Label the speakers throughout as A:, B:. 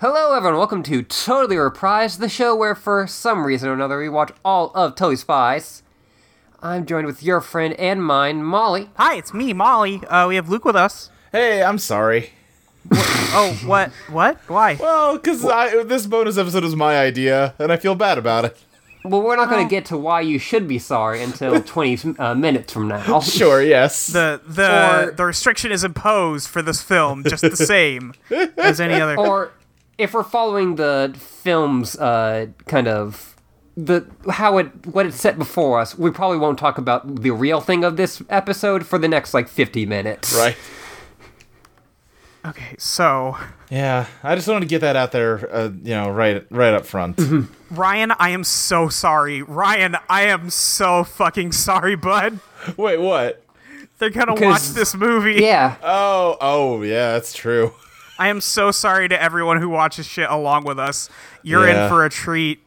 A: Hello, everyone. Welcome to Totally Reprised, the show where, for some reason or another, we watch all of Totally Spies. I'm joined with your friend and mine, Molly.
B: Hi, it's me, Molly. Uh, we have Luke with us.
C: Hey, I'm sorry.
B: Oh, what? What? Why?
C: Well, because this bonus episode was my idea, and I feel bad about it.
A: Well, we're not going to get to why you should be sorry until 20 uh, minutes from now.
C: Sure, yes.
B: The the
A: Or-
B: the restriction is imposed for this film just the same as any other.
A: Or if we're following the film's uh, kind of the how it what it's set before us, we probably won't talk about the real thing of this episode for the next like 50 minutes.
C: right.
B: Okay, so
C: Yeah, I just wanted to get that out there, uh, you know, right, right up front.
B: Ryan, I am so sorry. Ryan, I am so fucking sorry, bud.
C: Wait, what?
B: They're gonna watch
A: Because-
B: this movie.
A: Yeah.
C: Oh, oh, yeah, that's true.
B: I am so sorry to everyone who watches shit along with us. You're
C: Yeah.
B: in for a treat.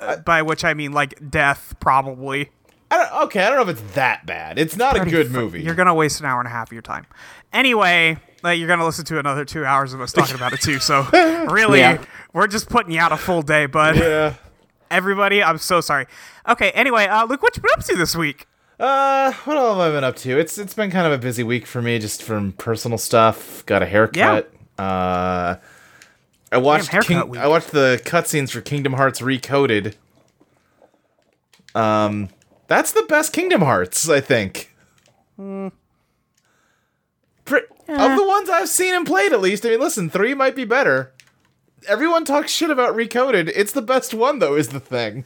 B: uh, By which I mean like death, probably.
C: I don't, okay, I don't know if it's that bad. It's not a good movie.
B: You're gonna waste an hour and a half of your time. Anyway, like, you're gonna listen to another two hours of us talking about it too. So really,
A: Yeah.
B: we're just putting you out a full day, bud.
C: Yeah.
B: Everybody, I'm so sorry. Okay. Anyway, uh, Luke, what you been up to this week?
C: Uh, what all have I been up to? It's it's been kind of a busy week for me, just from personal stuff. Got a haircut. Uh, I watched
B: haircut
C: King,
B: week.
C: I watched the cutscenes for Kingdom Hearts Recoded. Um, that's the best Kingdom Hearts, I think. Hmm. Pre- Of the ones I've seen and played, at least. I mean, listen, three might be better. Everyone talks shit about Recoded. It's the best one, though, is the thing.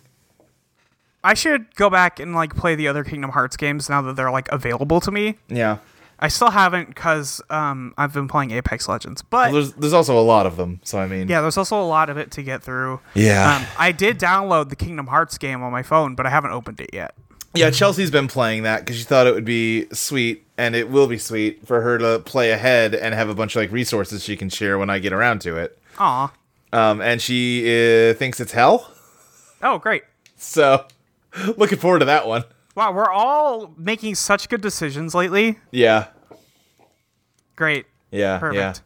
B: I should go back and like play the other Kingdom Hearts games now that they're like available to me.
C: Yeah.
B: I still haven't because um, I've been playing Apex Legends, but
C: There's there's also a lot of them, so I mean.
B: yeah, there's also a lot of it to get through.
C: Yeah.
B: Um, I did download the Kingdom Hearts game on my phone, but I haven't opened it yet.
C: Yeah,
B: Mm-hmm.
C: Chelsea's been playing that because she thought it would be sweet, and it will be sweet for her to play ahead and have a bunch of like resources she can share when I get around to it.
B: Aw.
C: Um, and she uh, thinks it's hell,
B: Oh, great.
C: so looking forward to that one.
B: Wow, we're all making such good decisions lately.
C: Yeah,
B: Great.
C: yeah,
B: Perfect.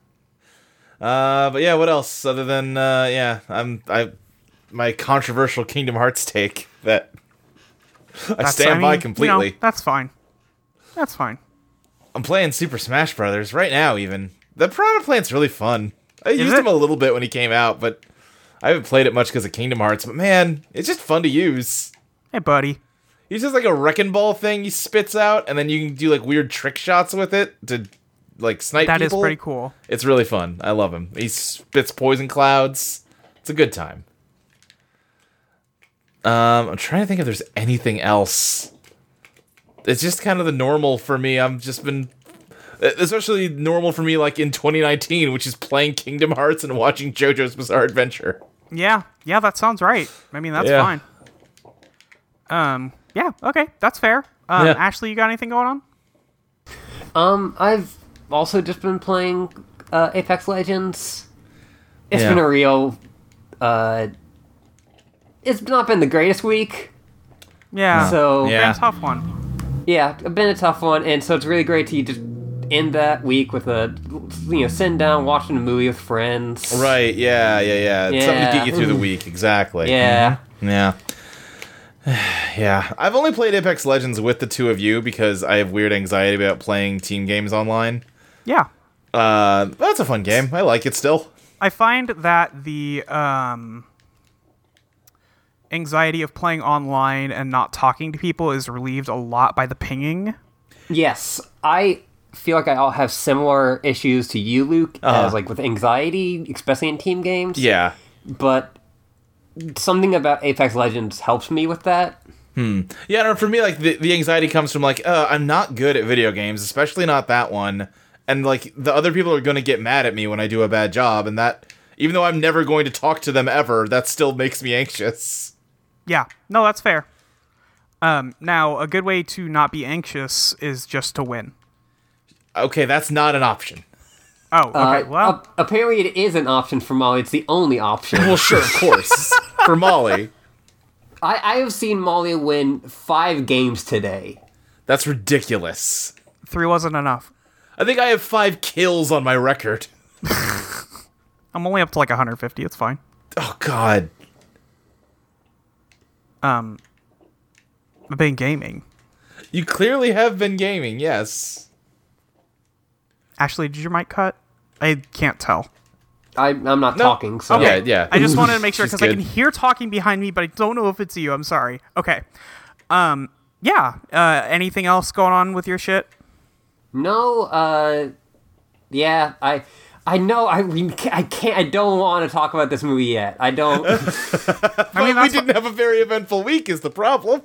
C: yeah. Uh, but yeah, what else other than uh, yeah, I'm I my controversial Kingdom Hearts take that I
B: That's-
C: stand
B: I
C: by
B: mean,
C: completely.
B: You know, that's fine. That's fine.
C: I'm playing Super Smash Brothers right now. Even the Piranha Plant's really fun. I used
B: it?
C: him a little bit when he came out, but I haven't played it much because of Kingdom Hearts. But man, it's just fun to use.
B: Hey, buddy.
C: He's just like a wrecking ball thing. He spits out, and then you can do like weird trick shots with it to like snipe.
B: That is
C: people.
B: pretty cool.
C: It's really fun. I love him. He spits poison clouds. It's a good time. Um, I'm trying to think if there's anything else. It's just kind of the normal for me. I've just been especially normal for me like in 2019, which is playing Kingdom Hearts and watching JoJo's Bizarre Adventure.
B: Yeah. Yeah, that sounds right. I mean, that's
C: Yeah.
B: fine. Um. Yeah. Okay. That's fair. Um,
C: Yeah.
B: Ashley, you got anything going on?
A: Um, I've also just been playing uh, Apex Legends. It's
C: Yeah.
A: been a real. Uh, it's not been the greatest week,
B: Yeah.
A: so
C: Yeah.
B: Been a tough one.
A: yeah, it's been a tough one, and so it's really great to just end that week with a you know sitting down watching a movie with friends.
C: Right? Yeah, yeah, yeah. It's Something to
A: Yeah.
C: get you through the week. Exactly.
A: Yeah.
C: Yeah. yeah. I've only played Apex Legends with the two of you because I have weird anxiety about playing team games online.
B: Yeah.
C: Uh, that's a fun game. I like it still.
B: I find that the um, anxiety of playing online and not talking to people is relieved a lot by the pinging.
A: Yes, I feel like I all have similar issues to you, Luke, as like with anxiety, especially in team games.
C: Uh-huh. Yeah.
A: But something about Apex Legends helps me with that.
C: Yeah, no, for me, like the, the anxiety comes from like, uh, I'm not good at video games, especially not that one. And like the other people are gonna get mad at me when I do a bad job, and that even though I'm never going to talk to them ever, that still makes me anxious.
B: Yeah. No, that's fair. Um, now, a good way to not be anxious is just to win.
C: Okay, that's not an option.
B: Oh, okay.
A: Uh,
B: well,
A: ap- apparently it is an option for Molly. It's the only option.
C: Well, sure, of course. for Molly.
A: I, I have seen Molly win five games today.
C: That's ridiculous.
B: three wasn't enough.
C: I think I have five kills on my record.
B: I I'm only up to like 150. It's fine.
C: Oh God.
B: I've been gaming.
C: You clearly have been gaming, yes.
B: Ashley, did your mic cut? I can't tell.
A: I, I'm not talking, so.
C: Okay, yeah.
B: I just wanted to make sure
C: She's
B: because I can
C: good.
B: hear talking behind me, but I don't know if it's you. I'm sorry. Okay. Um. Yeah. Uh. Anything else going on with your shit?
A: No, uh, yeah, I, I know, I, we, ca- I can't, I don't want to talk about this movie yet. I don't.
B: I mean,
C: we
B: that's
C: didn't have a very eventful week, is the problem.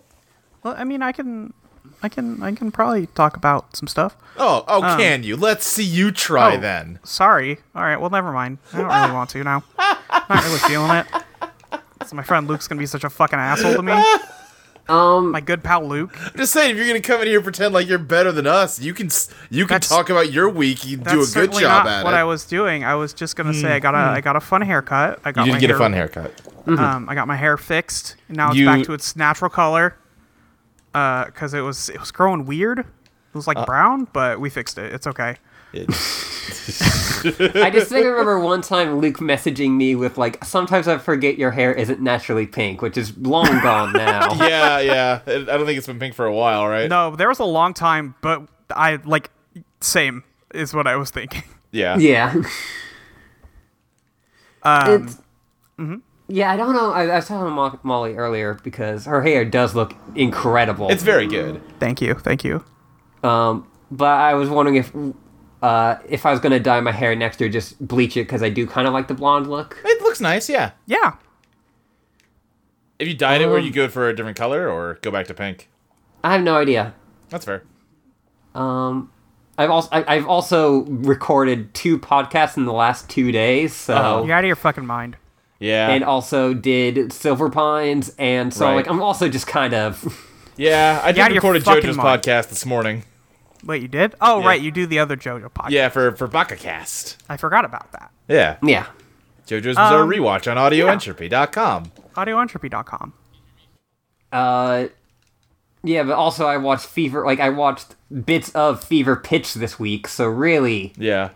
B: Well, I mean, I can, I can, I can probably talk about some stuff.
C: Oh, oh, can you? Let's see you
B: Um,
C: try
B: Oh,
C: then.
B: Sorry. All right. Well, never mind. I don't really want to now. Not really feeling it. So my friend Luke's gonna be such a fucking asshole to me. Um, my good pal Luke.
C: I'm just saying, if you're gonna come in here and pretend like you're better than us, you can s- you can
B: That's-
C: talk about your week. You
B: That's
C: do a good
B: certainly
C: job
B: not
C: at
B: what
C: it. Hmm.
B: I was doing. I was just gonna say I got a, I got a fun haircut. I got
C: you
B: my
C: did get
B: hair,
C: a fun haircut.
B: Um, I got my hair fixed. And now it's
C: You-
B: back to its natural color. Uh, cause it was it was growing weird. It was like
C: Uh.
B: brown, but we fixed it. It's okay.
A: I just think I remember one time Luke messaging me with, like, sometimes I forget your hair isn't naturally pink, which is long gone now.
C: yeah, yeah. I don't think it's been pink for a while, right?
B: No, there was a long time, but I like same is what I was thinking.
C: Yeah.
A: Yeah.
C: Um,
A: It's-
C: mm-hmm.
A: Yeah, I don't know. I, I was talking to Mo- Molly earlier because her hair does look incredible.
C: It's very good.
B: Thank you, thank you.
A: um, but I was wondering if uh, if I was gonna dye my hair next year, just bleach it because I do kind of like the blonde look.
C: It looks nice, yeah.
B: Yeah,
C: If you dyed it, were you
B: Um,
C: good for a different color or go back to pink?
A: I have no idea.
C: That's fair.
A: Um, I've also I, I've also recorded two podcasts in the last two days, so.
C: Oh.
B: you're out of your fucking mind.
C: Yeah.
A: And also did Silver Pines, and so
C: Right.
A: like I'm also just kind of
C: yeah, I
B: out of
C: did
B: your
C: record a
B: fucking
C: JoJo's
B: mind.
C: podcast this morning.
B: Wait, you did? Oh,
C: Yeah.
B: right, you do the other JoJo podcast.
C: Yeah, for for Bakacast.
B: I forgot about that.
C: Yeah.
A: yeah.
C: JoJo's Bizarre
B: Um,
C: Rewatch on audioentropy.com.
B: AudioEntropy.com.
A: Uh, yeah, but also I watched Fever. Like I watched bits of Fever Pitch this week, so really,
C: Yeah.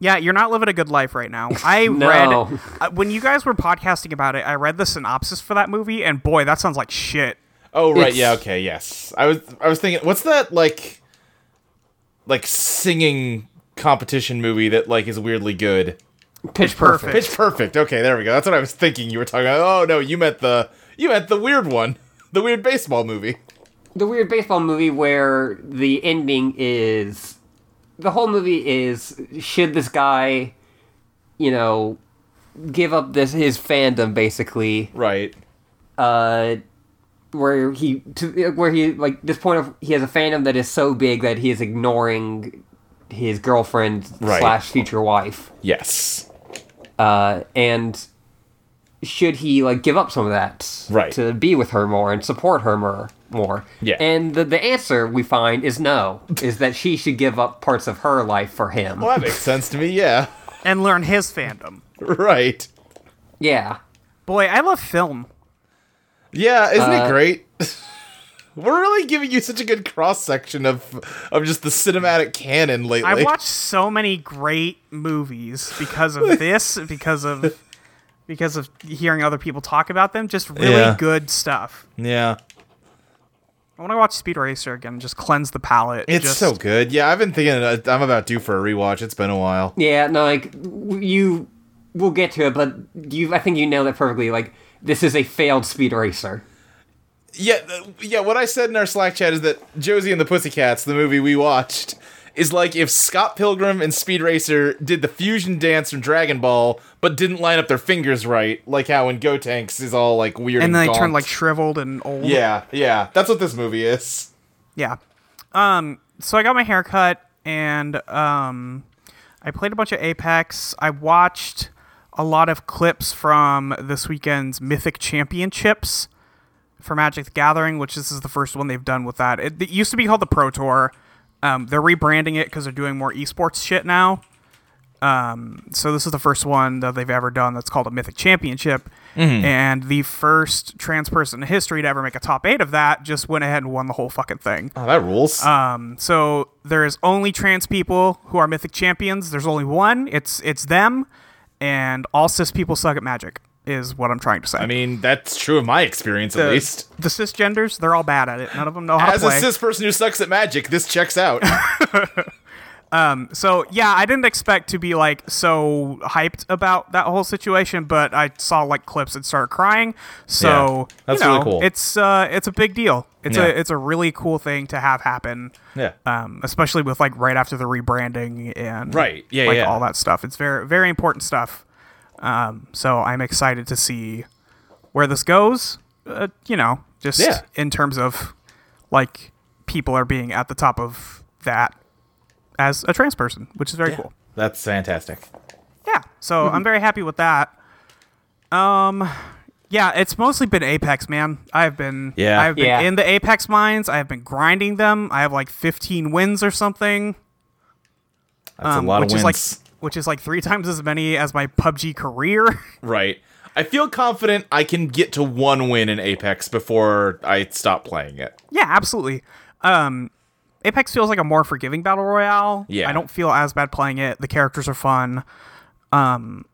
B: Yeah, you're not living a good life right now. I
A: No.
B: read uh, when you guys were podcasting about it. I read the synopsis for that movie, and boy, that sounds like shit.
C: Oh right,
A: It's-
C: yeah, okay, yes. I was I was thinking what's that like like singing competition movie that like is weirdly good?
A: Pitch
B: Perfect.
A: Perfect.
C: Pitch Perfect. Okay, there we go. That's what I was thinking. You were talking about oh no, you meant the you meant the weird one. The weird baseball movie.
A: The weird baseball movie where the ending is the whole movie is should this guy, you know, give up this his fandom basically.
C: Right.
A: uh, where he to where he like this point of he has a fandom that is so big that he is ignoring his girlfriend
C: Right.
A: slash future wife,
C: Yes.
A: uh, and should he like give up some of that
C: Right.
A: to be with her more and support her more more?
C: Yeah.
A: and the the answer we find is no, is that she should give up parts of her life for him.
C: Well, that makes sense to me. Yeah.
B: And learn his fandom.
C: Right.
A: Yeah,
B: Boy, I love film.
C: Yeah, isn't it
A: Uh,
C: great? We're really giving you such a good cross section of of just the cinematic canon lately.
B: I watched so many great movies because of this, because of because of hearing other people talk about them. Just really
C: Yeah.
B: good stuff.
C: Yeah.
B: I want to watch Speed Racer again. Just cleanse the palate.
C: It's
B: just,
C: so good. Yeah, I've been thinking uh, I'm about due for a rewatch. It's been a while.
A: Yeah, no, like w- you, we'll get to it, but you, I think you nailed it perfectly. Like this is a failed speed racer.
C: Yeah, th- yeah, what I said in our Slack chat is that Josie and the Pussycats, the movie we watched, is like if Scott Pilgrim and Speed Racer did the fusion dance from Dragon Ball but didn't line up their fingers right, like how in Gotenks is all like weird
B: And
C: and,
B: then they
C: gaunt.
B: turn like shriveled and old.
C: Yeah, yeah. That's what this movie is.
B: Yeah. Um, so I got my hair cut and um, I played a bunch of Apex. I watched a lot of clips from this weekend's Mythic Championships for Magic the Gathering, which this is the first one they've done with that. It, it used to be called the Pro Tour. Um, they're rebranding it because they're doing more esports shit now. Um, so this is the first one that they've ever done that's called a Mythic Championship, and the first trans person in history to ever make a top eight of that just went ahead and won the whole fucking thing.
C: Oh, that rules.
B: So there's only trans people who are mythic champions. There's only one. It's it's them, and all cis people suck at magic is what I'm trying to say.
C: I mean, that's true of my experience at
B: the,
C: least.
B: the cisgenders, they're all bad at it. None of them know how
C: As
B: to
C: a
B: play.
C: cis person who sucks at magic, this checks out.
B: so yeah, I didn't expect to be like so hyped about that whole situation, but I saw like clips and started crying. So
C: Yeah. That's
B: you know,
C: really cool.
B: It's uh, it's a big deal. It's
C: Yeah.
B: a it's a really cool thing to have happen.
C: yeah.
B: Um, especially with like right after the rebranding and
C: Right. Yeah,
B: like
C: yeah.
B: all that stuff. It's very very important stuff. Um, so I'm excited to see where this goes. Uh, you know, just
C: Yeah.
B: in terms of like people are being at the top of that as a trans person, which is very cool.
C: That's fantastic.
B: Yeah. So
C: Mm-hmm.
B: I'm very happy with that. Um yeah, it's mostly been Apex, man. I've been
C: Yeah.
B: I've been
A: Yeah.
B: in the Apex mines. I have been grinding them. I have like 15 wins or something,
C: That's
B: um,
C: a lot
B: which
C: of wins.
B: is like which is like 3 times as many as my PUBG career.
C: right. I feel confident I can get to one win in Apex before I stop playing it.
B: yeah, absolutely. Um Apex feels like a more forgiving battle royale.
C: Yeah.
B: I don't feel as bad playing it. The characters are fun. Um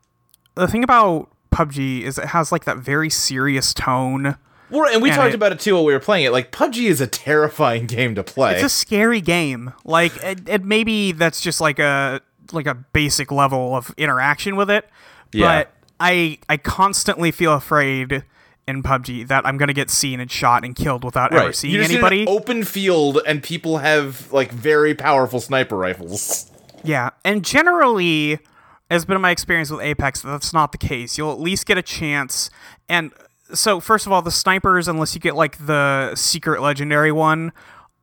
B: the thing about PUBG is it has like that very serious tone.
C: Well, and we
B: And
C: talked
B: it-
C: about it too while we were playing it. Like PUBG is a terrifying game to play.
B: it's a scary game. Like it, it maybe that's just like a like a basic level of interaction with it.
C: Yeah.
B: But I I constantly feel afraid in PUBG that I'm gonna get seen and shot and killed without ever seeing
C: You're just in an
B: anybody.
C: open field, and people have like very powerful sniper rifles.
B: yeah. And generally has been my experience with Apex that that's not the case. You'll at least get a chance and so first of all, the snipers, unless you get like the secret legendary one,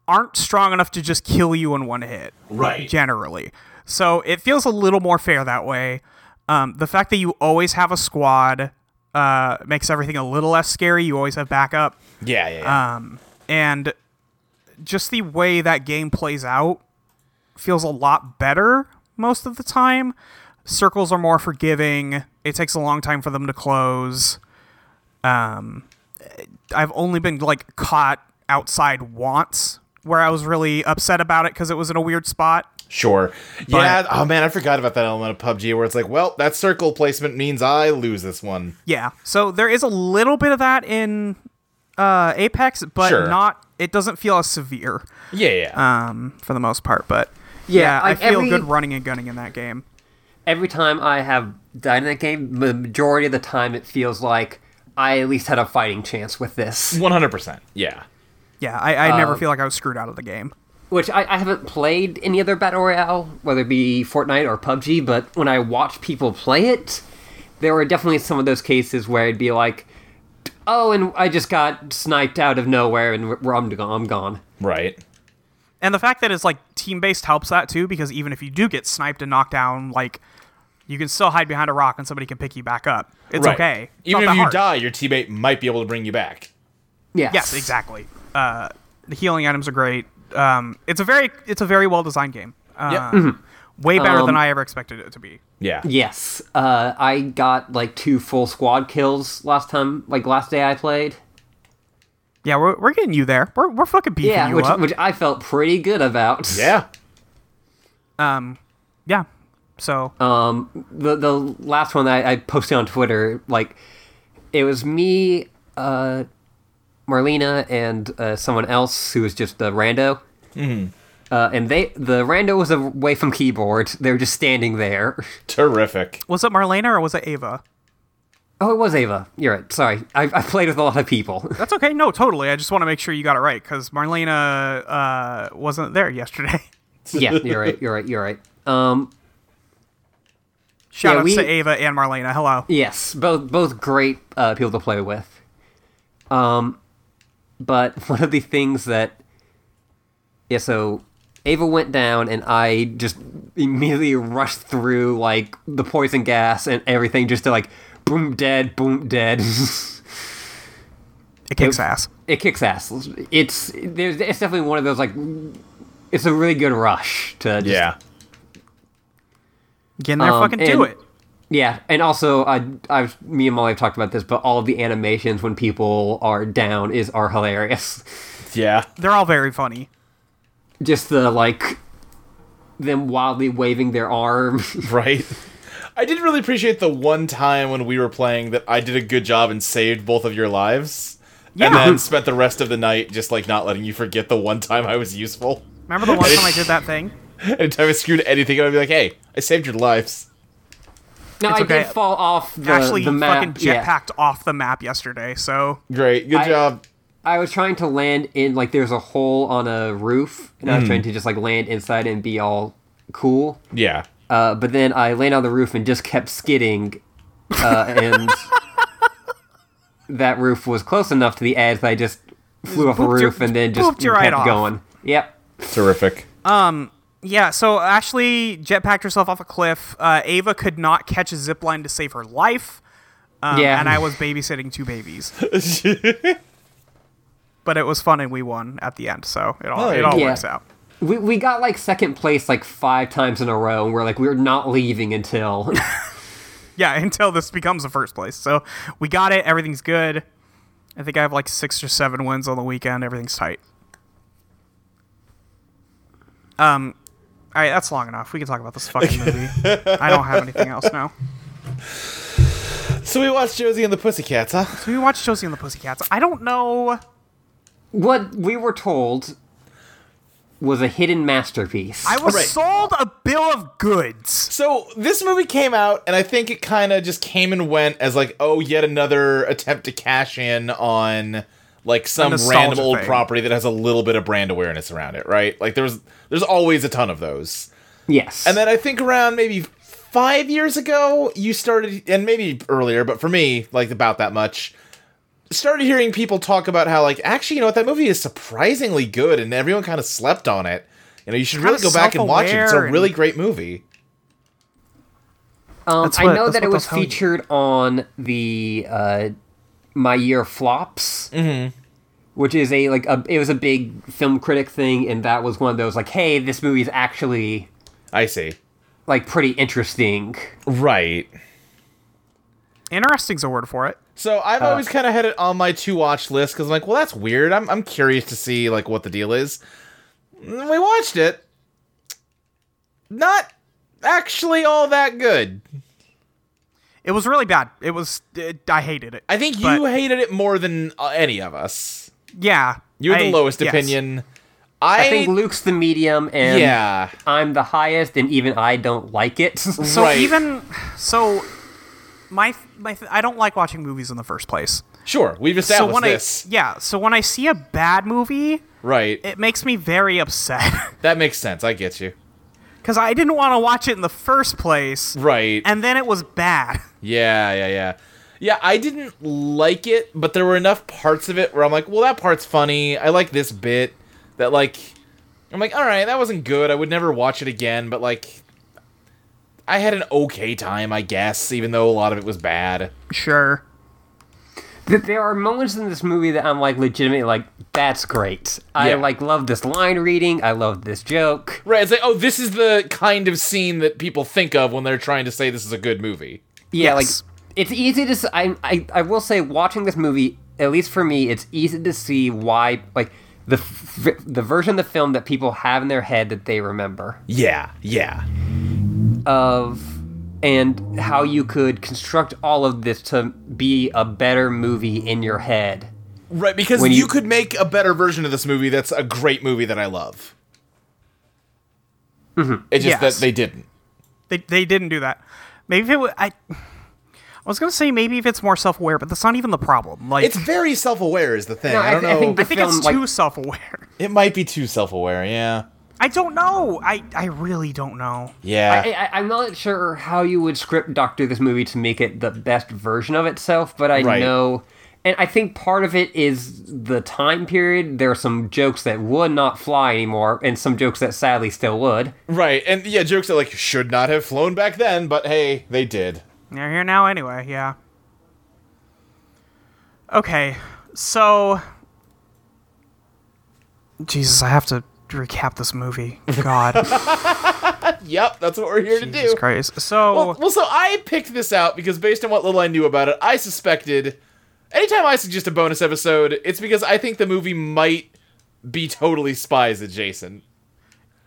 B: aren't strong enough to just kill you in one hit.
C: Right.
B: generally. So it feels a little more fair that way. Um, the fact that you always have a squad uh, makes everything a little less scary. You always have backup,
C: Yeah, yeah, yeah.
B: Uh, and just the way that game plays out feels a lot better most of the time. Circles are more forgiving. It takes a long time for them to close. Um, I've only been like caught outside once, where I was really upset about it because it was in a weird spot.
C: sure. yeah. Oh man, I forgot about that element of PUBG where it's like, well, that circle placement means I lose this one.
B: Yeah. So there is a little bit of that in uh, Apex, but
C: Sure.
B: not. It doesn't feel as severe
C: Yeah, yeah.
B: um, for the most part. But
A: Yeah,
B: yeah, I
A: like
B: feel
A: every-
B: good running and gunning in that game.
A: every time I have died in that game, the majority of the time it feels like I at least had a fighting chance with this.
C: One hundred percent. Yeah.
B: Yeah, I, I
A: Um,
B: never feel like I was screwed out of the game.
A: Which I, I haven't played any other battle royale, whether it be Fortnite or PUBG, but when I watch people play it, there were definitely some of those cases where it'd be like, "Oh, and I just got sniped out of nowhere, and we're- I'm gone. I'm gone."
C: Right.
B: And the fact that it's like team based helps that too, because even if you do get sniped and knocked down, like you can still hide behind a rock and somebody can pick you back up. It's
C: Right.
B: okay. It's
C: Even
B: not
C: if
B: that
C: you
B: hard.
C: die, your teammate might be able to bring you back.
A: Yes.
B: Yes, exactly. Uh, the healing items are great. Um, it's a very it's a very well designed game. Uh,
C: Yep. Mm-hmm.
B: Way better
A: Um,
B: than I ever expected it to be.
C: Yeah.
A: Yes. Uh, I got like two full squad kills last time, like last day I played.
B: Yeah, we're, we're getting you there. We're, we're fucking beefing
A: Yeah,
B: you
A: which,
B: up.
A: which I felt pretty good about.
C: Yeah.
B: yeah. So
A: Um, the the last one that I, I posted on Twitter, like, it was me, uh, Marlena, and uh, someone else who was just a rando. Uh, and they the rando was away from keyboard. They were just standing there.
C: Terrific.
B: was it Marlena or was it Ava?
A: Oh, it was Ava. You're right. Sorry, I, I played with a lot of people.
B: That's okay. No, totally. I just want to make sure you got it right because Marlena uh, wasn't there yesterday.
A: yeah, you're right. You're right. You're right. Um,
B: Shout
A: Yeah,
B: outs
A: we-
B: to Ava and Marlena. Hello.
A: Yes, both both great uh, people to play with. Um, but one of the things that yeah, so Ava went down, and I just immediately rushed through like the poison gas and everything, just to like boom dead, boom dead.
B: It kicks ass.
A: it kicks ass. It's there's it's definitely one of those like it's a really good rush to just,
C: Yeah.
B: Get in there,
A: Um,
B: fucking do
A: and-
B: it.
A: Yeah, and also I, I've me and Molly have talked about this, but all of the animations when people are down is are hilarious.
C: Yeah.
B: They're all very funny.
A: Just the like them wildly waving their arm.
C: Right. I did really appreciate the one time when we were playing that I did a good job and saved both of your lives.
B: Yeah.
C: And then spent the rest of the night just like not letting you forget the one time I was useful.
B: Remember the one time I did that thing?
C: Anytime I screwed anything, I'd be like, "Hey, I saved your lives."
A: No,
B: It's
A: I
B: okay.
A: did fall off the,
B: Actually,
A: the
B: you
A: map.
B: fucking
A: yeah.
B: jetpacked off the map yesterday, so
C: Great, good
A: I-
C: job.
A: I was trying to land in like there's a hole on a roof, and
B: Hmm.
A: I was trying to just like land inside and be all cool.
C: Yeah.
A: Uh, but then I landed on the roof and just kept skidding, uh, and that roof was close enough to the edge that I just flew off a
B: booped your-
A: roof and then
B: just
A: just
B: booped your eye
A: kept
B: off.
A: going. Yep.
C: Terrific.
B: Yeah, so Ashley jetpacked herself off a cliff. Uh, Ava could not catch a zip line to save her life. Um,
A: Yeah.
B: And I was babysitting two babies. but it was fun and we won at the end, so it all, it all
A: Yeah.
B: works out.
A: We, we got like second place like five times in a row, and we're like we're not leaving until
B: Yeah, until this becomes the first place. So we got it. Everything's good. I think I have like six or seven wins on the weekend. Everything's tight. Um, all right, that's long enough. We can talk about this fucking movie. I don't have anything else now.
C: So we watched Josie and the Pussycats, huh?
B: So we watched Josie and the Pussycats. I don't know.
A: what we were told was a hidden masterpiece.
B: I was
C: Right.
B: sold a bill of goods.
C: So this movie came out, and I think it kind of just came and went as like, oh, yet another attempt to cash in on like some
B: nostalgia
C: random old
B: thing.
C: property that has a little bit of brand awareness around it, right? Like there's there's always a ton of those.
A: yes,
C: And then I think around maybe five years ago, you started, and maybe earlier, but for me, like about that much, started hearing people talk about how, like, actually, you know what, that movie is surprisingly good, and everyone kind of slept on it. You know, you should really go back and watch it. It's a
B: self-aware and-
C: really great movie.
A: Um,
B: That's
A: I
B: what-
A: know
B: that's
A: that it
B: what
A: was
B: they'll tell you.
A: featured on the uh, My Year Flops,
C: Mm-hmm.
A: which is a like a it was a big film critic thing, and that was one of those like, hey, this movie's actually
C: I see.
A: like pretty interesting.
C: Right.
B: Interesting's a word for it.
C: So I've always kind of had it on my to watch list because I'm like, well, that's weird. I'm, I'm curious to see like what the deal is. And we watched it. Not actually all that good.
B: It was really bad. It was. It, I hated it.
C: I think you
B: But-
C: hated it more than uh, any of us.
B: yeah.
C: You had
B: I-
C: the lowest
B: yes.
C: opinion. I,
A: I think Luke's the medium, and
C: yeah.
A: I'm the highest, and even I don't like it.
B: So
C: Right.
B: even so, my my I don't like watching movies in the first place.
C: Sure, we've
B: So
C: established
B: when
C: this.
B: I yeah, so when I see a bad movie,
C: right.
B: it makes me very upset
C: that makes sense. I get you.
B: because I didn't want to watch it in the first place,
C: Right.
B: and then it was bad.
C: yeah, yeah, yeah. Yeah, I didn't like it, but there were enough parts of it where I'm like, well, that part's funny. I like this bit. That, like, I'm like, all right, that wasn't good. I would never watch it again, but, like, I had an okay time, I guess, even though a lot of it was bad.
B: Sure.
A: Th- there are moments in this movie that I'm like legitimately like, that's great. I
C: Yeah.
A: like love this line reading. I love this joke.
C: Right, it's like, oh, this is the kind of scene that people think of when they're trying to say this is a good movie.
A: Yeah,
B: Yes.
A: like it's easy to. s- I, I I will say watching this movie, at least for me, it's easy to see why like the f- the version of the film that people have in their head that they remember
C: Yeah, yeah.
A: of and how you could construct all of this to be a better movie in your head.
C: Right, because
A: When
C: you,
A: you-
C: could make a better version of this movie that's a great movie that I love. It's
B: Yes.
C: just that they didn't.
B: They they didn't do that. Maybe if it wa- I. I was gonna say maybe if it's more self-aware, but that's not even the problem. Like
C: It's very self aware, is the thing.
A: No,
C: I
A: I
C: don't
A: th- I
C: know.
A: think
B: I think
A: film,
B: it's
A: like-
B: too self-aware.
C: it might be too self aware, yeah.
B: I don't know. I I really don't know.
C: Yeah.
A: I, I, I'm not sure how you would script doctor this movie to make it the best version of itself, but I
C: Right.
A: know, and I think part of it is the time period. There are some jokes that would not fly anymore, and some jokes that sadly still would.
C: right, and yeah, jokes that, like, should not have flown back then, but hey, they did.
B: They're here now anyway, yeah. Okay, so. Jesus, I have to recap this movie. God,
C: Yep, that's what we're here to do.
B: Jesus Christ. So,
C: Well, well, so I picked this out because based on what little I knew about it, I suspected. Anytime I suggest a bonus episode, it's because I think the movie might be totally spies adjacent.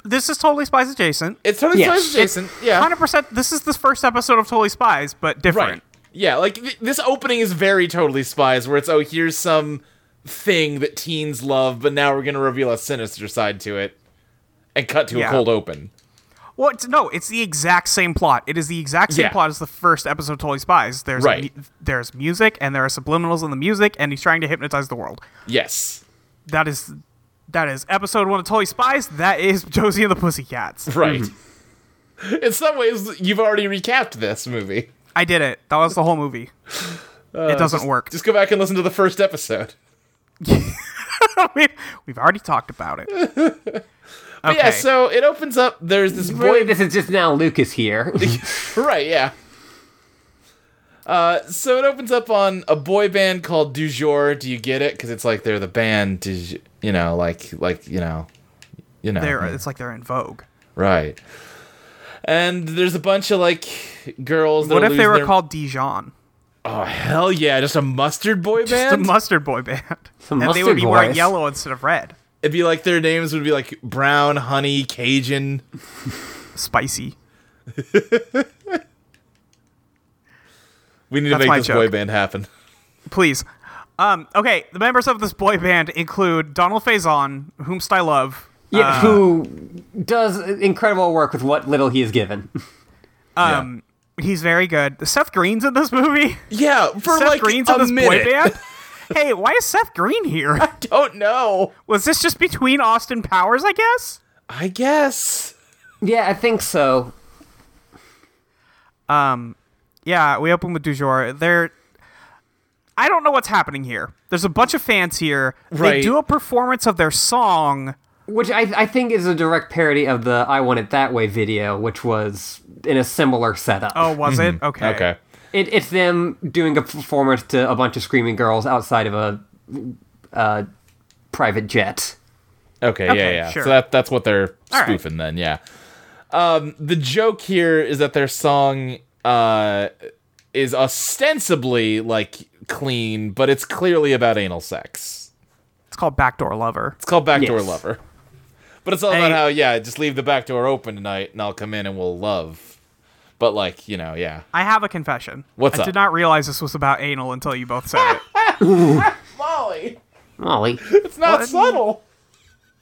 B: this is totally Spies adjacent.
C: It's totally
A: Yes.
C: Spies adjacent. Yeah.
B: Hundred percent. This is the first episode of Totally Spies, but different.
C: Right. Yeah, like th- this opening is very totally spies, where it's oh here's some thing that teens love, but now we're gonna reveal a sinister side to it, and cut to
B: Yeah.
C: a cold open.
B: Well, it's, no, it's the exact same plot. It is the exact same
C: Yeah.
B: plot as the first episode of Totally Spies. There's
C: Right.
B: mu- there's music and there are subliminals in the music, and he's trying to hypnotize the world.
C: Yes.
B: That is that is episode one of Totally Spies. That is Josie and the Pussycats.
C: Right. In some ways, you've already recapped this movie.
B: I did it. That was the whole movie. it doesn't work.
C: Uh, Just go back and listen to the first episode.
B: we've, we've already talked about it. Okay.
C: But yeah, so it opens up. There's this
A: Really, Ah.
C: boy.
A: this is just now Lucas here.
C: right, yeah. Uh, so it opens up on a boy band called Du Jour. Do you get it? Because it's like they're the band, du, j- you know, like like you know, you know,
B: they're, it's like they're in Vogue.
C: right. And there's a bunch of like girls. that
B: What
C: are
B: if they
C: losing
B: were
C: their-
B: called Dijon?
C: Oh hell yeah! Just a mustard boy band.
B: Just a mustard boy band. and they
A: mustard
B: would be wearing
A: boys.
B: yellow instead of red.
C: It'd be like their names would be like Brown, Honey, Cajun.
B: Spicy.
C: We need
B: That's
C: to
B: my
C: make this
B: joke.
C: boy band happen.
B: Please. Um, okay, the members of this boy band include Donald Faison, whomst I love.
A: Yeah,
B: Uh,
A: who does incredible work with what little he is given.
B: Um, He's very good. Seth Green's in this movie.
C: yeah, for
B: Seth
C: like
B: Green's
C: a
B: in this
C: minute. Oh,
B: boy band. hey, why is Seth Green here?
C: Don't know.
B: Was this just between Austin Powers, I guess?
C: I guess.
A: Yeah, I think so.
B: Yeah, we open with Du jour They're. I don't know what's happening here. There's a bunch of fans here. They
C: Right.
B: do a performance of their song.
A: Which I, I think is a direct parody of the I Want It That Way video, which was in a similar setup.
B: Oh, was it? Okay.
C: Mm-hmm. Okay.
A: It, it's them doing a performance to a bunch of screaming girls outside of a, uh private jet.
C: Okay,
B: Okay,
C: yeah, yeah.
B: sure.
C: So that that's what they're
B: All right.
C: spoofing then, yeah. Um the joke here is that their song uh is ostensibly like clean, but it's clearly about anal sex.
B: It's called Backdoor Lover.
C: It's called Backdoor
A: Yes.
C: Lover. But it's all about
B: Hey.
C: how, yeah, just leave the back door open tonight and I'll come in and we'll love. But like, you know, yeah.
B: I have a confession.
C: What's
B: I
C: up?
B: did not realize this was about anal until you both said it.
C: Molly,
A: Molly.
C: it's not subtle.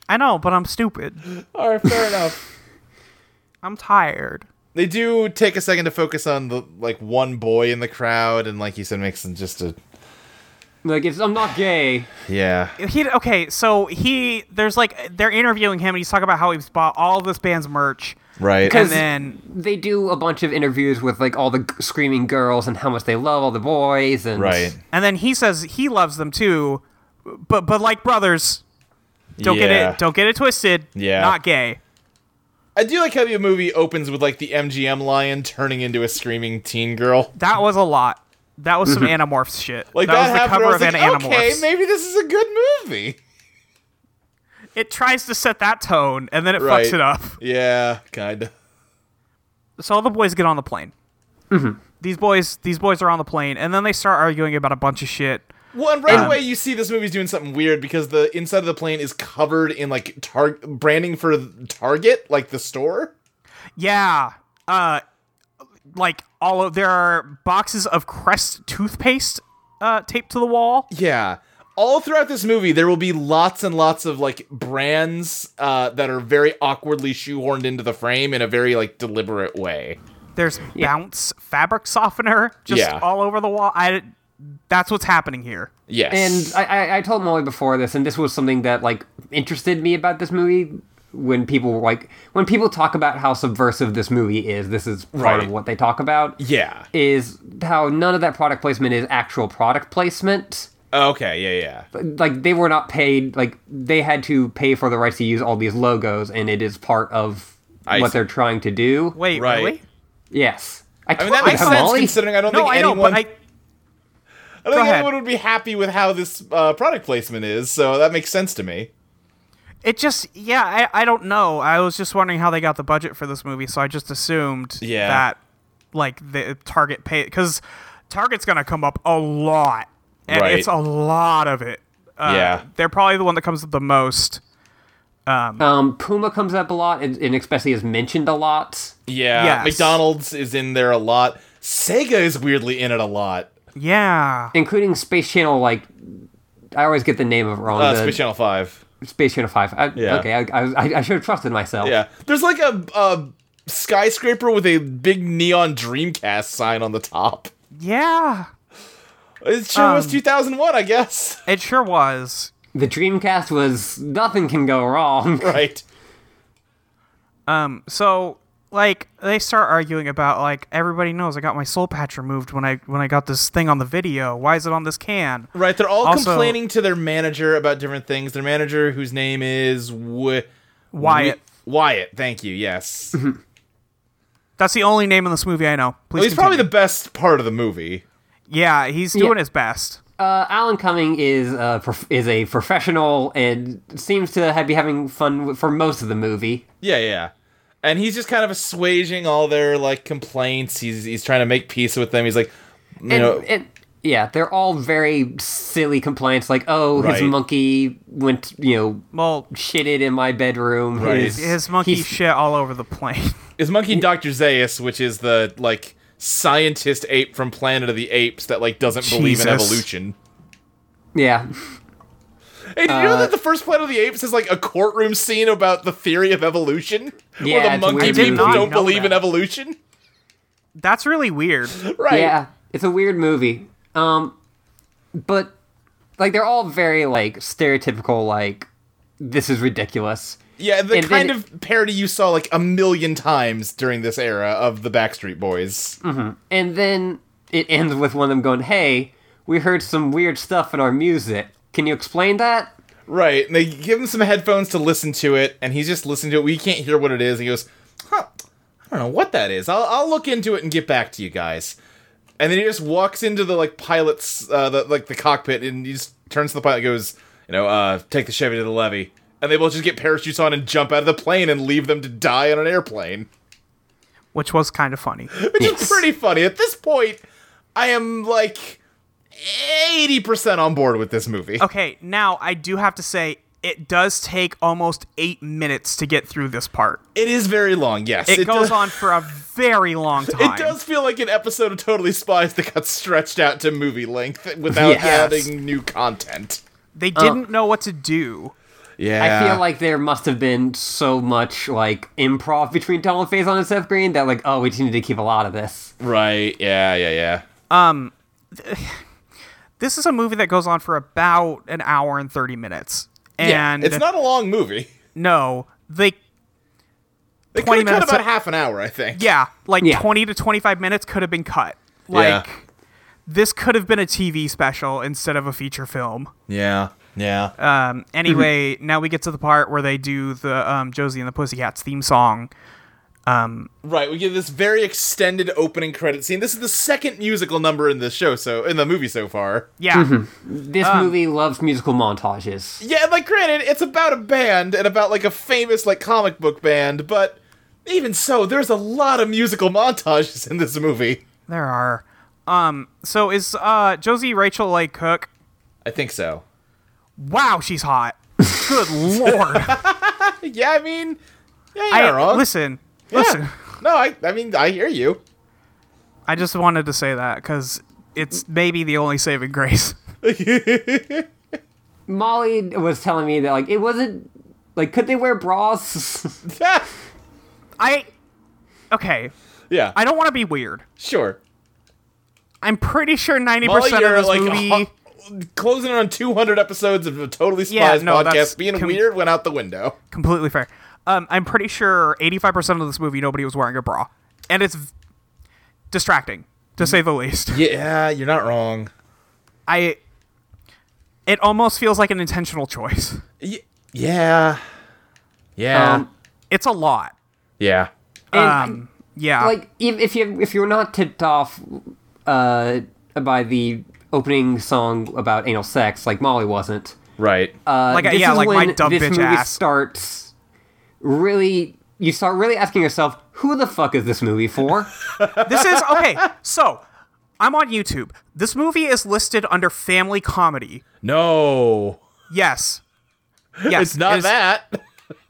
B: I know, but I'm stupid.
C: Alright, fair enough.
B: I'm tired.
C: they do take a second to focus on the like one boy in the crowd and like you said makes them just a
A: Like, it's, I'm not gay.
C: yeah
B: He okay, so he there's like they're interviewing him and he's talking about how he's bought all of this band's merch.
C: right
A: Because-
B: And then
A: They do a bunch of interviews with, like, all the g- screaming girls and how much they love all the boys. and
C: right
B: and then he says he loves them too. But but like brothers, don't
C: Yeah.
B: get it don't get it twisted.
C: Yeah.
B: Not gay.
C: i do like how the movie opens with like the mgm lion turning into a screaming teen girl
B: That was a lot. That was some Animorphs shit.
C: like
B: that, was the
C: happened
B: cover of
C: and I was
B: Animorphs.
C: like, okay maybe this is a good movie
B: it tries to set that tone and then it
C: Right.
B: fucks it up.
C: yeah kinda
B: so all the boys get on the plane. These boys, these boys are on the plane, and then they start arguing about a bunch of shit.
C: well
B: Um,
C: and right away you see this movie's doing something weird because the inside of the plane is covered in like tar- branding for target like the store
B: Yeah, uh, like all of there are boxes of Crest toothpaste uh, taped to the wall.
C: Yeah. All throughout this movie, there will be lots and lots of like brands uh, that are very awkwardly shoehorned into the frame in a very like deliberate way.
B: There's bounce fabric softener just
C: Yeah.
B: all over the wall. I that's what's happening here.
A: And
C: Yes.
A: I, I, I told Molly before this, and this was something that like interested me about this movie. When people were like, when people talk about how subversive this movie is, this is part of
C: Right.
A: what they talk about.
C: yeah.
A: Is how none of that product placement is actual product placement.
C: Okay. Yeah. Yeah.
A: Like they were not paid. Like they had to pay for the rights to use all these logos, and it is part of
C: I
A: what
C: see.
A: they're trying to do.
B: Wait,
C: Right.
B: really?
A: Yes, I,
C: I
A: told
C: mean that
A: you
C: makes
A: that,
C: sense
A: Molly.
C: considering I don't
B: No,
C: think
B: I know,
C: anyone.
B: but I
C: I don't
B: Go
C: think
B: ahead.
C: anyone would be happy with how this uh, product placement is, so that makes sense to me.
B: it just yeah I, I don't know i was just wondering how they got the budget for this movie so i just assumed
C: Yeah.
B: that like the target pay because target's gonna come up a lot and
C: Right.
B: it's a lot of it uh,
C: Yeah.
B: they're probably the one that comes up the most
A: Um, Puma comes up a lot, and, and especially is mentioned a lot.
C: Yeah,
B: Yes.
C: McDonald's is in there a lot. Sega is weirdly in it a lot.
B: Yeah.
A: including Space Channel. Like, I always get the name of it wrong.
C: Uh,
A: the
C: Space Channel Five.
A: Space Channel Five. I,
C: Yeah.
A: Okay, I, I, I should have trusted myself.
C: Yeah, there's like a, a skyscraper with a big neon Dreamcast sign on the top.
B: Yeah.
C: It sure was 2001, I guess.
B: It sure was.
A: The Dreamcast was nothing can go wrong.
C: Right.
B: Um, So like they start arguing about like everybody knows I got my soul patch removed when I when I got this thing on the video. Why is it on this can?
C: Right, they're all
B: Also-
C: complaining to their manager about different things. Their manager, whose name is w-
B: Wyatt.
C: Wyatt, thank you. Yes, well,
B: That's the only name in this movie I know. Please.
C: he's probably the
B: continue.
C: best part of the movie.
B: Yeah, he's doing
A: Yeah.
B: his best.
A: Uh, Alan Cumming is a, prof- is a professional and seems to have, be having fun w- for most of the movie.
C: Yeah, yeah. And he's just kind of assuaging all their like complaints. He's he's trying to make peace with them. He's like, you
A: And,
C: know,
A: and- yeah, they're all very silly complaints, like "Oh, his
C: Right.
A: monkey went, you know,
B: Well,
A: shitted in my bedroom."
C: Right.
A: His,
B: his monkey
A: he's-
B: shit all over the plane.
C: is monkey Doctor Zeus, which is the like scientist ape from Planet of the Apes that like doesn't believe in
B: Jesus.
C: evolution.
A: yeah,
C: Hey, did you
A: Uh,
C: know that the first Planet of the Apes is like a courtroom scene about the theory of evolution?
A: Yeah,
C: where the
A: it's
C: monkey
A: weird. I
B: did
C: people
B: not
C: don't
B: know
C: believe in
B: that.
C: evolution?
B: That's really weird.
C: Right.
A: Yeah, it's a weird movie. Um, but like they're all very like stereotypical. Like this is ridiculous.
C: Yeah, the
A: And then
C: kind
A: it-
C: of parody you saw like a million times during this era of the Backstreet Boys.
A: And then it ends with one of them going, "Hey, we heard some weird stuff in our music. Can you explain that?"
C: Right. And they give him some headphones to listen to it, and he's just listening to it. We can't hear what it is. And he goes, huh, I don't know what that is. I'll, I'll look into it and get back to you guys. And then he just walks into the like pilot's, uh, the, like the cockpit, and he just turns to the pilot and goes, you know, uh, take the Chevy to the levee. And they both just get parachutes on and jump out of the plane and leave them to die on an airplane.
B: Which was kind of funny.
C: Which is pretty funny. At this point, I am like 80% on board with this movie.
B: Okay, now I do have to say it does take almost eight minutes to get through this part.
C: It is very long, yes.
B: It, goes
C: does-
B: on for a very long time.
C: It does feel like an episode of Totally Spies that got stretched out to movie length without
A: Yes.
C: adding new content.
B: They
A: Oh.
B: didn't know what to do.
C: Yeah.
A: I feel like there must have been so much like improv between Tom and Faison and Seth Green that like, oh, we just need to keep a lot of this.
C: Right, yeah, yeah, yeah.
B: This is a movie that goes on for about an hour and 30 minutes.
C: Yeah,
B: And
C: it's not a long movie.
B: no, they
C: They could
B: 20
C: have cut
B: minutes
C: about
B: of-
C: half an hour, I think.
B: yeah, like
A: Yeah.
B: 20 to 25 minutes could have been cut.
C: Yeah.
B: Like this could have been a TV special instead of a feature film.
C: Yeah, yeah.
B: Um,
C: Mhm.
B: anyway, now we get to the part where they do the um, Josie and the Pussycats theme song.
C: right, we get this very extended opening credit scene. This is the second musical number in the show, so in the movie so far.
B: Yeah.
A: This
B: Um,
A: movie loves musical montages.
C: Yeah, and, like granted, it's about a band and about like a famous like comic book band, but even so, there's a lot of musical montages in this movie.
B: There are. Um, so is uh Josie Rachel Lake Cook?
C: I think so.
B: Wow, she's hot. Good lord.
C: Yeah, I mean, yeah, you're
B: I
C: not wrong.
B: listen.
C: Yeah.
B: Listen.
C: No, I, I mean, I hear you.
B: I just wanted to say that cuz it's maybe the only saving grace.
A: Molly was telling me that like it wasn't like could they wear bras?
B: I Okay,
C: yeah,
B: I don't want to be weird.
C: sure.
B: I'm pretty sure 90%
C: Molly,
B: of
C: you're
B: this
C: like
B: movie
C: hu- closing in on 200 episodes of a Totally Spies
B: Yeah, no, that's
C: podcast. Being
B: com-
C: weird went out the window.
B: completely fair. Um, I'm pretty sure 85% of this movie nobody was wearing a bra. And it's v- distracting to say the least.
C: Yeah, you're not wrong.
B: I it almost feels like an intentional choice.
C: Y- yeah, yeah,
A: Um,
B: It's a lot.
C: yeah.
A: and
B: Um, yeah.
A: like if, if you if you're not tipped off uh, by the opening song about anal sex, like Molly wasn't.
C: Right.
A: Uh,
B: Like,
A: this
B: yeah,
A: is
B: like my
A: when
B: dumb
A: this
B: bitch
A: movie
B: ass.
A: starts really. You start really asking yourself, who the fuck is this movie for?
B: this is okay. So I'm on YouTube. This movie is listed under family comedy.
C: no,
B: Yes. Yes.
C: it's not
B: it is-
C: that.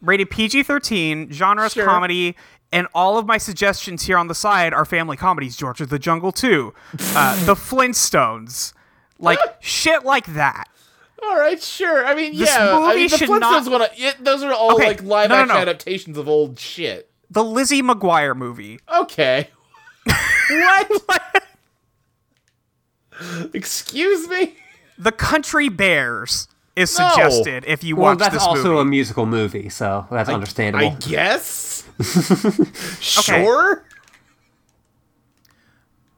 B: rated PG 13, genres
C: Sure.
B: comedy, and all of my suggestions here on the side are family comedies George of the Jungle 2, uh, The Flintstones, like shit like that.
C: All right, sure. I mean,
B: This
C: yeah. I
B: movie
C: mean, the
B: should
C: Flintstones
B: not-
C: wanna- it- those are all
B: Okay,
C: like live
B: no, no,
C: action
B: no.
C: adaptations of old shit.
B: The Lizzie McGuire movie.
C: Okay. what? Excuse me.
B: The Country Bears is suggested if you
A: Well,
B: watch
A: that's
B: this
A: also
B: movie.
A: a musical movie, so that's understandable.
C: I guess. sure.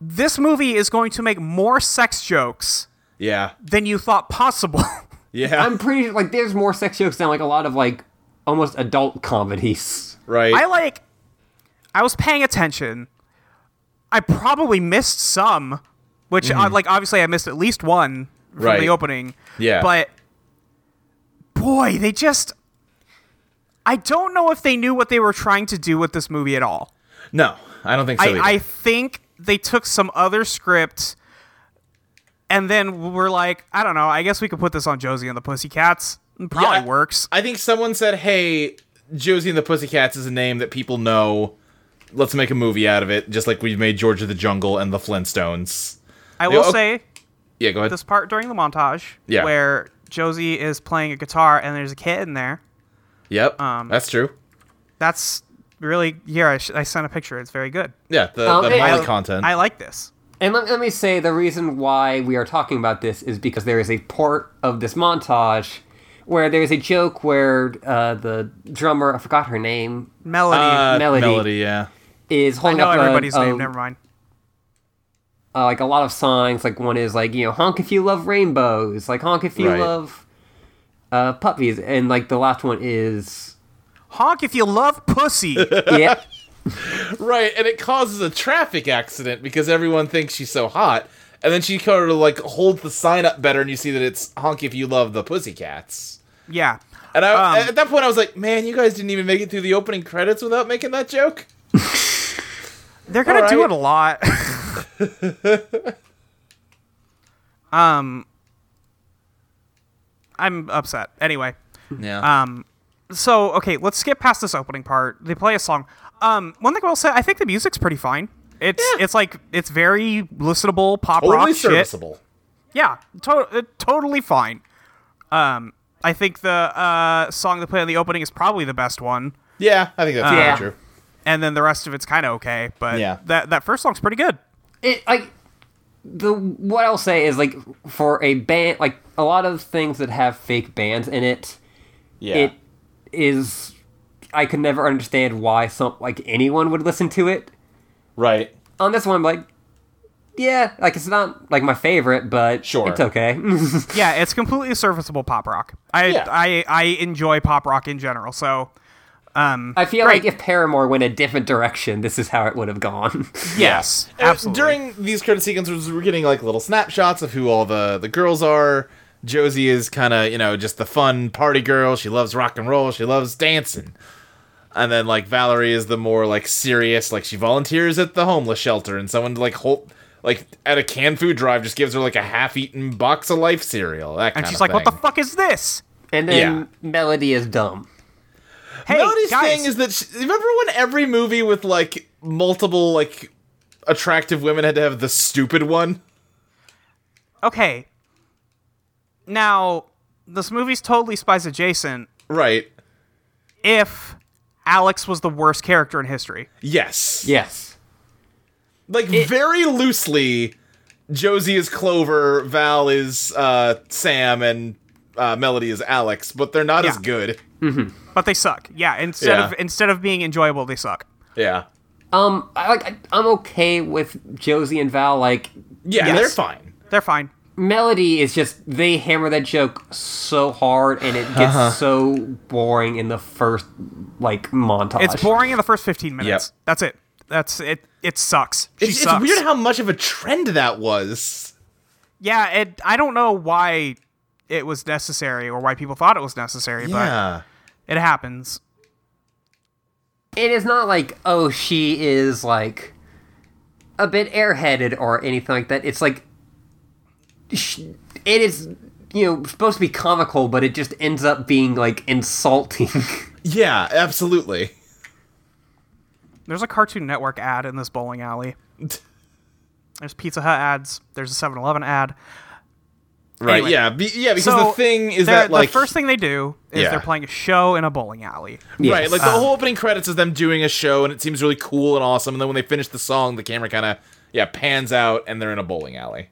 B: this movie is going to make more sex jokes
C: Yeah.
B: than you thought possible.
C: Yeah.
A: I'm pretty sure, like there's more sex jokes than like a lot of like almost adult comedies.
C: right.
B: I like I was paying attention. I probably missed some, which
A: Mm-hmm.
B: uh, like obviously I missed at least one from
C: Right.
B: the opening.
C: Yeah.
B: But boy, they just I don't know if they knew what they were trying to do with this movie at all.
C: no, I don't think so. either.
B: I, I think they took some other script and then were like, I don't know, I guess we could put this on Josie and the Pussycats. It probably
C: Yeah.
B: works.
C: I think someone said, "Hey, Josie and the Pussycats is a name that people know. Let's make a movie out of it, just like we've made George of the Jungle and the Flintstones."
B: I
C: Yeah,
B: will
C: okay.
B: say
C: Yeah, go ahead.
B: this part during the montage
C: Yeah.
B: where Josie is playing a guitar and there's a kid in there.
C: yep,
B: um,
C: that's true.
B: That's really here. I, sh- I sent a picture. It's very good.
C: Yeah, the,
A: Um,
C: the
A: hey,
C: Molly
A: I-
C: content.
B: I like this.
A: And let, let me say the reason why we are talking about this is because there is a part of this montage where there is a joke where uh, the drummer, I forgot her name,
B: Melody.
C: Uh, um,
A: Melody.
C: Melody, yeah.
A: is
B: I
A: holding
B: know
A: up a-
B: everybody's
A: a,
B: name. Never mind.
A: uh, like a lot of signs. Like one is like you know honk if you love rainbows, like honk if you
C: Right.
A: love uh, puppies, and like the last one is
B: Honk if you love pussy.
A: yeah.
C: Right, and it causes a traffic accident because everyone thinks she's so hot. And then she kind of like holds the sign up better, and you see that it's honk if you love the Pussycats.
B: yeah.
C: And I,
B: Um,
C: at that point, I was like, "Man, you guys didn't even make it through the opening credits without making that joke."
B: They're gonna do
C: Alright.
B: it a lot. um, Um, I'm upset. Anyway,
C: Yeah.
B: um, so okay, let's skip past this opening part. They play a song. Um, one thing I will say, I think the music's pretty fine. It's
C: Yeah.
B: it's like it's very listenable pop rock
C: Totally
B: shit.
C: serviceable.
B: Yeah, to- uh, totally fine. Um, I think the uh, song they play on the opening is probably the best one,
C: Yeah, I think that's
A: Yeah.
C: probably true.
B: and then the rest of it's kind of okay. But
C: Yeah.
B: that that first song's pretty good.
A: it like the what I'll say is like for a band like a lot of things that have fake bands in it,
C: Yeah.
A: it is I could never understand why some like anyone would listen to it.
C: right.
A: On this one, I'm like, yeah, like it's not like my favorite, but
C: Sure.
A: it's okay.
B: Yeah, it's completely serviceable pop rock. I
C: Yeah.
B: I I enjoy pop rock in general. So
A: I feel
B: Great.
A: like if Paramore went a different direction, this is how it would have gone.
B: yes,
C: Uh,
B: absolutely.
C: During these credit sequences, we're getting like little snapshots of who all the the girls are. Josie is kind of you know just the fun party girl. She loves rock and roll. She loves dancing. And then like Valerie is the more like serious. Like she volunteers at the homeless shelter, and someone like hold like at a canned food drive just gives her like a half-eaten box of life cereal. That
B: and
C: kinda
B: she's like, "What the
C: thing.
B: fuck is this?"
A: and then Melody is dumb.
B: Hey
C: Melody's
B: guys,
C: thing is that she, remember when every movie with like multiple like attractive women had to have the stupid one?
B: okay. Now this movie's totally spies adjacent.
C: Right.
B: If Alex was the worst character in history,
C: Yes.
A: Yes.
C: Like very loosely, Josie is Clover, Val is uh, Sam, and uh, Melody is Alex, but they're not
B: Yeah.
C: as good.
B: but they suck. Yeah, instead
C: Yeah.
B: of instead of being enjoyable, they suck.
C: Yeah.
A: Um, I like I, I'm okay with Josie and Val like
C: Yeah,
B: Yes.
C: they're fine.
B: They're fine.
A: melody is just they hammer that joke so hard and it gets
B: Uh-huh.
A: so boring in the first like montage
B: It's boring in the first fifteen minutes. That's it. That's it. It sucks. She
C: It's, it's
B: sucks.
C: weird how much of a trend that was.
B: Yeah, it. I don't know why it was necessary or why people thought it was necessary,
C: Yeah.
B: but it happens.
A: it is not like oh she is like a bit airheaded or anything like that it's like sh- it is you know supposed to be comical but it just ends up being like insulting
C: Yeah, absolutely.
B: There's a Cartoon Network ad in this bowling alley. There's Pizza Hut ads. There's a 7-Eleven ad.
C: Right.
B: Anyway.
C: Yeah. Be, yeah. Because
B: So
C: the thing is
B: they're-
C: that like
B: the first thing they do is
C: Yeah.
B: they're playing a show in a bowling alley.
A: Yes.
C: Right, like the whole opening credits is them doing a show, and it seems really cool and awesome. And then when they finish the song, the camera kind of yeah pans out, and they're in a bowling alley,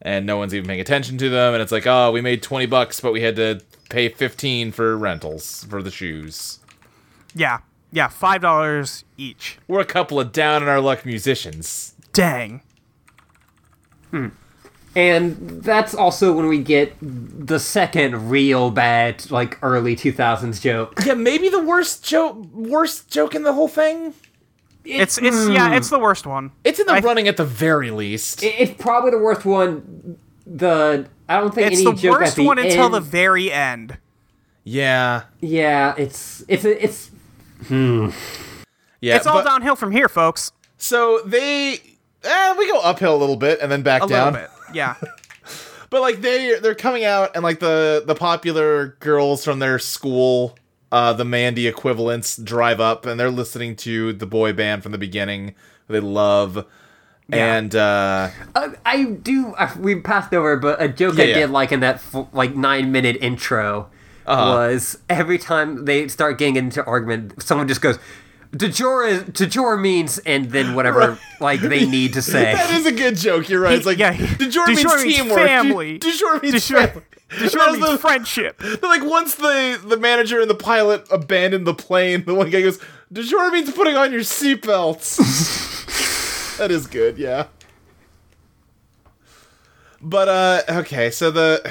C: and no one's even paying attention to them. And it's like, oh, we made twenty bucks, but we had to pay fifteen for rentals for the shoes.
B: Yeah. Yeah, five dollars each.
C: We're a couple of down in our luck musicians.
B: Dang.
A: And that's also when we get the second real bad, like early 2000s joke.
C: Yeah, maybe the worst joke, worst joke in the whole thing.
B: It's it's
C: hmm.
B: yeah, it's the worst one.
C: It's in the
B: I-
C: running at the very least.
A: It- It's probably the worst one. The I don't think
B: It's
A: any
B: the
A: joke
B: worst
A: at the
B: one
A: end,
B: until the very end.
C: yeah,
A: yeah. It's it's it's
C: yeah.
B: it's all
C: but-
B: downhill from here, folks.
C: So they. Eh, we go uphill a little bit and then back
B: A
C: down.
B: little bit. Yeah.
C: But like they they're coming out and like the the popular girls from their school, uh, the Mandy equivalents drive up and they're listening to the boy band from the beginning. who They love. And uh,
A: Uh, I do. I, we passed over, but a joke I
C: Yeah, yeah.
A: did like in that f- like nine minute intro
B: Uh-huh.
A: was every time they start getting into argument, someone just goes, "Tajora, is- Tajora means," and then whatever like they need to say.
C: that is a good joke. You're right. It's like
B: yeah. DeJour
C: DeJour means
B: means
C: teamwork.
B: family.
C: De- DeJour means
B: DeJour-
C: family.
B: DeJour
C: That was
B: means
C: the-
B: friendship.
C: Like once the the manager and the pilot abandoned the plane, the one guy goes, "DeJour means putting on your seatbelts." that is good, yeah. But uh, okay, so the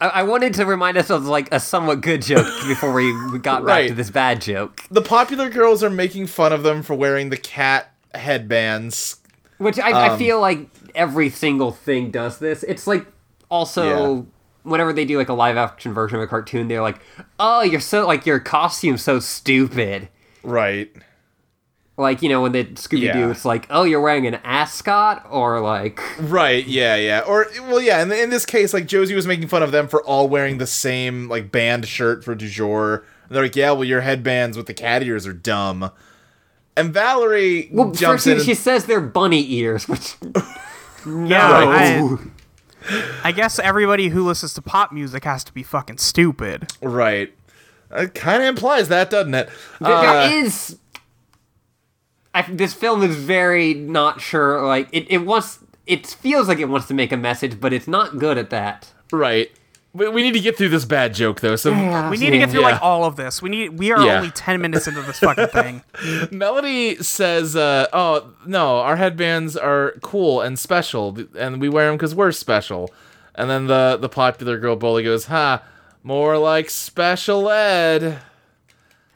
A: I, I wanted to remind us of like a somewhat good joke before we we got back to
C: Right.
A: this bad joke,
C: the popular girls are making fun of them for wearing the cat headbands.
A: which I,
C: Um,
A: I feel like every single thing does this. It's like also.
C: Yeah.
A: Whenever they do like a live action version of a cartoon, they're like, "Oh, you're so like your costume's so stupid."
C: Right.
A: Like, you know, when they Scooby Doo,
C: Yeah.
A: it's like, oh, you're wearing an ascot? Or, like,
C: Right, yeah, yeah. Or well yeah, in, in this case, like Josie was making fun of them for all wearing the same like band shirt for du jour. And they're like, Yeah, well your headbands with the cat ears are dumb. And Valerie
A: well,
C: jumps
A: first
C: in.
A: thing
C: and-
A: she says they're bunny ears, which.
B: Yeah. I,
A: no.
B: I guess everybody who listens to pop music has to be fucking stupid.
C: Right. It kind of implies that, doesn't it?
A: There-
C: Uh,
A: there is. I, this film is very not sure. Like, it, it wants. It feels like it wants to make a message, but it's not good at that.
C: right. We, we need to get through this bad joke though. So
B: We need to get through
C: Yeah.
B: like all of this. We need we are
C: Yeah.
B: only ten minutes into this fucking thing.
C: Melody says, uh, "Oh no, our headbands are cool and special, and we wear them because we're special." And then the the popular girl bully goes, "Ha, more like special ed."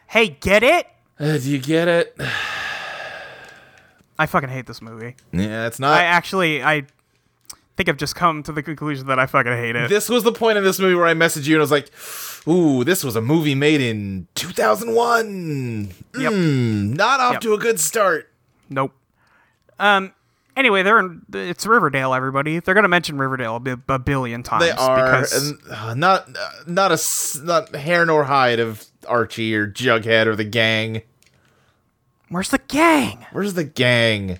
B: Hey, get it?
C: Uh, do you get it?
B: I fucking hate this movie.
C: Yeah, it's
B: I
C: not.
B: actually I think I've just come to the conclusion that I fucking hate it.
C: this was the point of this movie where I messaged you and I was like, "Ooh, this was a movie made in 2001.
B: Yep.
C: Mm, not off
B: Yep.
C: to a good start."
B: Nope. Um. Anyway, they're in. It's Riverdale. Everybody. They're gonna mention Riverdale a, bi- a billion times.
C: They are
B: Because
C: and, uh, not uh, not a s- not hair nor hide of Archie or Jughead or the gang.
B: where's the gang?
C: Where's the gang?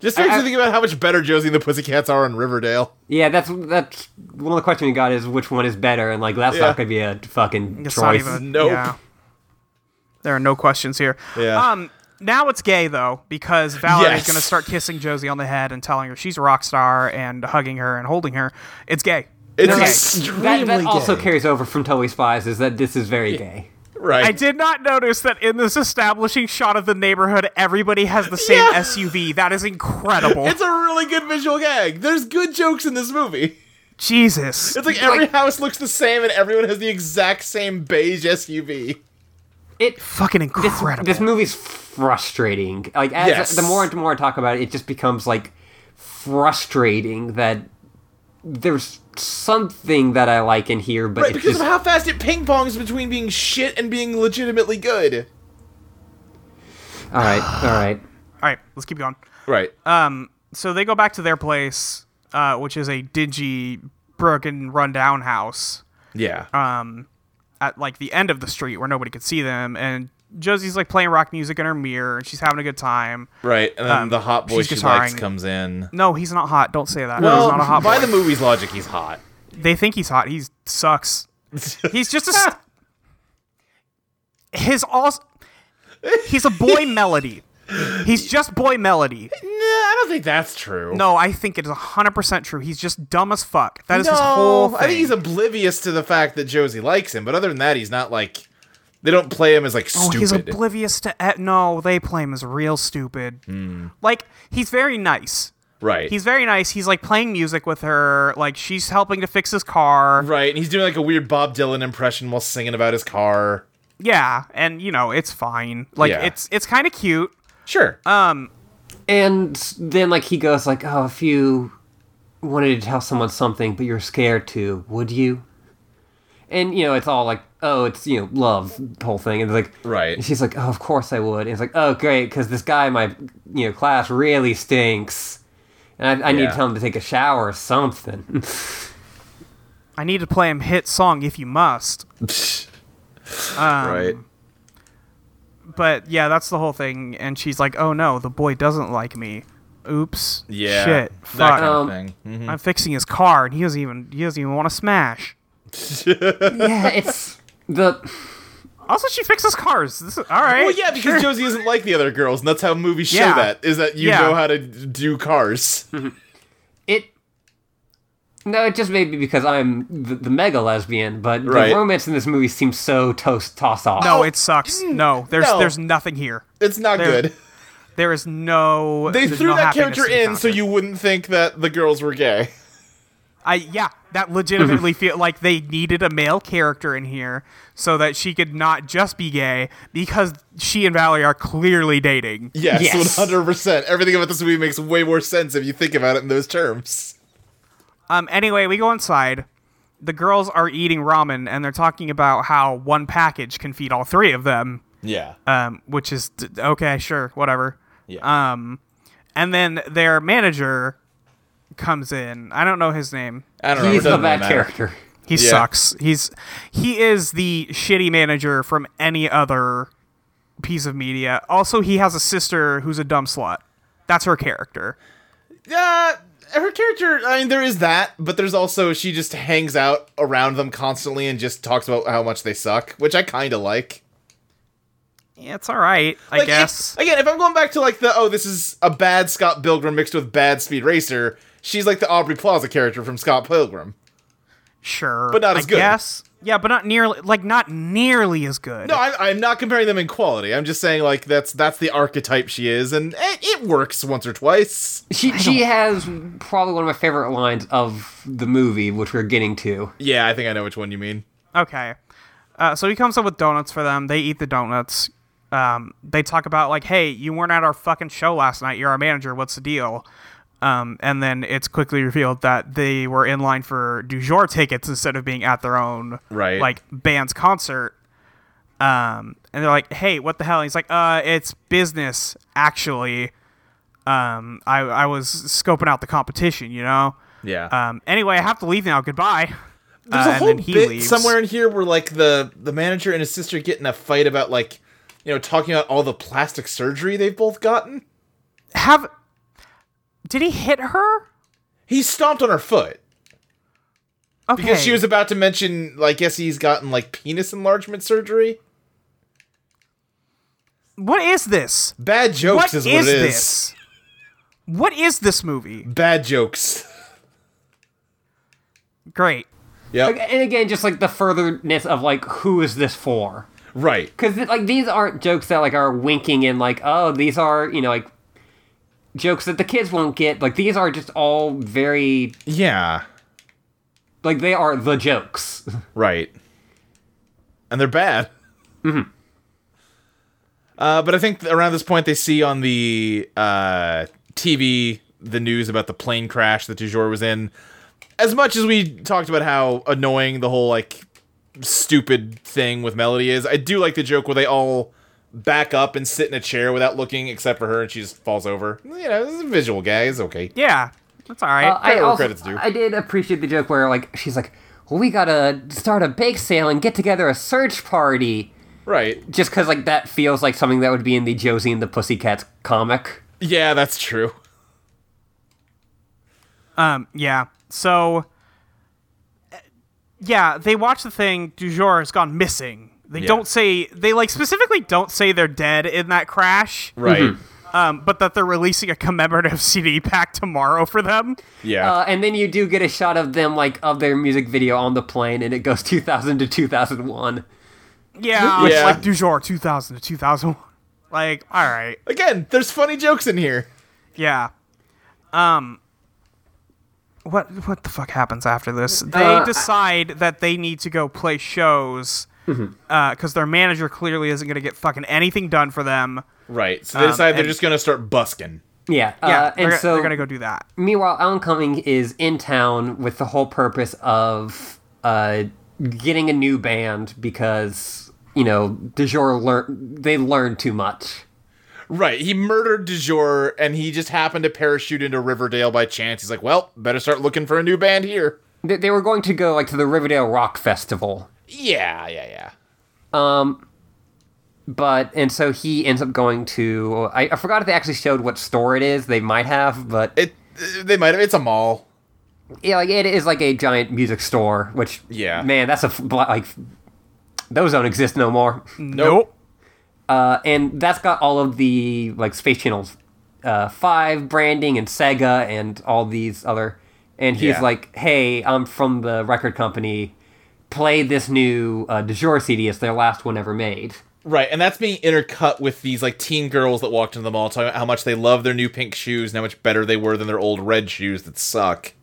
C: Just makes me think about how much better Josie and the Pussycats are in Riverdale.
A: Yeah, that's that's one of the questions we got is which one is better, and like that's
C: Yeah.
A: not gonna be a fucking
B: It's
A: choice.
B: not even.
C: Nope.
B: yeah. There are no questions here.
C: Yeah.
B: Um. Now it's gay though because Valerie's
C: Yes.
B: gonna start kissing Josie on the head and telling her she's a rock star and hugging her and holding her. It's gay.
C: It's
A: Okay.
C: extremely
A: That, that also
C: gay.
A: carries over from Tully Spies is that this is very gay.
C: right.
B: I did not notice that in this establishing shot of the neighborhood, everybody has the same
C: Yeah.
B: SUV. That is incredible.
C: It's a really good visual gag. There's good jokes in this movie.
B: Jesus.
C: It's like every house looks the same and everyone has the exact same beige SUV.
A: It
B: fucking
A: this,
B: incredible.
A: this movie's frustrating. Like as
C: Yes.
A: the more and more I talk about it, it just becomes like frustrating that there's something that I like in here, but
C: Right,
A: it's
C: because
A: just
C: of how fast it ping pongs between being shit and being legitimately good.
A: all right, all right.
B: All right, let's keep going.
C: Right. Uh,
B: so they go back to their place, uh, which is a dingy, broken, rundown house.
C: yeah.
B: at like the end of the street where nobody could see them, and Josie's like playing rock music in her mirror, and she's having a good time.
C: Right, and then
B: Um,
C: the hot boy
B: she's
C: she likes
B: guitaring.
C: comes in.
B: No, he's not hot. Don't say that. he's
C: Well,
B: not a hot
C: by
B: boy.
C: the movie's logic, he's hot.
B: they think he's hot. He sucks. He's just a. St- his all. He's a boy melody. He's just boy melody.
C: Nah, I don't think that's true.
B: No, I think it is hundred percent true. He's just dumb as fuck. That is
C: no,
B: his whole thing.
C: I think he's oblivious to the fact that Josie likes him, but other than that, he's not like they don't play him as like
B: Oh,
C: stupid.
B: he's oblivious to. e- No, they play him as real stupid. Like he's very nice.
C: right,
B: He's very nice. He's like playing music with her. Like she's helping to fix his car.
C: right, and he's doing like a weird Bob Dylan impression while singing about his car.
B: Yeah, and you know it's fine. Like
C: Yeah.
B: it's it's kind of cute.
C: Sure,
B: Um,
A: And then like he goes like, "Oh, if you wanted to tell someone something but you're scared to, would you?" And you know, it's all like, "Oh, it's you know, love the whole thing." And it's like,
C: Right.
A: And she's like, "Oh, of course I would." And it's like, "Oh, great, because this guy in my you know class really stinks." And I, I need
C: Yeah.
A: to tell him to take a shower or something.
B: I need to play him hit song if you must.
C: right.
B: But yeah, that's the whole thing. And she's like, "Oh no, the boy doesn't like me. Oops.
C: Yeah,
B: Shit.
C: that
B: Fuck.
C: kind of
A: Um,
C: thing. Mhm.
B: I'm fixing his car, and he doesn't even he doesn't even want to smash.
A: yeah, it's the
B: Also, she fixes cars. This is, all right.
C: Well, yeah, because Josie isn't like the other girls, and that's how movies show
B: Yeah.
C: that is that you
B: Yeah. Hmm.
C: know how to do cars.
A: it no it just may be because i'm the, the mega lesbian but
C: Right.
A: the romance in this movie seems so toast toss off
B: No, it sucks. No, there's
C: Mm. No.
B: there's nothing here.
C: It's not
B: They're-
C: good.
B: There is no.
C: They
B: there's
C: threw
B: no
C: that
B: happiness
C: character
B: to be
C: in
B: found
C: so
B: here.
C: you wouldn't think that the girls were gay.
B: I yeah, that legitimately feel like they needed a male character in here so that she could not just be gay because she and Valerie are clearly dating.
C: Yes,
A: Yes.
C: 100%. Everything about this movie makes way more sense if you think about it in those terms.
B: Um. Anyway, we go inside. The girls are eating ramen and they're talking about how one package can feed all three of them.
C: Yeah.
A: Uh,
B: Um. Which is d- okay. Sure. Whatever.
C: yeah.
B: Um, and then their manager comes in. I don't know his name.
C: I don't know.
A: he's
C: it
A: the
C: doesn't really
A: bad
C: matter.
A: character
B: He
C: Yeah.
B: sucks. He's he is the shitty manager from any other piece of media. Also, he has a sister who's a dumb slut. That's her character.
C: Uh, her character, I mean, there is that, but there's also she just hangs out around them constantly and just talks about how much they suck, which I kind of like.
B: Yeah, it's all right, I
C: Like, if-
B: guess.
C: again, if I'm going back to like the, oh, this is a bad Scott Pilgrim mixed with bad Speed Racer, she's like the Aubrey Plaza character from Scott Pilgrim.
B: sure,
C: but not as
B: I
C: good.
B: Guess. Yeah, but not nearly like not nearly as good.
C: No, I'm, I'm not comparing them in quality. I'm just saying like that's that's the archetype she is, and it, it works once or twice.
A: she she has probably one of my favorite lines of the movie which we're getting to
C: Yeah, I think I know which one you mean.
B: Okay. Uh, so he comes up with donuts for them. They eat the donuts. Um, they talk about like, "Hey, you weren't at our fucking show last night. You're our manager. What's the deal?" Um, and then it's quickly revealed that they were in line for du jour tickets instead of being at their own
C: Right.
B: like band's concert. Um, and they're like, "Hey, what the hell?" And he's like, "Uh, it's business actually. Um, I I was scoping out the competition, you know.
C: Yeah.
B: Um, anyway, I have to leave now. Goodbye."
C: There's
B: Uh,
C: a
B: and
C: whole
B: then he
C: bit
B: leaves.
C: somewhere in here where like the the manager and his sister get in a fight about like you know talking about all the plastic surgery they've both gotten.
B: have did he hit her
C: He stomped on her foot
B: okay
C: because she was about to mention like guess he's gotten like penis enlargement surgery.
B: what is this
C: Bad
B: What
C: jokes is
B: is
C: what it is.
B: this what is this movie
C: Bad jokes.
B: great
A: Like,
C: Yeah.
A: and again just like the furtherness of like who is this for
C: Right.
A: because like these aren't jokes that like are winking and like oh these are you know like jokes that the kids won't get like these are just all very
C: Yeah.
A: like they are the jokes
C: Right. And they're bad. Uh, but I think th- around this point, they see on the uh, TV the news about the plane crash that du jour was in. As much as we talked about how annoying the whole, like, stupid thing with Melody is, I do like the joke where they all back up and sit in a chair without looking, except for her, and she just falls over. You know, it's a visual, guy. It's okay.
B: yeah that's all right
A: Uh, I
C: Credit where
A: also-
C: credit's due.
A: I did appreciate the joke where like she's like, well, we gotta start a bake sale and get together a search party.
C: Right.
A: Just because, like, that feels like something that would be in the Josie and the Pussycats comic.
C: Yeah, that's true.
B: Um, yeah. So, uh, yeah, they watch the thing. Du jour has gone missing. They
C: Yeah.
B: don't say they like specifically don't say they're dead in that crash,
C: Right.
B: um, but that they're releasing a commemorative CD pack tomorrow for them.
C: Yeah.
A: Uh, and then you do get a shot of them, like, of their music video on the plane, and it goes 2000 to 2001.
B: Yeah,
C: Yeah.
B: It's like du jour 2000 to 2001. Like, all right,
C: Again, there's funny jokes in here.
B: yeah. Um, what what the fuck happens after this? They
A: Uh, I-
B: decide that they need to go play shows because
A: Mm-hmm.
B: their manager clearly isn't going to get fucking anything done for them.
A: Uh,
C: Right. So they decide they're
B: and-
C: just gonna start busking.
A: Yeah.
B: Yeah,
A: uh,
B: they're,
A: and
B: go-
A: so
B: they're gonna go do that.
A: Meanwhile, Alan Cumming is in town with the whole purpose of uh, getting a new band because you know De Jure lear- they learned too much.
C: Right. He murdered du jour and he just happened to parachute into Riverdale by chance. He's like, well, better start looking for a new band here.
A: They, they were going to go like to the Riverdale Rock Festival,
C: Yeah, yeah, yeah.
A: but and so he ends up going to. I, I forgot if they actually showed what store it is. They might have, but
C: It uh, they might have it's a mall.
A: yeah, like it is like a giant music store. Which
C: Yeah.
A: man, that's a f- bla- like those don't exist no more.
C: Mm. Nope.
A: Uh, and that's got all of the like Space Channel's uh, Five branding and Sega and all these other. And he's
C: Yeah.
A: like, "Hey, I'm from the record company. Play this new uh, De Jure CD. It's their last one ever made."
C: Right, and that's being intercut with these like teen girls that walked into the mall talking about how much they love their new pink shoes and how much better they were than their old red shoes that suck.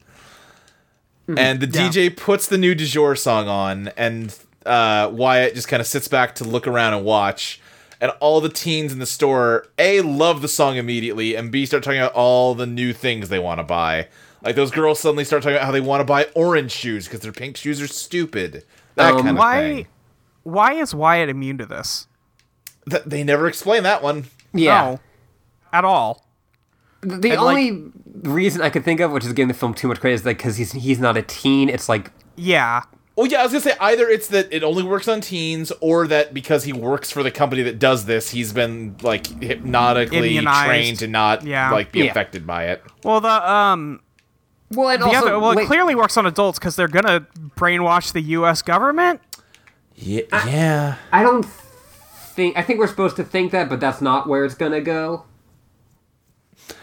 C: And the
B: Hmm. Yeah.
C: DJ puts the new du jour song on, and uh, Wyatt just kind of sits back to look around and watch. And all the teens in the store a love the song immediately, and b start talking about all the new things they want to buy. Like those girls suddenly start talking about how they want to buy orange shoes because their pink shoes are stupid. That kind of
B: Um, Why?
C: thing.
B: Why is Wyatt immune to this?
C: Th- they never explain that one.
A: Yeah.
B: No, at all.
A: Th- The
B: And, like-
A: only reason I could think of, which is giving the film too much credit, is like because he's he's not a teen. It's like
B: Yeah,
C: Well, Oh, yeah, I was gonna say either it's that it only works on teens, or that because he works for the company that does this, he's been like hypnotically
B: Immunized.
C: trained to not
B: Yeah.
C: like be
A: Yeah.
C: affected by it.
B: Well, the um,
A: well, and
B: the
A: also
B: other well,
A: wait,
B: it clearly works on adults because they're gonna brainwash the U.S. government.
C: Yeah, yeah.
A: I don't think I think we're supposed to think that, but that's not where it's gonna go.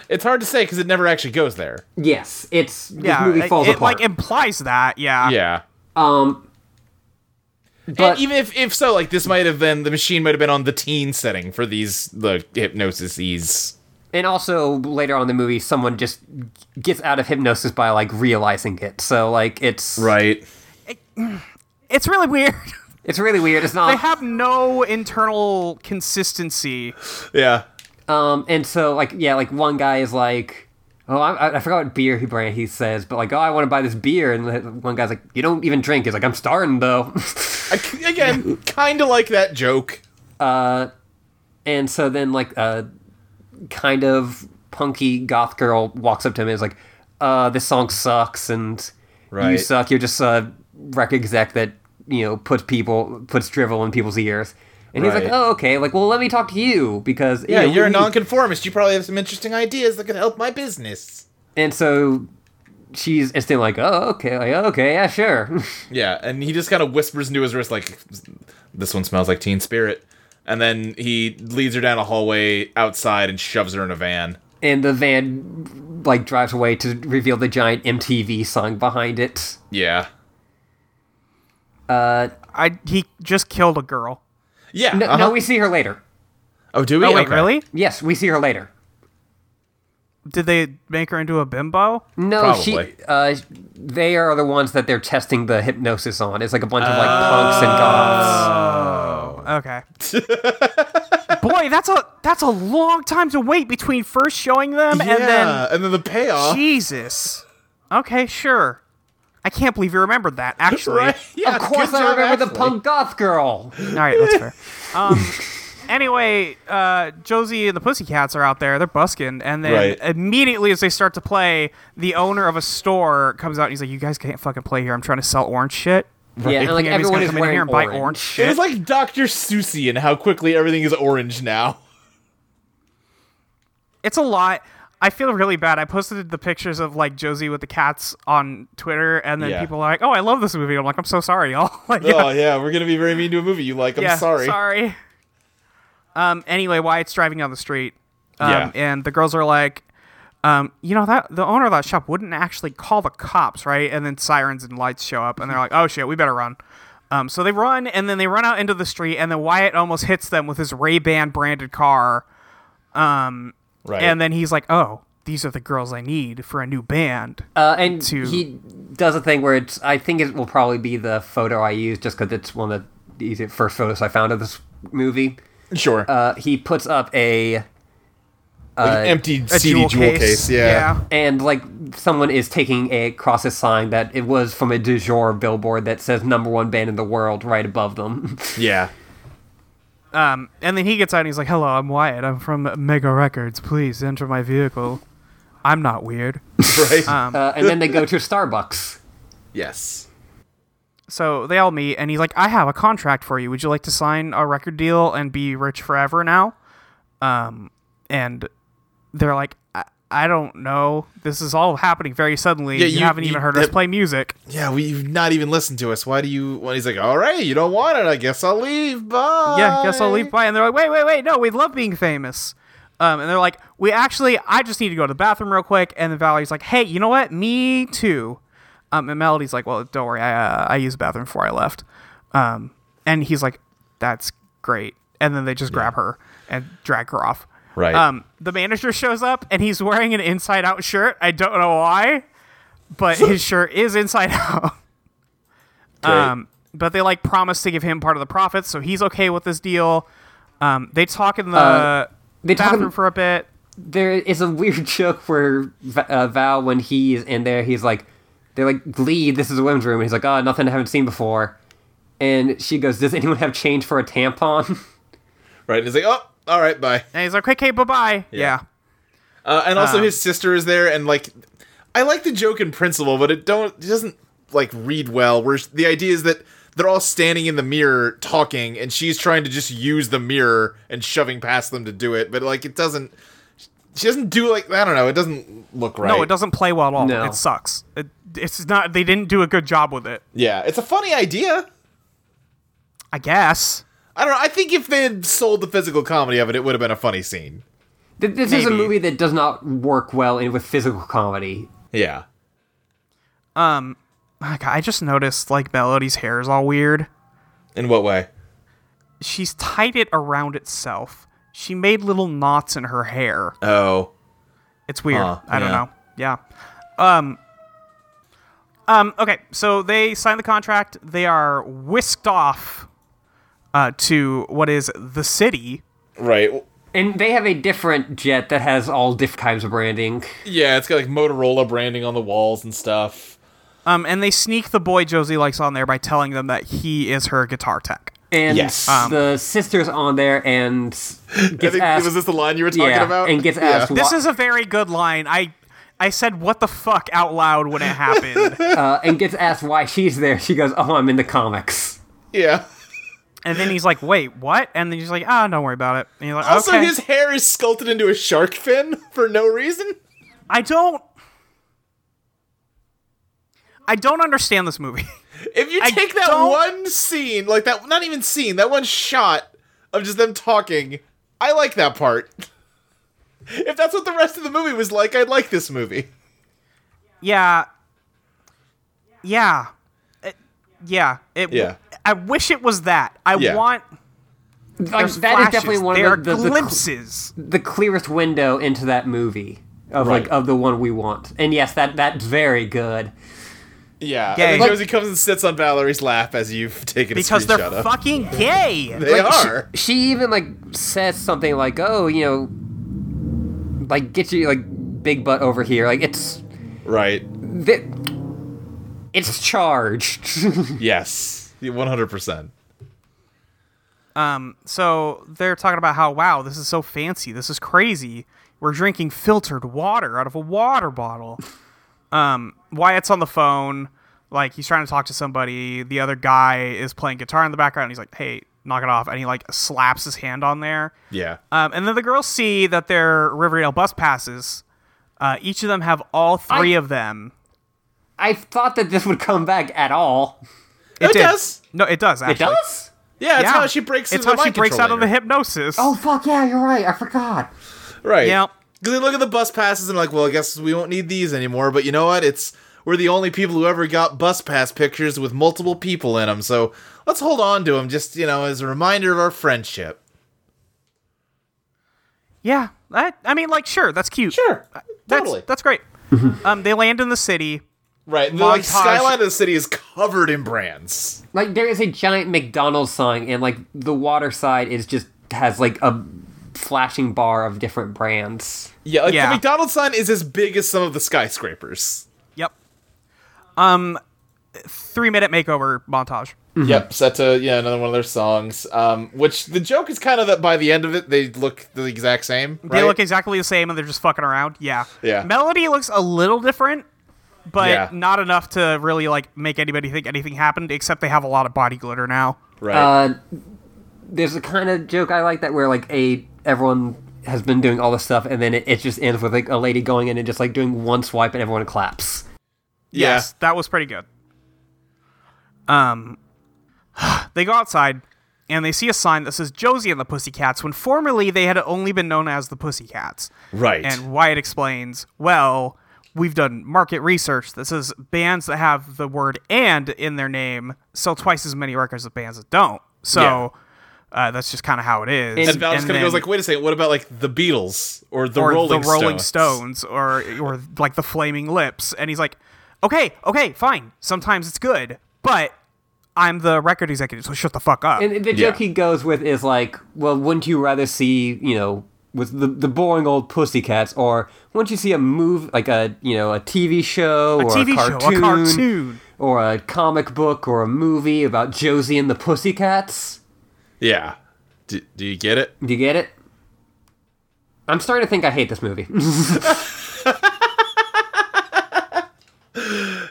C: It's hard to say because it never actually goes there.
A: Yes, it's
B: Yeah,
A: this movie
B: it,
A: falls
B: it,
A: apart.
B: like implies that. Yeah,
C: Yeah,
A: um, but
C: and even if if so, like this might have been the machine might have been on the teen setting for these the hypnosises.
A: And also later on in the movie, someone just gets out of hypnosis by like realizing it. So like it's
C: Right.
B: it's really weird.
A: it's really weird. It's not
B: they have no internal consistency.
C: Yeah.
A: um and so like yeah like one guy is like oh I, I- I forgot what beer he brand he says but like oh I want to buy this beer and the one guy's like you don't even drink. He's like I'm starving though.
C: I c again, kind of like that joke.
A: and so then like a kind of punky goth girl walks up to him and is like uh this song sucks and you
C: Right.
A: suck you're just a rec exec that you know puts people puts drivel in people's ears and he's like
C: Right.
A: oh okay like well let me talk to you because
C: Yeah,
A: you know,
C: you're a
A: we-
C: nonconformist. You probably have some interesting ideas that could help my business.
A: and so she's instantly like oh okay like, okay yeah sure
C: Yeah, and he just kind of whispers into his wrist, like, this one smells like teen spirit. And then he leads her down a hallway outside and shoves her in a van.
A: and the van like drives away to reveal the giant mtv song behind it
C: Yeah.
B: I he just killed a girl.
C: Yeah.
A: no,
C: uh-huh.
A: no we see her later
C: oh, do we?
B: Oh wait,
C: Okay.
B: really?
A: yes we see her later
B: Did they make her into a bimbo?
A: No,
C: Probably.
A: she. Uh, they are the ones that they're testing the hypnosis on. It's like a bunch of like punks and
C: Uh,
A: goths.
B: Okay. Boy, that's a that's a long time to wait between first showing them
C: Yeah,
B: and then
C: and then the payoff.
B: Jesus. Okay, sure. I can't believe you remembered that, actually.
C: right? Yeah,
A: of course, I
C: good job,
A: remember the
C: actually.
A: punk goth girl.
B: All right, that's fair. Um, anyway, uh, Josie and the Pussycats are out there. They're busking, and then
C: Right.
B: immediately as they start to play, the owner of a store comes out and he's like, "You guys can't fucking play here. I'm trying to sell orange shit."
A: Yeah, and like
B: Everybody's
A: everyone
B: gonna
A: is
B: come in
A: wearing
B: here and buy
A: orange.
B: orange
C: It
B: shit.
C: was like Dr. Susie and how quickly everything is orange now.
B: it's a lot. I feel really bad. I posted the pictures of like Josie with the cats on Twitter, and then
C: Yeah.
B: people are like, "Oh, I love this movie." I'm like, "I'm so sorry, y'all." like,
C: Oh yeah, we're gonna be very mean to a movie you like. I'm
B: yeah,
C: sorry.
B: Sorry. Um. Anyway, Wyatt's driving down the street. Um,
C: Yeah.
B: And the girls are like, um, you know that the owner of that shop wouldn't actually call the cops, right? And then sirens and lights show up, and they're like, "Oh shit, we better run." Um, so they run, and then they run out into the street, and then Wyatt almost hits them with his Ray Ban branded car.
C: Right.
B: And then he's like, "Oh, these are the girls I need for a new band."
A: Uh, and
B: to-
A: he does a thing where it's. I think it will probably be the photo I use just because it's one of the easy- first photos I found of this movie.
C: sure.
A: Uh, he puts up a
C: Like an empty CD jewel, case. Yeah.
A: and like someone is taking a across a sign that it was from a du jour billboard that says number one band in the world right above them.
C: Yeah.
B: Um, and then he gets out and he's like, "Hello, I'm Wyatt. I'm from Mega Records. Please enter my vehicle. I'm not weird."
C: Right.
A: uh, and then they go to Starbucks.
C: yes.
B: so they all meet, and he's like, "I have a contract for you. Would you like to sign a record deal and be rich forever now?" Um, and they're like, "I, I don't know. This is all happening very suddenly.
C: Yeah,
B: you,
C: you-
B: haven't
C: you-
B: even heard us
C: that-
B: play music."
C: Yeah, we, you've not even listened to us. Why do you? Well, he's like, all right, you don't want it. I guess I'll leave. Bye.
B: yeah, guess I'll leave by. And they're like, wait, wait, wait, no, we love being famous. Um, and they're like, we actually, I just need to go to the bathroom real quick. And then Valerie's like, hey, you know what? Me too. Um, and Melody's like, well, don't worry, I, uh, I used the bathroom before I left. Um, and he's like, that's great. And then they just grab her and drag her off.
C: Right.
B: Um, the manager shows up and he's wearing an inside out shirt. I don't know why, but his shirt is inside out. Um, but they like promise to give him part of the profits, so he's okay with this deal. Um, they talk in the
A: Uh, they talk
B: bathroom
A: in-
B: for a bit.
A: There is a weird joke where Va- uh, Val, when he is in there, he's like, they're like, Glee, this is a women's room. And he's like, oh, nothing I haven't seen before. And she goes, does anyone have change for a tampon?
C: right. And he's like, oh, all right, bye.
B: And he's like, okay, bye bye. Yeah.
C: Uh, and
B: Ah.
C: also, his sister is there, and like, I like the joke in principle, but it don't it doesn't like read well. Where the idea is that they're all standing in the mirror talking, and she's trying to just use the mirror and shoving past them to do it, but like, it doesn't. She doesn't do like I don't know. It doesn't look right.
B: No, it doesn't play well at all.
A: No.
B: It sucks. It, it's not, they didn't do a good job with it,
C: Yeah, it's a funny idea.
B: I guess.
C: I don't know. I think if they had sold the physical comedy of it, it would have been a funny scene.
A: Th- This is a
B: Maybe.
A: movie that does not work well in with physical comedy.
C: Yeah.
B: um, My God, I just noticed like Melody's hair is all weird.
C: In what way?
B: She's tied it around itself. She made little knots in her hair.
C: Oh.
B: It's weird.
C: Huh,
B: I don't
C: yeah.
B: know. Yeah. Um, um, okay, so they sign the contract. They are whisked off uh, to what is the city.
C: Right. w-
A: And they have a different jet that has all different kinds of branding.
C: Yeah, it's got like Motorola branding on the walls and stuff.
B: Um, and they sneak the boy Josie likes on there by telling them that he is her guitar tech.
A: And
C: Yes.
B: Um,
A: the sister's on there and
C: I
A: gets
C: think
A: asked.
C: was this the line you were talking
A: yeah,
C: about?
A: and gets
C: Yeah.
A: asked.
B: This
A: why-
B: is a very good line. I I said what the fuck out loud when it happened.
A: uh, and gets asked why she's there. She goes, "Oh, I'm in the comics."
C: Yeah.
B: and then he's like, "Wait, what?" And then he's like, "Ah, don't worry about it." And you're like,
C: Also,
B: okay.
C: his hair is sculpted into a shark fin for no reason.
B: I don't I don't understand this movie.
C: If you
B: I
C: take that
B: don't-
C: one scene, like that, not even scene, that one shot of just them talking, I like that part. If that's what the rest of the movie was like, I'd like this movie.
B: Yeah. Yeah. It- yeah. It,
C: Yeah.
B: I wish it was that. I
C: Yeah.
B: want.
A: Like, that
B: There's
A: is
B: flashes.
A: definitely one
B: there
A: of the,
B: are
A: the, the,
B: glimpses.
A: the clearest window into that movie of like
C: Right.
A: of the one we want. And yes, that that's very good.
C: Yeah.
B: Yeah,
C: And
B: yeah.
C: then Josie comes and sits on Valerie's lap as you've taken
B: because
C: a
B: they're
C: screenshot of.
B: fucking gay.
C: They
A: Like, she-
C: are.
A: She, even like says something like, "Oh, you know, like get you like big butt over here." Like it's
C: Right.
A: that it's charged.
C: Yes. 100%.
B: Um, so they're talking about how wow, this is so fancy. This is crazy. We're drinking filtered water out of a water bottle. Um, Wyatt's on the phone, like he's trying to talk to somebody. The other guy is playing guitar in the background. he's like, "Hey, knock it off!" And he like slaps his hand on there.
C: Yeah.
B: Um, and then the girls see that their Riverdale bus passes. Uh, each of them have all three
A: I-
B: of them.
A: I thought that this would come back at all.
C: It
B: did.
C: does.
B: No, it does. Actually.
A: It does?
C: Yeah, it's
B: Yeah.
C: how she breaks.
B: It's
C: the
B: how she
C: mind
B: breaks
C: control
B: out of the
C: later.
B: hypnosis.
A: Oh fuck yeah, you're right. I forgot.
C: Right.
B: Yep.
C: Because they look at the bus passes and like, well, I guess we won't need these anymore. But you know what? It's we're the only people who ever got bus pass pictures with multiple people in them. So let's hold on to them, just you know, as a reminder of our friendship.
B: Yeah, I, I mean, like, sure, that's cute.
C: Sure.
B: that's,
C: Uh, Totally. Mm-hmm.
B: That's great. um, they land in the city.
C: right. The like,
B: montage.
C: skyline of the city is covered in brands.
A: Like there is a giant McDonald's sign, and like the water side is just has like a flashing bar of different brands.
C: Yeah. Like
B: Yeah.
C: the McDonald's sign is as big as some of the skyscrapers.
B: Yep. Um, three minute makeover montage.
C: Yep, set to yeah another one of their songs. Um, which the joke is kind of that by the end of it they look the exact same.
B: They
C: right?
B: look exactly the same, and they're just fucking around. Yeah.
C: Yeah.
B: Melody looks a little different, but
C: Yeah.
B: not enough to really like make anybody think anything happened. Except they have a lot of body glitter now.
C: right.
A: Uh, there's a kind of joke I like that where like a everyone has been doing all this stuff, and then it, it just ends with like a lady going in and just like doing one swipe, and everyone claps.
C: yeah.
B: Yes, that was pretty good. Um, they go outside and they see a sign that says Josie and the Pussycats when formerly they had only been known as the Pussycats.
C: Right.
B: And Wyatt explains, well, we've done market research that says bands that have the word and in their name sell twice as many records as bands that don't. So uh, that's just kind of how it is.
C: And Val just kind of
B: then-
C: goes like, "Wait a second, what about like the Beatles or the
B: or
C: Rolling
B: the Rolling
C: Stones?"
B: Stones or or like the Flaming Lips, and he's like, okay, okay, fine. Sometimes it's good, but I'm the record executive, so shut the fuck up.
A: And the joke
C: Yeah.
A: he goes with is like, well, wouldn't you rather see, you know, with the, the boring old pussycats, or wouldn't you see a move like a you know a TV show or
B: TV
A: a
B: show, a
A: cartoon,
B: cartoon.
A: or a comic book or a movie about Josie and the Pussycats?
C: Yeah. Do, do you get it?
A: Do you get it? I'm starting to think I hate this movie.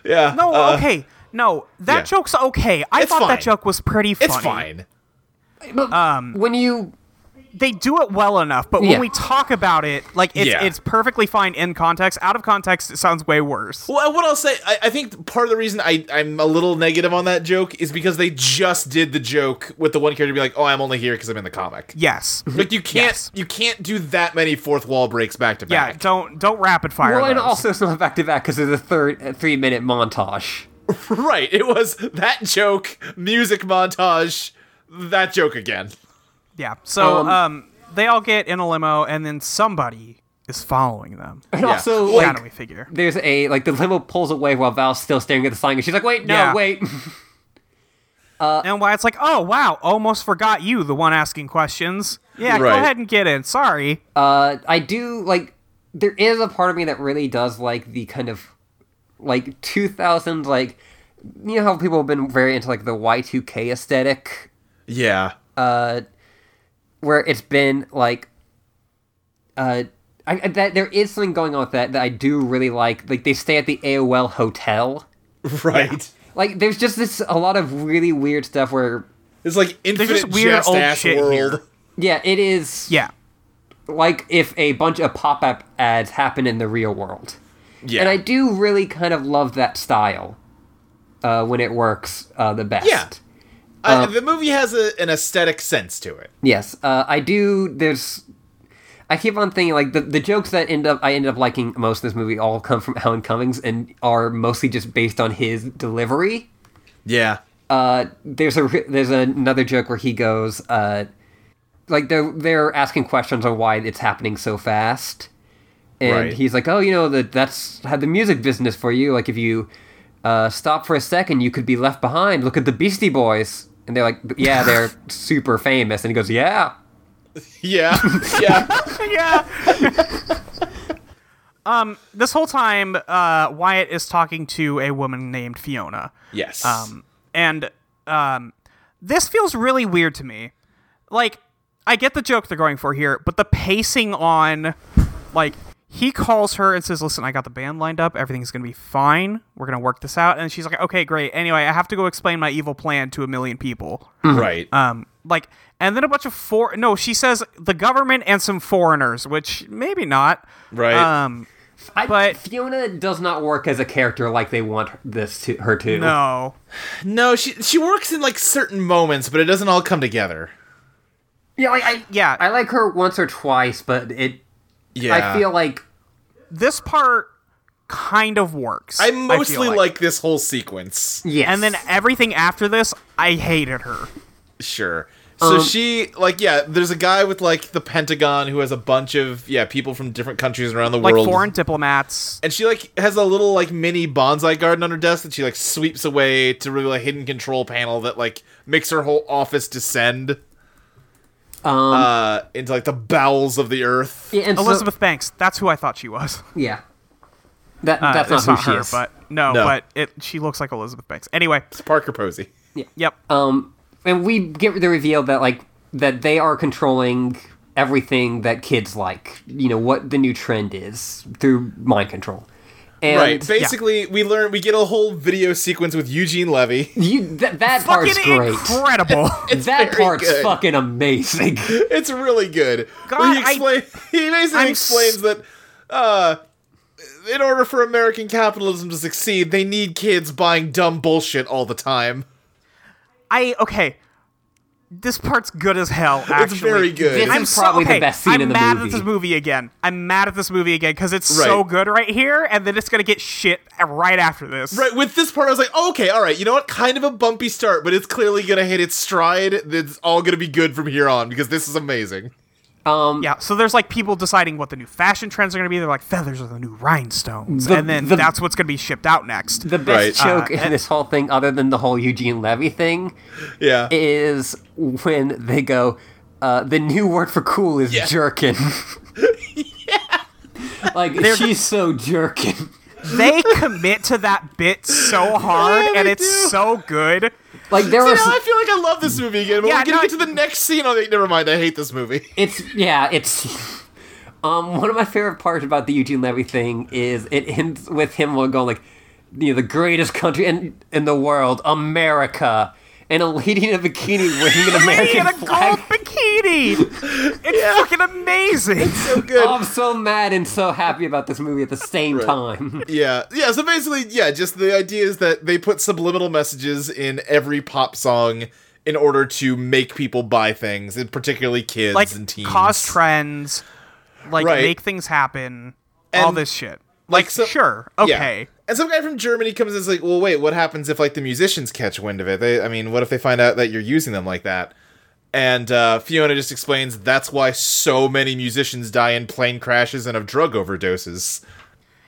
C: Yeah.
B: no,
C: uh,
B: okay, no, that
C: yeah.
B: joke's okay. I
C: It's
B: thought
C: fine.
B: that joke was pretty funny.
C: it's fine.
A: um, when you
B: They do it well enough, but
A: Yeah.
B: when we talk about it, like it's
C: Yeah.
B: it's perfectly fine in context. Out of context, it sounds way worse.
C: Well, and what I'll say, I, I think part of the reason I, I'm a little negative on that joke is because they just did the joke with the one character being like, "Oh, I'm only here because I'm in the comic."
B: Yes.
C: Like you can't
B: Yes.
C: you can't do that many fourth wall breaks back to
B: Yeah,
C: back.
B: don't don't rapid fire.
A: well, and
B: those.
A: also it's not back to back because there's a third a three minute montage.
C: Right. It was that joke, music montage, that joke again.
B: Yeah. So um,
A: Um,
B: they all get in a limo, and then somebody is following them.
A: And
C: Yeah.
A: also,
C: Well,
B: How
A: like,
B: do we figure?
A: there's a like the limo pulls away while Val's still staring at the sign, and she's like, "Wait, no,
B: Yeah.
A: wait." uh,
B: and why it's like, oh wow, almost forgot you, the one asking questions. Yeah,
C: Right.
B: go ahead and get in. Sorry.
A: Uh, I do like. There is a part of me that really does like the kind of like 2000s like you know how people have been very into like the Y2K aesthetic
C: Yeah.
A: where it's been like uh I, I- that there is something going on with that that I do really like like they stay at the AOL hotel
C: right.
A: like there's just this a lot of really weird stuff where
C: It's like infinite
B: just weird
C: just
B: old
C: ass
B: shit
C: world.
B: here.
A: yeah it is
B: yeah.
A: like if a bunch of pop-up ads happen in the real world
C: Yeah.
A: And I do really kind of love that style uh, when it works uh, the best.
C: Yeah. I- the movie has a, an aesthetic sense to it.
A: Yes, uh, I do. There's. I keep on thinking like the, the jokes that end up I end up liking most in this movie all come from Alan Cummings and are mostly just based on his delivery.
C: Yeah.
A: Uh, there's a re- there's another joke where he goes uh, like they're they're asking questions on why it's happening so fast, and
C: Right.
A: he's like, oh, you know that that's how the music business for you. Like if you uh, stop for a second, you could be left behind. Look at the Beastie Boys, and they're like, yeah, they're super famous, and he goes, yeah.
C: Yeah. Yeah.
B: yeah. um, this whole time, uh, Wyatt is talking to a woman named Fiona.
C: yes.
B: Um, and um, this feels really weird to me like I get the joke they're going for here, but the pacing on like he calls her and says, "Listen, I got the band lined up. Everything's going to be fine. We're going to work this out." And she's like, "Okay, great. Anyway, I have to go explain my evil plan to a million people."
C: Right.
B: Um like and then a bunch of for no, she says the government and some foreigners, which maybe not.
C: Right.
B: Um
A: I,
B: but-
A: Fiona does not work as a character like they want this to her to.
B: no.
C: no, she she works in like certain moments, but it doesn't all come together.
A: Yeah, like, I
B: Yeah.
A: I like her once or twice, but it.
C: Yeah.
A: I feel like
B: This part kind of works.
C: I
B: feel
C: mostly
B: like.
C: like. this whole sequence.
A: yes,
B: And then everything after this, I hated her.
C: Sure. So
A: Um,
C: she like yeah, there's a guy with like the Pentagon who has a bunch of yeah, people from different countries around the
B: Like
C: world.
B: foreign diplomats.
C: and she like has a little like mini bonsai garden on her desk that she like sweeps away to reveal a hidden control panel that like makes her whole office descend
A: um,
C: uh into like the bowels of the earth.
A: yeah, and so-
B: Elizabeth Banks. That's who I thought she was.
A: yeah, that
B: Uh,
A: that's not
B: it's
A: who she
B: her,
A: is.
B: but no,
C: No.
B: but it she looks like Elizabeth Banks. Anyway,
C: It's Parker Posey.
B: yep.
A: Um, and we get the reveal that like that they are controlling everything that kids like. You know what the new trend is through mind control. And
C: right. Basically, we learn we get a whole video sequence with Eugene Levy.
A: you, that that part's
B: Fucking
A: great.
B: incredible.
A: that
C: very
A: part's
C: good.
A: fucking amazing.
C: It's really good.
B: God,
C: Where he,
B: I-
C: explain- he basically
B: I'm s-
C: explains that uh, in order for American capitalism to succeed, they need kids buying dumb bullshit all the time.
B: I okay. This part's good as hell. Actually,
C: it's very good.
A: This
B: I'm
A: is
B: so-
A: probably the
B: okay,
A: best scene
B: I'm
A: in the
B: mad
A: movie.
B: at this movie again. I'm mad at this movie again because it's so
C: Right.
B: good right here, and then it's gonna get shit right after this.
C: right with this part, I was like, oh, okay, all right. You know what? Kind of a bumpy start, but it's clearly gonna hit its stride. It's all gonna be good from here on because this is amazing.
A: Um,
B: Yeah, so there's like people deciding what the new fashion trends are going to be. They're like, feathers are the new rhinestones.
A: The-
B: and then
A: the-
B: that's what's going to be shipped out next.
A: the best
B: Uh,
C: Right.
A: joke in this whole thing, other than the whole Eugene Levy thing,
C: Yeah.
A: is when they go, uh, the new word for cool is jerkin. Like, she's so jerkin.
B: they commit to that bit so hard,
C: Yeah,
B: and
C: they
B: it's
C: do.
B: so good.
A: Like, there
C: See,
A: was.
C: now I feel like I love this movie again, but
B: Yeah,
C: we're gonna
B: no,
C: get to the next scene. I'm like, never mind. I hate this movie.
A: It's. Yeah, it's. Um, one of my favorite parts about the Eugene Levy thing is it ends with him going, like, you know, the greatest country in, in the world, America. And a lady in a bikini wearing an
B: Hey, in
A: American
B: a
A: flag.
B: gold bikini! It's fucking amazing!
C: So good.
A: I'm so mad and so happy about this movie at the same time.
C: Yeah, yeah. So basically, yeah. Just the idea is that they put subliminal messages in every pop song in order to make people buy things, and particularly kids
B: Like,
C: and teens.
B: cause trends, like,
C: Right.
B: make things happen, all
C: And,
B: this shit.
C: like, so-
B: sure,
C: Yeah.
B: okay.
C: And some guy from Germany comes and is like, "Well, wait. What happens if like the musicians catch wind of it? They, I mean, what if they find out that you're using them like that?" And uh, Fiona just explains that's why so many musicians die in plane crashes and of drug overdoses.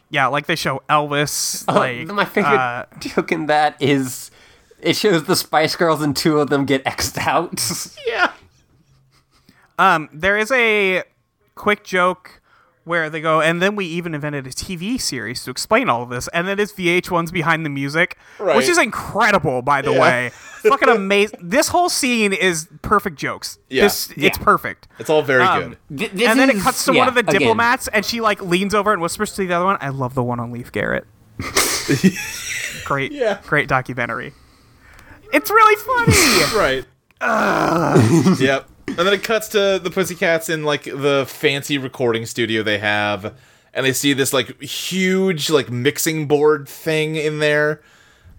B: Yeah, like, they show Elvis, like,
A: My favorite
B: uh,
A: joke in that is it shows the Spice Girls and two of them get X'd out.
C: Yeah.
B: Um, there is a quick joke where they go, and then we even invented a TV series to explain all of this, and then it's VH1's Behind the Music,
C: Right.
B: which is incredible, by the
C: Yeah.
B: way. Fucking amazing. This whole scene is perfect jokes.
C: Yeah.
B: This, It's
A: Yeah.
B: perfect.
C: It's all very
B: Um,
C: good.
A: Th- this
B: and then it
A: is-
B: cuts to
A: yeah,
B: one of the
A: again.
B: diplomats, and she like leans over and whispers to the other one, "I love the one on Leaf Garrett." great,
C: Yeah.
B: great documentary. It's really funny.
C: Right. yep. And then it cuts to the Pussycats in like the fancy recording studio they have, and they see this like huge like mixing board thing in there,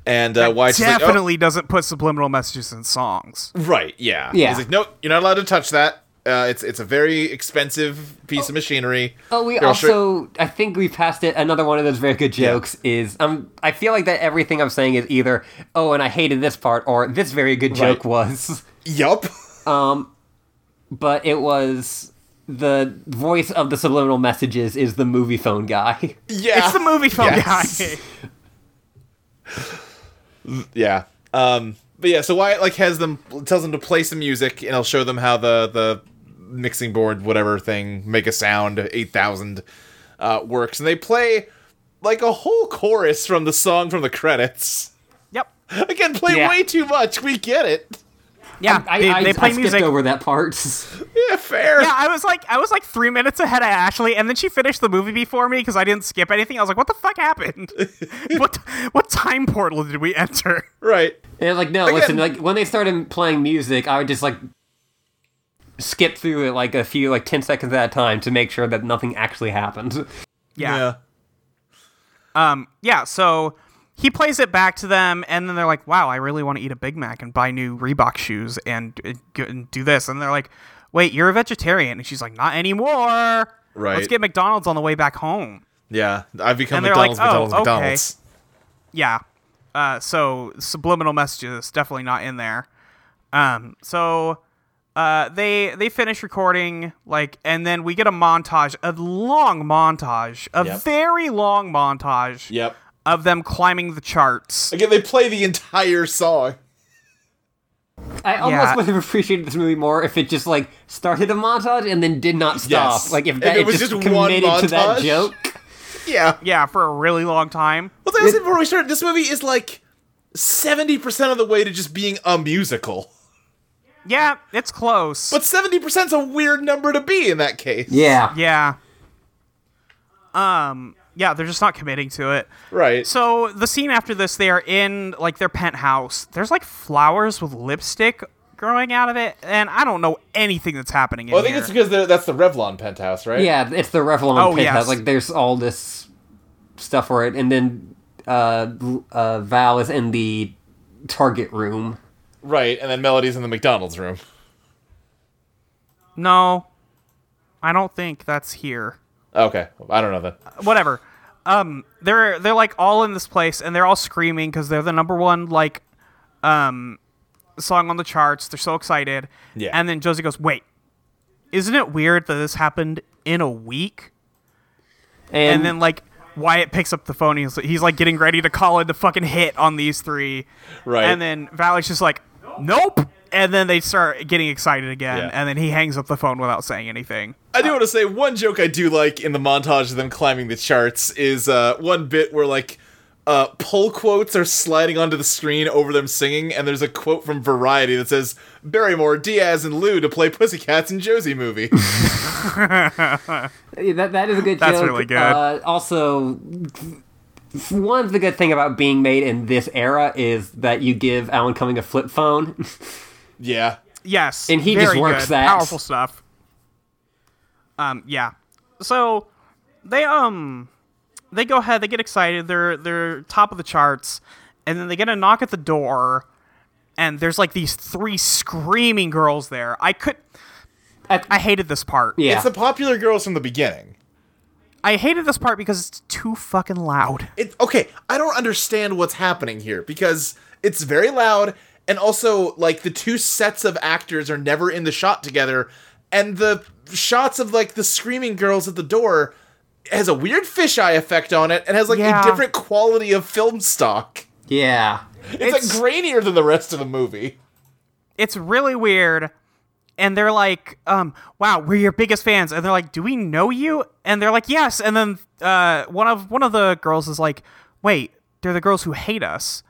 C: and uh, White's like, "Oh,
B: Definitely doesn't put subliminal messages in songs.
C: right, yeah,
A: Yeah.
C: He's like, nope, you're not allowed to touch that. Uh, it's it's a very expensive piece of machinery.
A: Oh, we
C: Here, I'll show-
A: also, I think we passed it. Another one of those very good jokes is um, I feel like that everything I'm saying is either, oh, and I hated this part, or this very good joke was.
C: yup.
A: But it was the voice of the subliminal messages is the movie phone guy.
C: Yeah,
B: It's the movie phone
C: Yes.
B: guy.
C: Yeah. Um. But yeah. So Wyatt like has them tells them to play some music, and I'll show them how the the mixing board whatever thing make a sound eight thousand uh, works, and they play like a whole chorus from the song from the credits.
B: Yep.
C: Again, play
A: Yeah.
C: way too much. We get it.
B: Yeah,
A: Um, I,
B: they,
A: I,
B: they
A: I
B: play
A: skipped
B: music.
A: over that part.
C: Yeah, fair.
B: Yeah, I was like, I was like three minutes ahead of Ashley, and then she finished the movie before me because I didn't skip anything. I was like, "What the fuck happened? what what time portal did we enter?"
C: Right.
A: And like, no, listen, like when they started playing music, I would just like skip through it like a few like 10 seconds at a time to make sure that nothing actually happened.
B: Yeah, um, yeah. So he plays it back to them, and then they're like, "Wow, I really want to eat a Big Mac and buy new Reebok shoes and, uh, g- and do this." And they're like, "Wait, you're a vegetarian?" And she's like, "Not anymore. Let's
C: Right.
B: get McDonald's on the way back home."
C: Yeah. I've become
B: And they're like,
C: McDonald's, McDonald's,
B: "Oh, okay."
C: McDonald's.
B: Yeah. Uh, so subliminal messages definitely not in there. Um, so uh, they they finish recording like, and then we get a montage, a long montage, a
C: Yep.
B: very long montage
C: Yep.
B: of them climbing the charts.
C: Again, they play the entire song.
A: I almost
B: Yeah.
A: would have appreciated this movie more if it just like started a montage and then did not stop.
C: Yes.
A: Like if
C: If
A: that
C: it
A: it
C: was
A: just,
C: just one
A: committed to that
C: montage.
A: joke.
C: Yeah.
B: Yeah, for a really long time.
C: Well, that was it before we started. This movie is like 70% of the way to just being a musical.
B: Yeah, it's close.
C: But 70% is a weird number to be in that case.
A: Yeah.
B: yeah. Um. Yeah, they're just not committing to it.
C: Right.
B: So the scene after this, they are in like their penthouse. There's like flowers with lipstick growing out of it, and I don't know anything that's happening in
C: well, Oh, I think
B: here.
C: it's because they're- that's the Revlon penthouse, right?
A: Yeah, it's the Revlon
B: Oh,
A: pit
B: yes.
A: house. Like there's all this stuff for it and then uh uh Val is in the target room.
C: Right. And then Melody's in the McDonald's room.
B: no, I don't think that's here.
C: Okay. I don't know then.
B: Whatever. Um, they're they're like all in this place, and they're all screaming because they're the number one like, um, song on the charts. They're so excited.
C: Yeah.
B: And then Josie goes, "Wait, isn't it weird that this happened in a week?" and then like Wyatt picks up the phone. He's he's like getting ready to call in the fucking hit on these three,
C: Right.
B: and then Valerie's just like, nope. And then they start getting excited again,
C: Yeah.
B: and then he hangs up the phone without saying anything.
C: I do want to say one joke I do like in the montage of them climbing the charts is uh, one bit where like uh, pull quotes are sliding onto the screen over them singing, and there's a quote from Variety that says Barrymore, Diaz, and Lou to play Pussycats in Josie movie.
A: Yeah, that that is a good.
B: That's
A: joke.
B: really good.
A: Uh, also, f- one of the good thing about being made in this era is that you give Alan Cumming a flip phone.
C: yeah,
B: Yes,
A: And he
B: very
A: just works
B: good,
A: that.
B: powerful stuff. Um, yeah. So they um they go ahead. They get excited. They're they're top of the charts, and then they get a knock at the door, and there's like these three screaming girls there. I could. I,
A: At-
B: I hated this part.
A: yeah,
C: it's the popular girls from the beginning.
B: I hated this part because it's too fucking loud.
C: It okay. I don't understand what's happening here because it's very loud, and also like the two sets of actors are never in the shot together, and the shots of like the screaming girls at the door has a weird fisheye effect on it, and has like
B: Yeah.
C: a different quality of film stock.
A: yeah.
C: It's,
B: It's-
C: like grainier than the rest of the movie.
B: It's really weird. And they're like, um, wow, we're your biggest fans. And they're like, do we know you? And they're like, yes. And then uh, one of one of the girls is like, wait, they're the girls who hate us.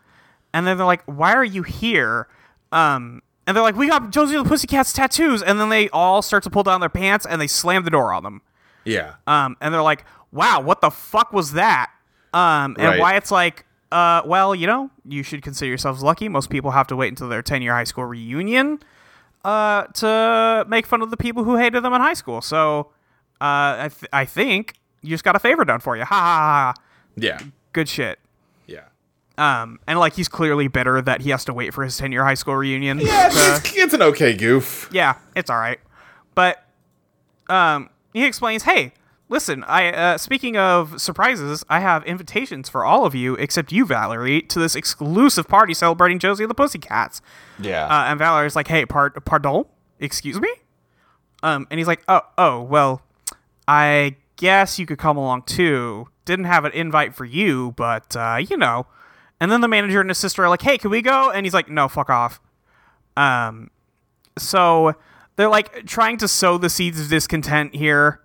B: And then they're like, why are you here? Um, and they're like, we got Josie the Pussycat's tattoos. And then they all start to pull down their pants and they slam the door on them.
C: Yeah.
B: Um, and they're like, "Wow, what the fuck was that?" Um, and
C: Right.
B: Wyatt's like, uh, "Well, you know, you should consider yourselves lucky. Most people have to wait until their ten-year high school reunion uh, to make fun of the people who hated them in high school. So, uh, I, th- I think you just got a favor done for you. Ha ha ha! ha.
C: Yeah.
B: Good shit."
C: Yeah.
B: Um, and like he's clearly bitter that he has to wait for his ten-year high school reunion.
C: Yeah,
B: to-
C: it's, it's an okay goof.
B: yeah, it's all right. But um, he explains, "Hey, listen, I uh, speaking of surprises, I have invitations for all of you except you, Valerie, to this exclusive party celebrating Josie and the Pussycats."
C: Yeah.
B: Uh, and Valerie's like, "Hey, part pardon, excuse me." Um, and he's like, "Oh, oh, well, I guess you could come along too. Didn't have an invite for you, but uh, you know." And then the manager and his sister are like, "Hey, can we go?" And he's like, "No, fuck off." Um, so they're like trying to sow the seeds of discontent here,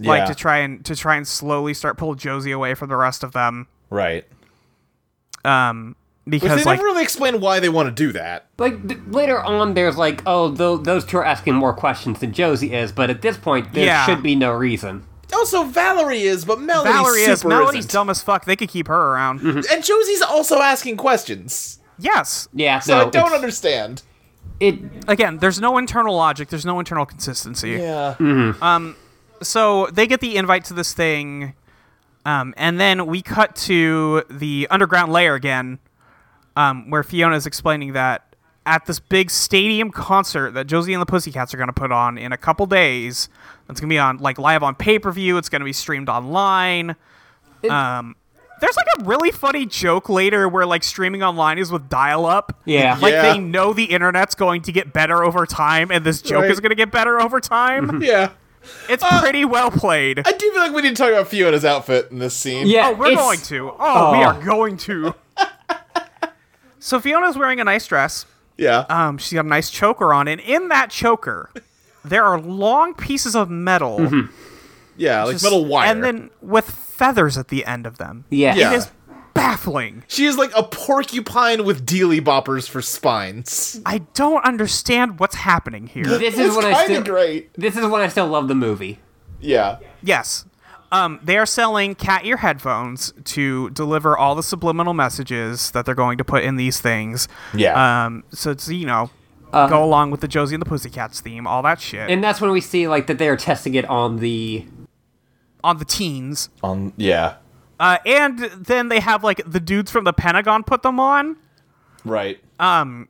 B: like
C: Yeah.
B: to try and to try and slowly start pull Josie away from the rest of them.
C: right.
B: Um,
C: Which
B: because
C: they
B: like
C: never really explain why they want to do that.
A: Like th- later on, there's like, oh, tho- those two are asking more questions than Josie is, but at this point, there
B: Yeah.
A: should be no reason.
C: Also, Valerie is, but Melody
B: Valerie
C: super
B: is Melody's
C: isn't. Mm-hmm.
B: dumb as fuck. They could keep her around.
C: and Josie's also asking questions.
B: Yes.
A: Yeah,
C: So
A: no,
C: I don't
A: it's-
C: understand.
A: It
B: Again, there's no internal logic. There's no internal consistency.
C: Yeah.
B: So they get the invite to this thing, um, and then we cut to the underground layer again, um, where Fiona's explaining that at this big stadium concert that Josie and the Pussycats are going to put on in a couple days. It's going to be on like live on pay per view. It's going to be streamed online. Um, there's like a really funny joke later where like streaming online is with dial up.
A: Yeah.
B: Like
C: Yeah.
B: they know the internet's going to get better over time and this joke
C: Right.
B: is going to get better over time.
C: Yeah.
B: it's pretty well played.
C: I do feel like we need to talk about Fiona's outfit in this scene.
A: yeah,
B: Oh, we're
A: it's-
B: going to. Oh, we
A: Oh.
B: are going to. so Fiona's wearing a nice dress.
C: Yeah.
B: Um, she's got a nice choker on, and in that choker, there are long pieces of metal,
A: Mm-hmm.
C: yeah. Like
B: just-
C: metal wire.
B: and then with feathers at the end of them.
A: Yeah,
C: Yeah.
B: it is baffling.
C: she is like a porcupine with dealy boppers for spines.
B: I don't understand what's happening here.
A: this is
C: It's
A: when I
C: kind of
A: still.
C: great.
A: This is when I still love the movie.
C: Yeah.
B: Yes. Um, they are selling cat ear headphones to deliver all the subliminal messages that they're going to put in these things.
C: Yeah.
B: Um, so it's, you know, go along with the Josie and the Pussycats theme, all that shit.
A: Uh-huh. And that's when we see like that they are testing it on the
B: on the teens.
C: Um. Yeah.
B: Uh, and then they have, like, the dudes from the Pentagon put them on.
C: Right.
B: And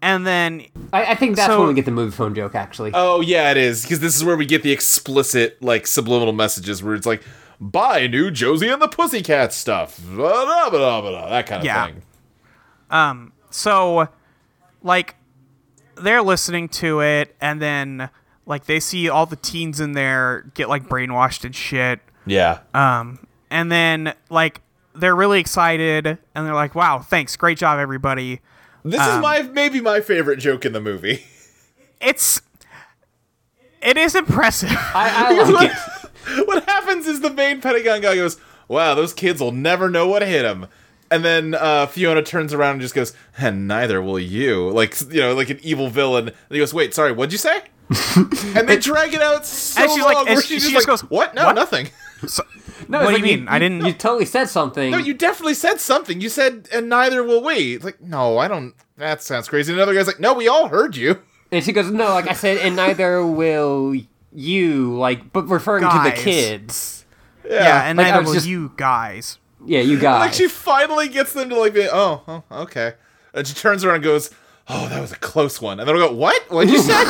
B: then,
A: I, I think that's
B: So-
A: when we get the movie phone joke actually.
C: oh yeah, it is because this is where we get the explicit like subliminal messages where it's like, "Buy new Josie and the Pussycat stuff," blah, blah, blah, blah, that kind of
B: Yeah.
C: thing.
B: so, like, they're listening to it. And then, like, they see all the teens in there get, like, brainwashed and shit.
C: Yeah.
B: and then like they're really excited and they're like wow thanks great job everybody
C: this is my maybe my favorite joke in the movie.
B: it's it is impressive
A: I, I like it.
C: what happens is the main Pentagon guy goes, "Wow, those kids will never know what hit them." And then uh, Fiona turns around and just goes, "And neither will you." Like you know, like an evil villain. And he goes, "Wait, sorry, what'd you say?" and they drag it out so
B: And she's
C: long
B: like- and
C: where
B: she-
C: she,
B: she
C: just,
B: just
C: goes,
B: goes,
C: "What? No,
B: "What?"
C: nothing."
B: So-
A: No,
B: what
A: it's
B: do
A: like
B: you mean i didn't
A: You totally said something.
C: No, you definitely said something. You said, "And neither will we." It's like, no, I don't. That sounds crazy. And another guy's like, "No, we all heard you."
A: and she goes, "No, like I said, and neither will you." Like, but referring to
B: Guys.
A: the kids.
B: yeah, and
A: Like, I
B: neither
A: was
B: will
A: just-
B: you guys
A: Yeah, you guys.
C: Like she finally gets them to like be oh, oh okay, and she turns around and goes, "Oh, that was a close one." And they'll go, "What? What you said?"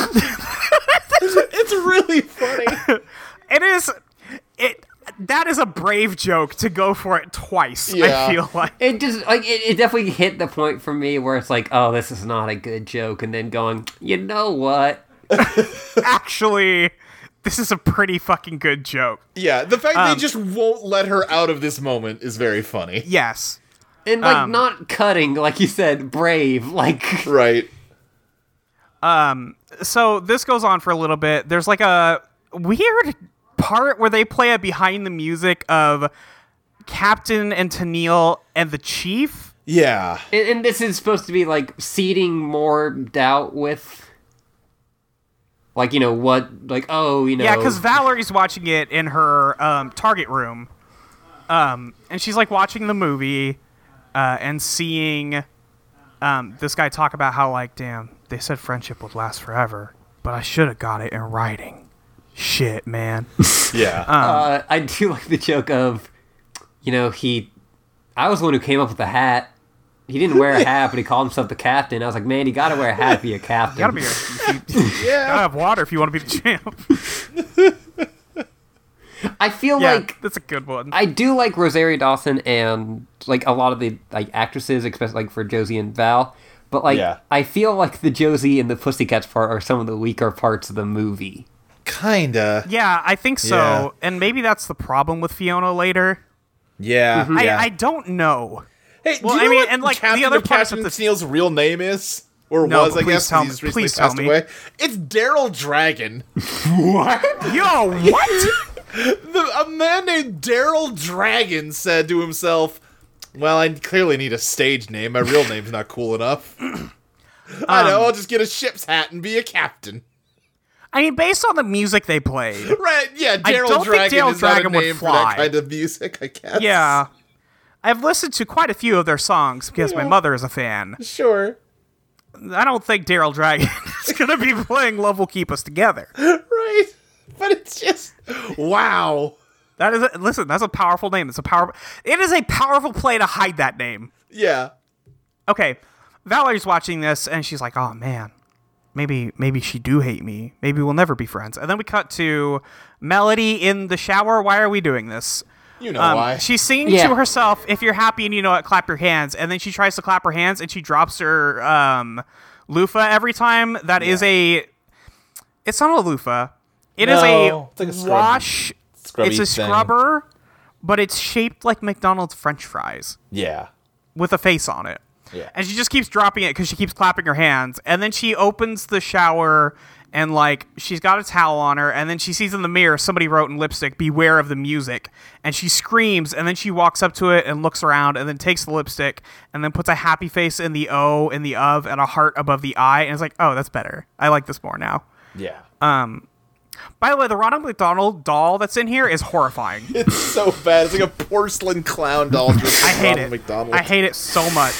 C: it's really funny.
B: it is it that is a brave joke to go for it twice
C: Yeah.
B: i feel like
A: It just like it, it definitely hit the point for me where it's like, oh, this is not a good joke, and then going, you know what?
B: actually this is a pretty fucking good joke
C: Yeah, the fact they just won't let her out of this moment is very funny.
B: yes
A: And like
B: Um,
A: not cutting, like you said, brave, like
C: Right.
B: so this goes on for a little bit. There's like a weird part where they play a behind the music of Captain and Tennille and the Chief.
C: Yeah.
A: and, and this is supposed to be like seeding more doubt with like you know what like oh you know
B: Yeah, because Valerie's watching it in her um, target room, um, and she's like watching the movie uh, and seeing um, this guy talk about how like, damn, they said friendship would last forever, but I should have got it in writing. Shit, man.
C: Yeah.
A: uh, I do like the joke of you know he I was the one who came up with the hat he didn't wear a hat but he called himself the captain I was like man you gotta wear a hat to be a captain
B: Gotta be. Gotta
C: yeah.
B: have water if you want to be the champ.
A: I feel
B: yeah,
A: like
B: that's a good one.
A: I do like Rosaria Dawson and like a lot of the like actresses, especially like for Josie and Val. But like
C: Yeah.
A: I feel like the Josie and the Pussycats part are some of the weaker parts of the movie.
C: Kinda.
B: Yeah, I think so.
C: Yeah.
B: And maybe that's the problem with Fiona later.
C: Yeah. yeah.
B: I, I don't know.
C: hey,
B: well,
C: do
B: I
C: you know
B: mean,
C: what
B: and, like, the
C: Captain
B: other
C: of
B: part of
C: Captain
B: this-
C: Neal's real name is. Or
B: No,
C: was, I
B: please
C: guess,
B: tell
C: 'cause
B: me-
C: he's recently
B: please tell
C: passed
B: me.
C: away. It's Daryl Dragon.
B: Yo, what?
C: The, a man named Daryl Dragon said to himself, Well, I clearly need a stage name. My real name's not cool enough. I
B: Um,
C: know. I'll just get a ship's hat and be a captain.
B: I mean, based on the music they played,
C: Right? Yeah. Daryl
B: don't think
C: Dragon
B: Daryl
C: is not
B: Dragon
C: a
B: would
C: name for that
B: fly.
C: kind of music. I guess.
B: yeah. I've listened to quite a few of their songs because my
C: Yeah.
B: mother is a fan.
C: Sure.
B: I don't think Daryl Dragon is going to be playing Love Will Keep Us Together.
C: Right. But it's just wow.
B: That is, a, listen, that's a powerful name. It's a powerful, it is a powerful play to hide that name.
C: Yeah.
B: Okay, Valerie's watching this and she's like, "Oh man, maybe maybe she do hate me. Maybe we'll never be friends." And then we cut to Melody in the shower. Why are we doing this?
C: You know
B: Um,
C: why?
B: She's singing
A: Yeah.
B: to herself, "If you're happy and you know it, clap your hands." And then she tries to clap her hands and she drops her um, loofah every time. That is a. It's not a loofah. It is
C: No, it's
B: a,
C: like a scrub-
B: wash.
C: scrubby
B: it's a
C: thing.
B: scrubber, but it's shaped like McDonald's French fries
C: yeah.
B: with a face on it.
C: Yeah.
B: And she just keeps dropping it because she keeps clapping her hands. And then she opens the shower and, like, she's got a towel on her. And then she sees in the mirror somebody wrote in lipstick, Beware of the music. And she screams. And then she walks up to it and looks around and then takes the lipstick and then puts a happy face in the O, in the of, and a heart above the I. And it's like, Oh, that's better. I like this more now. Um,
C: Yeah.
B: By the way, the Ronald McDonald doll that's in here is horrifying.
C: it's so bad. It's like a porcelain clown doll dressed
B: I
C: as
B: hate
C: Ronald
B: it.
C: McDonald.
B: I hate it so much.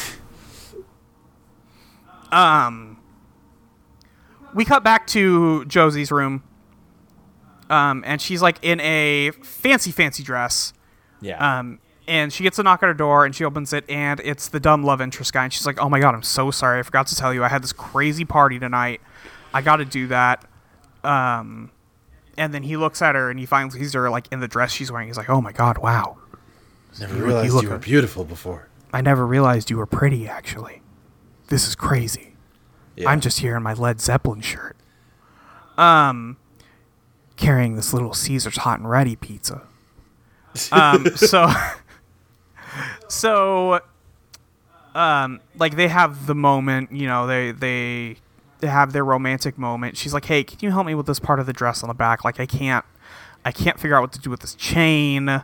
B: Um, we cut back to Josie's room. Um, and she's like in a fancy, fancy dress.
C: yeah.
B: Um, and she gets a knock at her door and she opens it and it's the dumb love interest guy. And she's like, oh my God, I'm so sorry. I forgot to tell you. I had this crazy party tonight. I got to do that. Um, and then he looks at her and he finds he's her like in the dress she's wearing. He's like, oh my God, wow.
C: Never
B: you
C: realized
B: look
C: you were
B: her-
C: beautiful before.
B: I never realized you were pretty, actually. This is crazy.
C: Yeah.
B: I'm just here in my Led Zeppelin shirt. Um, carrying this little Caesar's hot and ready pizza. Um, so, so, um, like they have the moment, you know, they, they, they have their romantic moment. She's like, Hey, can you help me with this part of the dress on the back? Like I can't, I can't figure out what to do with this chain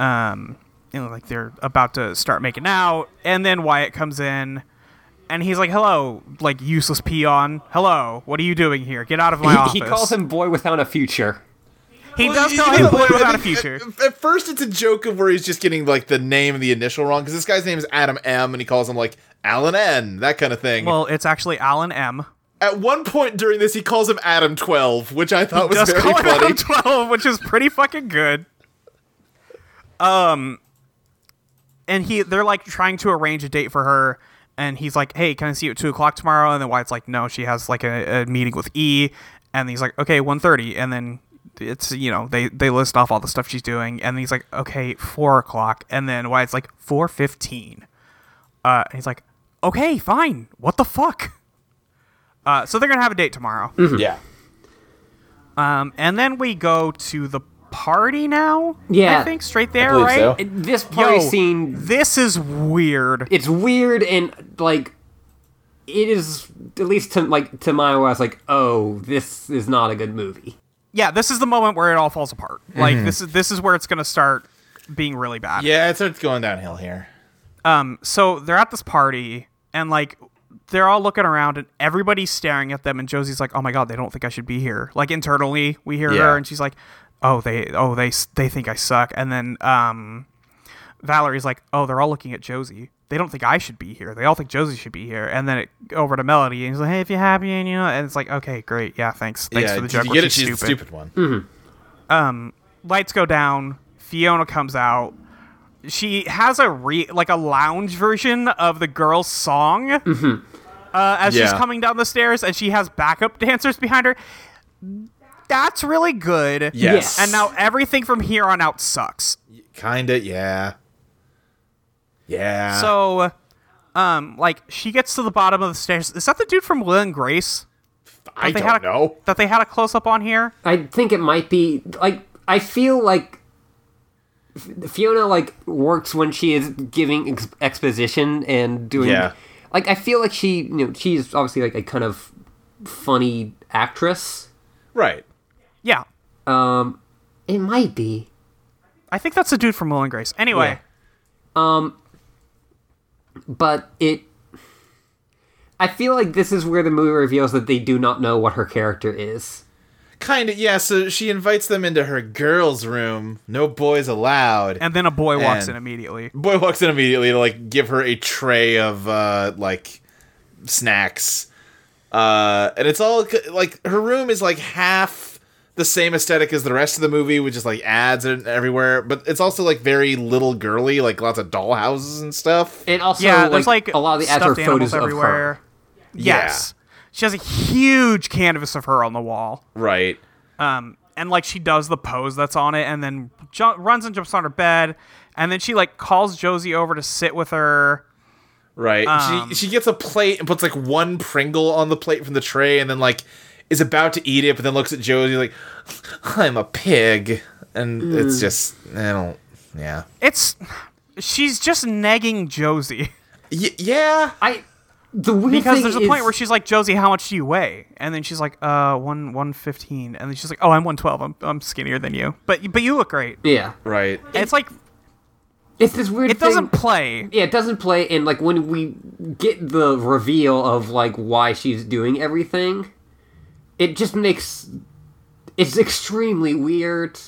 B: um, you know, like they're about to start making out, and then Wyatt comes in, and he's like, "Hello, like useless peon. Hello, what are you doing here? Get out of my office."
A: He, he calls him boy without a future.
B: He
C: Well,
B: does
C: you
B: call
C: know,
B: him
C: like,
B: boy
C: I
B: without a
C: think
B: future.
C: At, at first, it's a joke of where he's just getting like the name and the initial wrong because this guy's name is Adam M, and he calls him like Alan N, that kind of thing.
B: Well, it's actually Alan M.
C: at one point during this, he calls him Adam Twelve, which I thought was
B: Does
C: very
B: call him
C: funny.
B: Adam Twelve, which is pretty fucking good. Um, and he they're like trying to arrange a date for her, and he's like, "Hey, can I see you at two o'clock tomorrow?" And then Wyatt's like, "No, she has like a, a meeting with E," and he's like, "Okay, 1.30. and then it's you know they they list off all the stuff she's doing, and he's like, "Okay, four o'clock," and then Wyatt's like, 4.15. Uh, and he's like, "Okay, fine. What the fuck?" Uh, so they're gonna have a date tomorrow.
C: yeah,
B: Um, and then we go to the party now.
A: Yeah.
B: I think straight there,
C: believe
B: right?
C: so.
A: It- This
B: Yo,
A: party scene
B: This is weird.
A: it's weird and like it is at least to like to my where I was like, oh, this is not a good movie.
B: yeah, this is the moment where it all falls apart. Like
C: Mm-hmm.
B: this is this is where it's gonna start being really bad.
C: yeah, it starts going downhill here.
B: Um, so they're at this party and like they're all looking around and everybody's staring at them and Josie's like, "Oh my god, they don't think I should be here." Like internally, we hear
C: Yeah.
B: her and she's like, "Oh, they oh they they think I suck." And then um Valerie's like, "Oh, they're all looking at Josie. They don't think I should be here. They all think Josie should be here." And then it over to Melody and he's like, "Hey, if you're happy and you know," and it's like, "Okay, great. Yeah, thanks. Thanks
C: yeah,
B: for the
C: did
B: joke.
C: you
B: where
C: get it?
B: she's
C: She's the stupid one.
B: Hmm. lights go down fiona comes out she has a re like a lounge version of the girl's song uh, as she's
C: Mm-hmm. Yeah.
B: coming down the stairs and she has backup dancers behind her that's really good
C: Yes,
B: and now everything from here on out sucks
C: kinda, yeah, yeah.
B: so um like she gets to the bottom of the stairs is that the dude from will and grace
C: I
B: they
C: don't
B: had a,
C: know.
B: that they had a close-up on here
A: I think it might be like I feel like F- Fiona like works when she is giving ex- exposition and doing
C: Yeah.
A: like I feel like she you know she's obviously like a kind of funny actress.
C: Right.
B: yeah
A: Um, it might be.
B: i think that's the dude from will and grace anyway
A: but it I feel like this is where the movie reveals that they do not know what her character is.
C: Kind of, yeah. So she invites them into her girls' room. No boys allowed.
B: And then a boy walks
C: And-
B: in immediately.
C: Boy walks in immediately to like give her a tray of uh like snacks. Uh and it's all c- like her room is like half the same aesthetic as the rest of the movie with just like ads and everywhere, but it's also like very little girly, like lots of dollhouses and stuff.
A: It also
B: yeah,
A: like,
B: there's like
A: a lot of the ads are
B: stuffed animals
A: photos of
B: everywhere.
A: her.
B: Yes, she has a huge canvas of her on the wall.
C: Right.
B: Um, and like she does the pose that's on it, and then ju- runs and jumps on her bed, and then she like calls Josie over to sit with her.
C: Right.
B: Um,
C: she she gets a plate and puts like one Pringle on the plate from the tray and then like is about to eat it but then looks at Josie like I'm a pig and it's just I don't yeah.
B: It's she's just negging Josie
C: Y- yeah.
A: I the weird
B: because
A: thing
B: there's a
A: is,
B: point where she's like, Josie, how much do you weigh? And then she's like, uh, one one fifteen, and then she's like, oh, I'm one twelve. I'm I'm skinnier than you, but but you look great.
A: yeah,
C: Right.
B: It's like
A: it's this weird.
B: it doesn't
A: Thing.
B: play.
A: Yeah, it doesn't play. And like when we get the reveal of like why she's doing everything, it just makes it's extremely weird.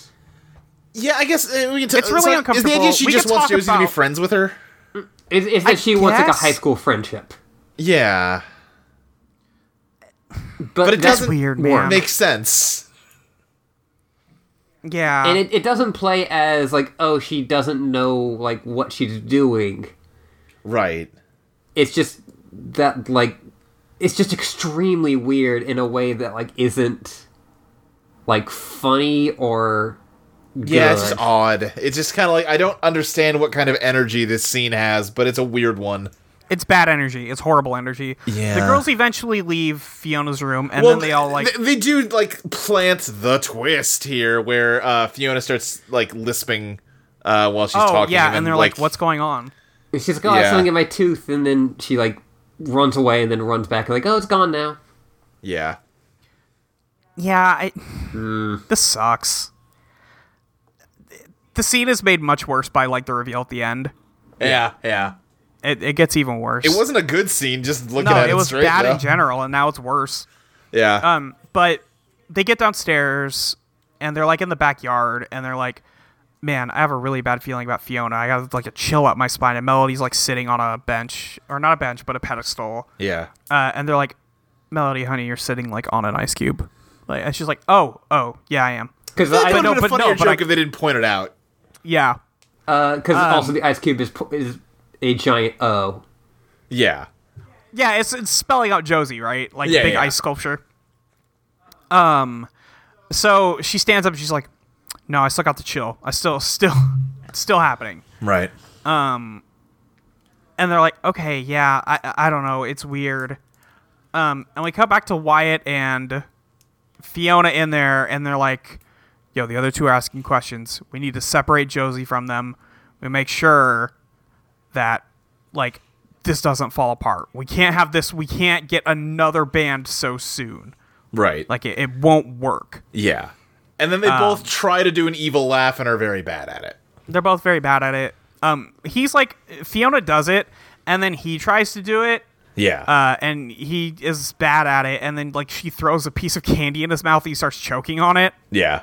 C: Yeah, I guess uh, we can. T-
B: It's really
C: Is the
B: uncomfortable.
C: idea she
B: We
C: just
B: could
C: wants
B: talk
C: Josie to be
B: about-
C: friends with her?
A: It's, it's that she wants like a
B: guess-
A: high school friendship,
C: Yeah,
A: but,
C: but it
A: that's-
C: doesn't
B: weird, man.
C: Make sense.
B: Yeah,
A: and it, it doesn't play as like oh she doesn't know like what she's doing.
C: Right.
A: it's just that like it's just extremely weird in a way that like isn't like funny or
C: Yeah, it's just
A: good.
C: odd. It's just kind of like I don't understand what kind of energy this scene has, but it's a weird one.
B: it's bad energy. It's horrible energy.
C: Yeah.
B: The girls eventually leave Fiona's room, and then they all like.
C: they, they do like plant the twist here, where uh, Fiona starts like lisping uh, while she's
B: oh
C: talking.
B: yeah,
C: then,
B: and they're like, "What's going on?"
A: And she's like oh I have
C: Yeah.
A: something in my tooth and then she like runs away and then runs back and like oh it's gone now
C: Yeah,
B: Yeah, I,
C: Hmm.
B: this sucks. The scene is made much worse by like the reveal at the end.
C: yeah, yeah.
B: It, it gets even worse.
C: It wasn't a good scene. Just looking
B: no,
C: at it,
B: it was
C: straight,
B: bad
C: though.
B: in general, and now it's worse.
C: Yeah.
B: Um, but they get downstairs and they're like in the backyard and they're like, man, I have a really bad feeling about Fiona. I got like a chill up my spine. And Melody's like sitting on a bench or not a bench, but a pedestal.
C: yeah.
B: Uh, and they're like, Melody, honey, you're sitting like on an ice cube. Like, and she's like, oh, oh, yeah, I am.
A: because
C: That would
B: no,
C: have been a
B: but no,
C: funnier
B: but
C: joke
B: I-
C: if they didn't point it out.
B: Yeah.
A: uh,
C: um,
A: also the ice cube is po- is a giant O
C: Yeah.
B: Yeah, it's, it's spelling out Josie, right? Like
C: Yeah,
B: big
C: yeah.
B: ice sculpture. Um, so she stands up. and She's like, "No, I still got the chill. I still, still, it's still happening."
C: Right.
B: And they're like, "Okay, yeah, I, I- I don't know. It's weird." Um, and we cut back to Wyatt and Fiona in there, and they're like, "Yo, the other two are asking questions. We need to separate Josie from them. We make sure that like this doesn't fall apart. We can't have this. We can't get another band so soon.
C: Right.
B: Like it, it won't work."
C: yeah. And then they both try to do an evil laugh and are very bad at it.
B: They're both very bad at it. Um, he's like Fiona does it, and then he tries to do it,
C: Yeah.
B: uh, and he is bad at it. And then like she throws a piece of candy in his mouth, he starts choking on it.
C: yeah.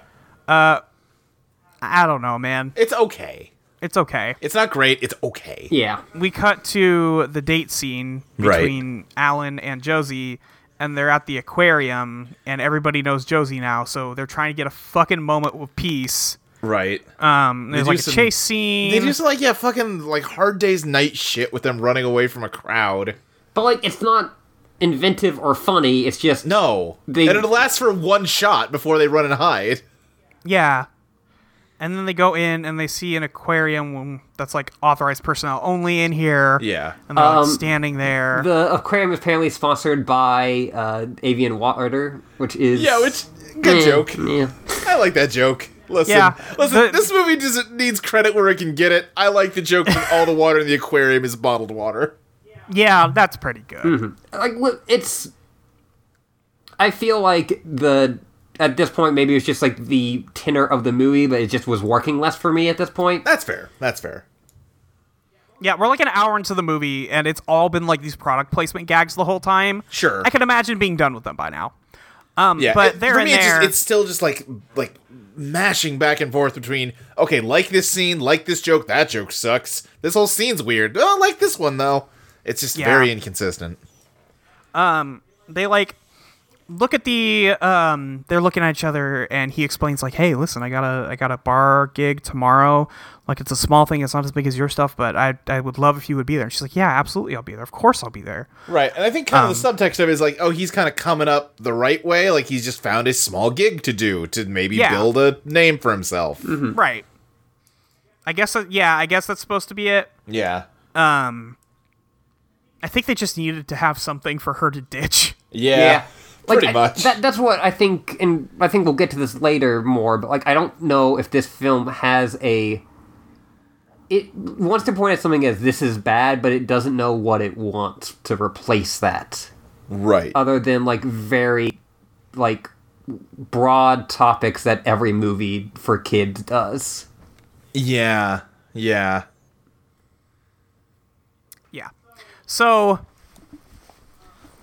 B: I I don't know, man.
C: It's okay.
B: It's okay.
C: It's not great. It's okay.
A: yeah
B: We cut to the date scene
C: Right.
B: between Alan and Josie, and they're at the aquarium, and everybody knows Josie now, so they're trying to get a fucking moment with peace.
C: Right. Um,
B: Um, there's
C: do
B: like a
C: some-
B: chase scene.
C: they do some like yeah, fucking like hard days night shit with them running away from a crowd.
A: but like it's not inventive or funny it's just
C: No.
A: They-
C: and it lasts for one shot before they run and hide.
B: Yeah. And then they go in and they see an aquarium that's like authorized personnel only in here.
C: Yeah.
B: And they're
A: Um,
B: like standing there.
A: the aquarium is apparently sponsored by uh, Avian Water, which is
C: Yeah, which good
A: Eh,
C: joke.
A: Yeah.
C: I like that joke. Listen,
B: Yeah,
C: listen.
B: the-
C: this movie just needs credit where it can get it. I like the joke that all the water in the aquarium is bottled water.
B: yeah, that's pretty good.
A: like look, it's i feel like the at this point maybe it's just like the tenor of the movie but it just was working less for me at this point
C: That's fair. That's fair.
B: Yeah, we're like an hour into the movie, and it's all been like these product placement gags the whole time.
C: Sure.
B: I can imagine being done with them by now. Um,
C: Yeah,
B: but
C: it-
B: they're
C: for
B: in
C: me, it's,
B: there.
C: just, it's still just like like mashing back and forth between okay, like this scene, like this joke, that joke sucks. This whole scene's weird. Oh, I like this one though. It's just
B: Yeah.
C: very inconsistent.
B: they like look at the um they're looking at each other and he explains like hey listen i got a i got a bar gig tomorrow like it's a small thing it's not as big as your stuff but i i would love if you would be there and she's like yeah absolutely i'll be there of course i'll be there
C: Right, and I think kind of the
B: Um,
C: subtext of it is like, oh, he's kind of coming up the right way. Like he's just found a small gig to do to maybe
B: Yeah. Mm.
C: build a name for himself.
B: right i guess that, yeah i guess that's supposed to be it
C: Yeah,
B: i think they just needed to have something for her to ditch
C: yeah,
A: Like,
C: pretty
A: I-
C: much.
A: that, that's what I think, and I think we'll get to this later more. But like, I don't know if this film has a. It wants to point at something as this is bad, but it doesn't know what it wants to replace that,
C: right.
A: other than like very, like, broad topics that every movie for kids does.
C: yeah, yeah.
B: Yeah. So,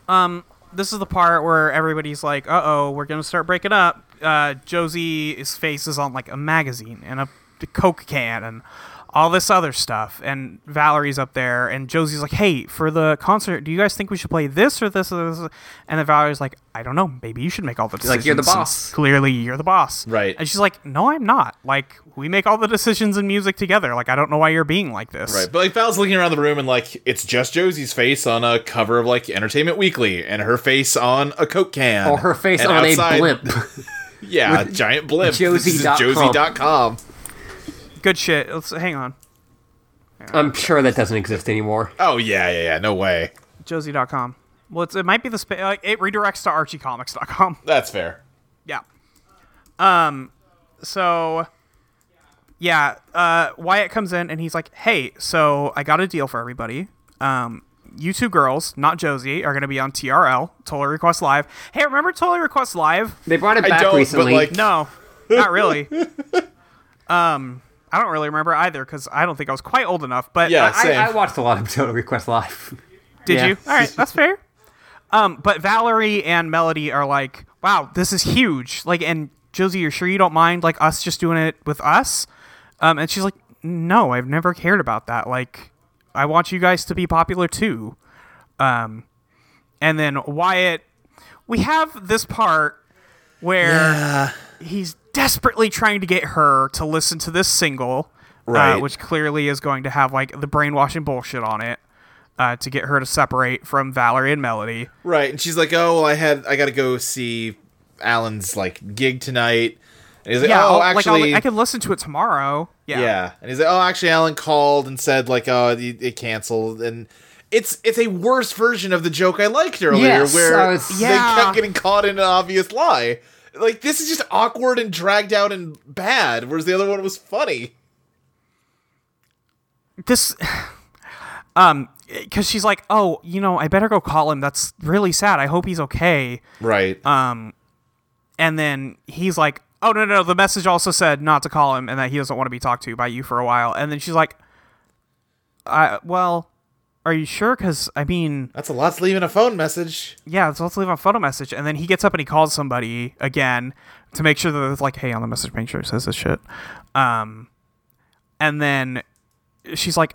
B: um, this is the part where everybody's like, "Uh oh, we're gonna start breaking up." Uh, Josie's face is on like a magazine and a Coke can and all this other stuff. And Valerie's up there, and Josie's like, "Hey, for the concert, do you guys think we should play this or this or this?" And then Valerie's like, "I don't know. Maybe you should make all the decisions.
A: like, "You're the
B: since
A: boss."
B: Clearly, you're the boss."
C: Right.
B: And she's like, "No, I'm not. Like, we make all the decisions in music together. Like, I don't know why you're being like this."
C: Right, but like Val's looking around the room and like it's just Josie's face on a cover of like Entertainment Weekly and her face on a Coke can.
A: Or Oh, her face
C: And
A: on
C: outside-
A: a blimp.
C: Yeah, a giant blimp.
A: Josie
C: This is
A: dot com.
C: Josie.com.
B: Good shit. Let's hang on.
A: I'm sure that doesn't exist anymore.
C: Oh yeah, yeah, yeah, no way.
B: Josie.com. Well, it's, it might be the spa- like, it redirects to ArchieComics.com.
C: That's fair.
B: Yeah. Um. So. Yeah. Uh. Wyatt comes in and he's like, "Hey, so I got a deal for everybody. Um. You two girls, not Josie, are gonna be on TRL, Totally Request Live. Hey, remember Totally Request Live?
A: They brought it
C: I
A: back
C: don't, but,
A: recently.
C: like-
B: No, not really. um. I don't really remember either because I don't think I was quite old enough. But I-
C: Yeah,
B: I-
A: I,
C: same.
A: I watched a lot of Total Request Live.
B: Did
A: Yeah.
B: you? All right, that's fair. Um, but Valerie and Melody are like, wow, this is huge. Like, and Josie, you're sure you don't mind like us just doing it with us? Um, and she's like, no, I've never cared about that. Like, I want you guys to be popular too. Um, and then Wyatt, we have this part where he's desperately trying to get her to listen to this single, uh,
C: Right.
B: which clearly is going to have like the brainwashing bullshit on it uh, to get her to separate from Valerie and Melody.
C: Right, and she's like, "Oh, well, I had, I got to go see Alan's like gig tonight." And he's like,
B: Yeah,
C: "Oh,
B: I'll- like, I'll-
C: actually,
B: I can listen to it tomorrow. Yeah,
C: yeah." And he's like, "Oh, actually, Alan called and said like, oh, it, it canceled." And it's it's a worse version of the joke I liked earlier,
A: Yes,
C: where
A: I was-
C: they
B: Yeah.
C: kept getting caught in an obvious lie. Like this is just awkward and dragged out and bad, whereas the other one was funny.
B: this, um, because she's like, oh, you know, I better go call him. That's really sad. I hope he's okay.
C: Right.
B: Uh, And then he's like, oh no, no, no. The message also said not to call him and that he doesn't want to be talked to by you for a while. And then she's like, I well. Are you sure? Because, I mean,
C: That's a lot's leaving a phone message.
B: yeah, so let's leave a photo message. And then he gets up and he calls somebody again to make sure that it's like, hey, on the message, make sure it says this shit. Um, and then she's like,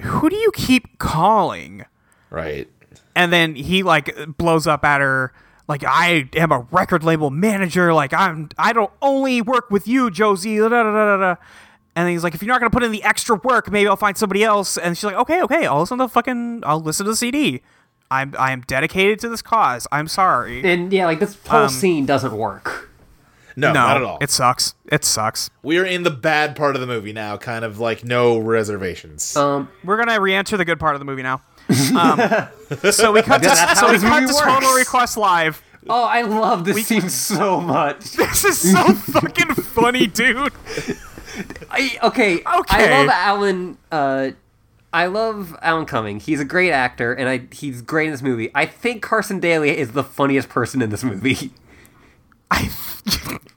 B: who do you keep calling?
C: Right.
B: And then he like blows up at her like I am a record label manager. Like I'm I don't only work with you, Josie. Da, da, da, da, da. And he's like, if you're not gonna put in the extra work, maybe I'll find somebody else. And she's like, okay, okay, I'll listen to the fucking I'll listen to the CD. I'm I am dedicated to this cause. I'm sorry.
A: And yeah, like this whole scene doesn't work.
C: No,
B: no,
C: not at all.
B: It sucks. It sucks.
C: we are in the bad part of the movie now, kind of like no reservations.
A: Um,
B: We're gonna re-enter the good part of the movie now. Um, so we cut to
A: That's
B: so
A: how
B: we
A: this
B: cut
A: movie
B: to Total
A: works.
B: Request Live.
A: oh, I love this scene so much.
B: This is so fucking funny, dude.
A: I, okay,
B: Okay.
A: I love Alan. Uh, I love Alan Cumming. He's a great actor, and I he's great in this movie. I think Carson Daly is the funniest person in this movie.
B: I,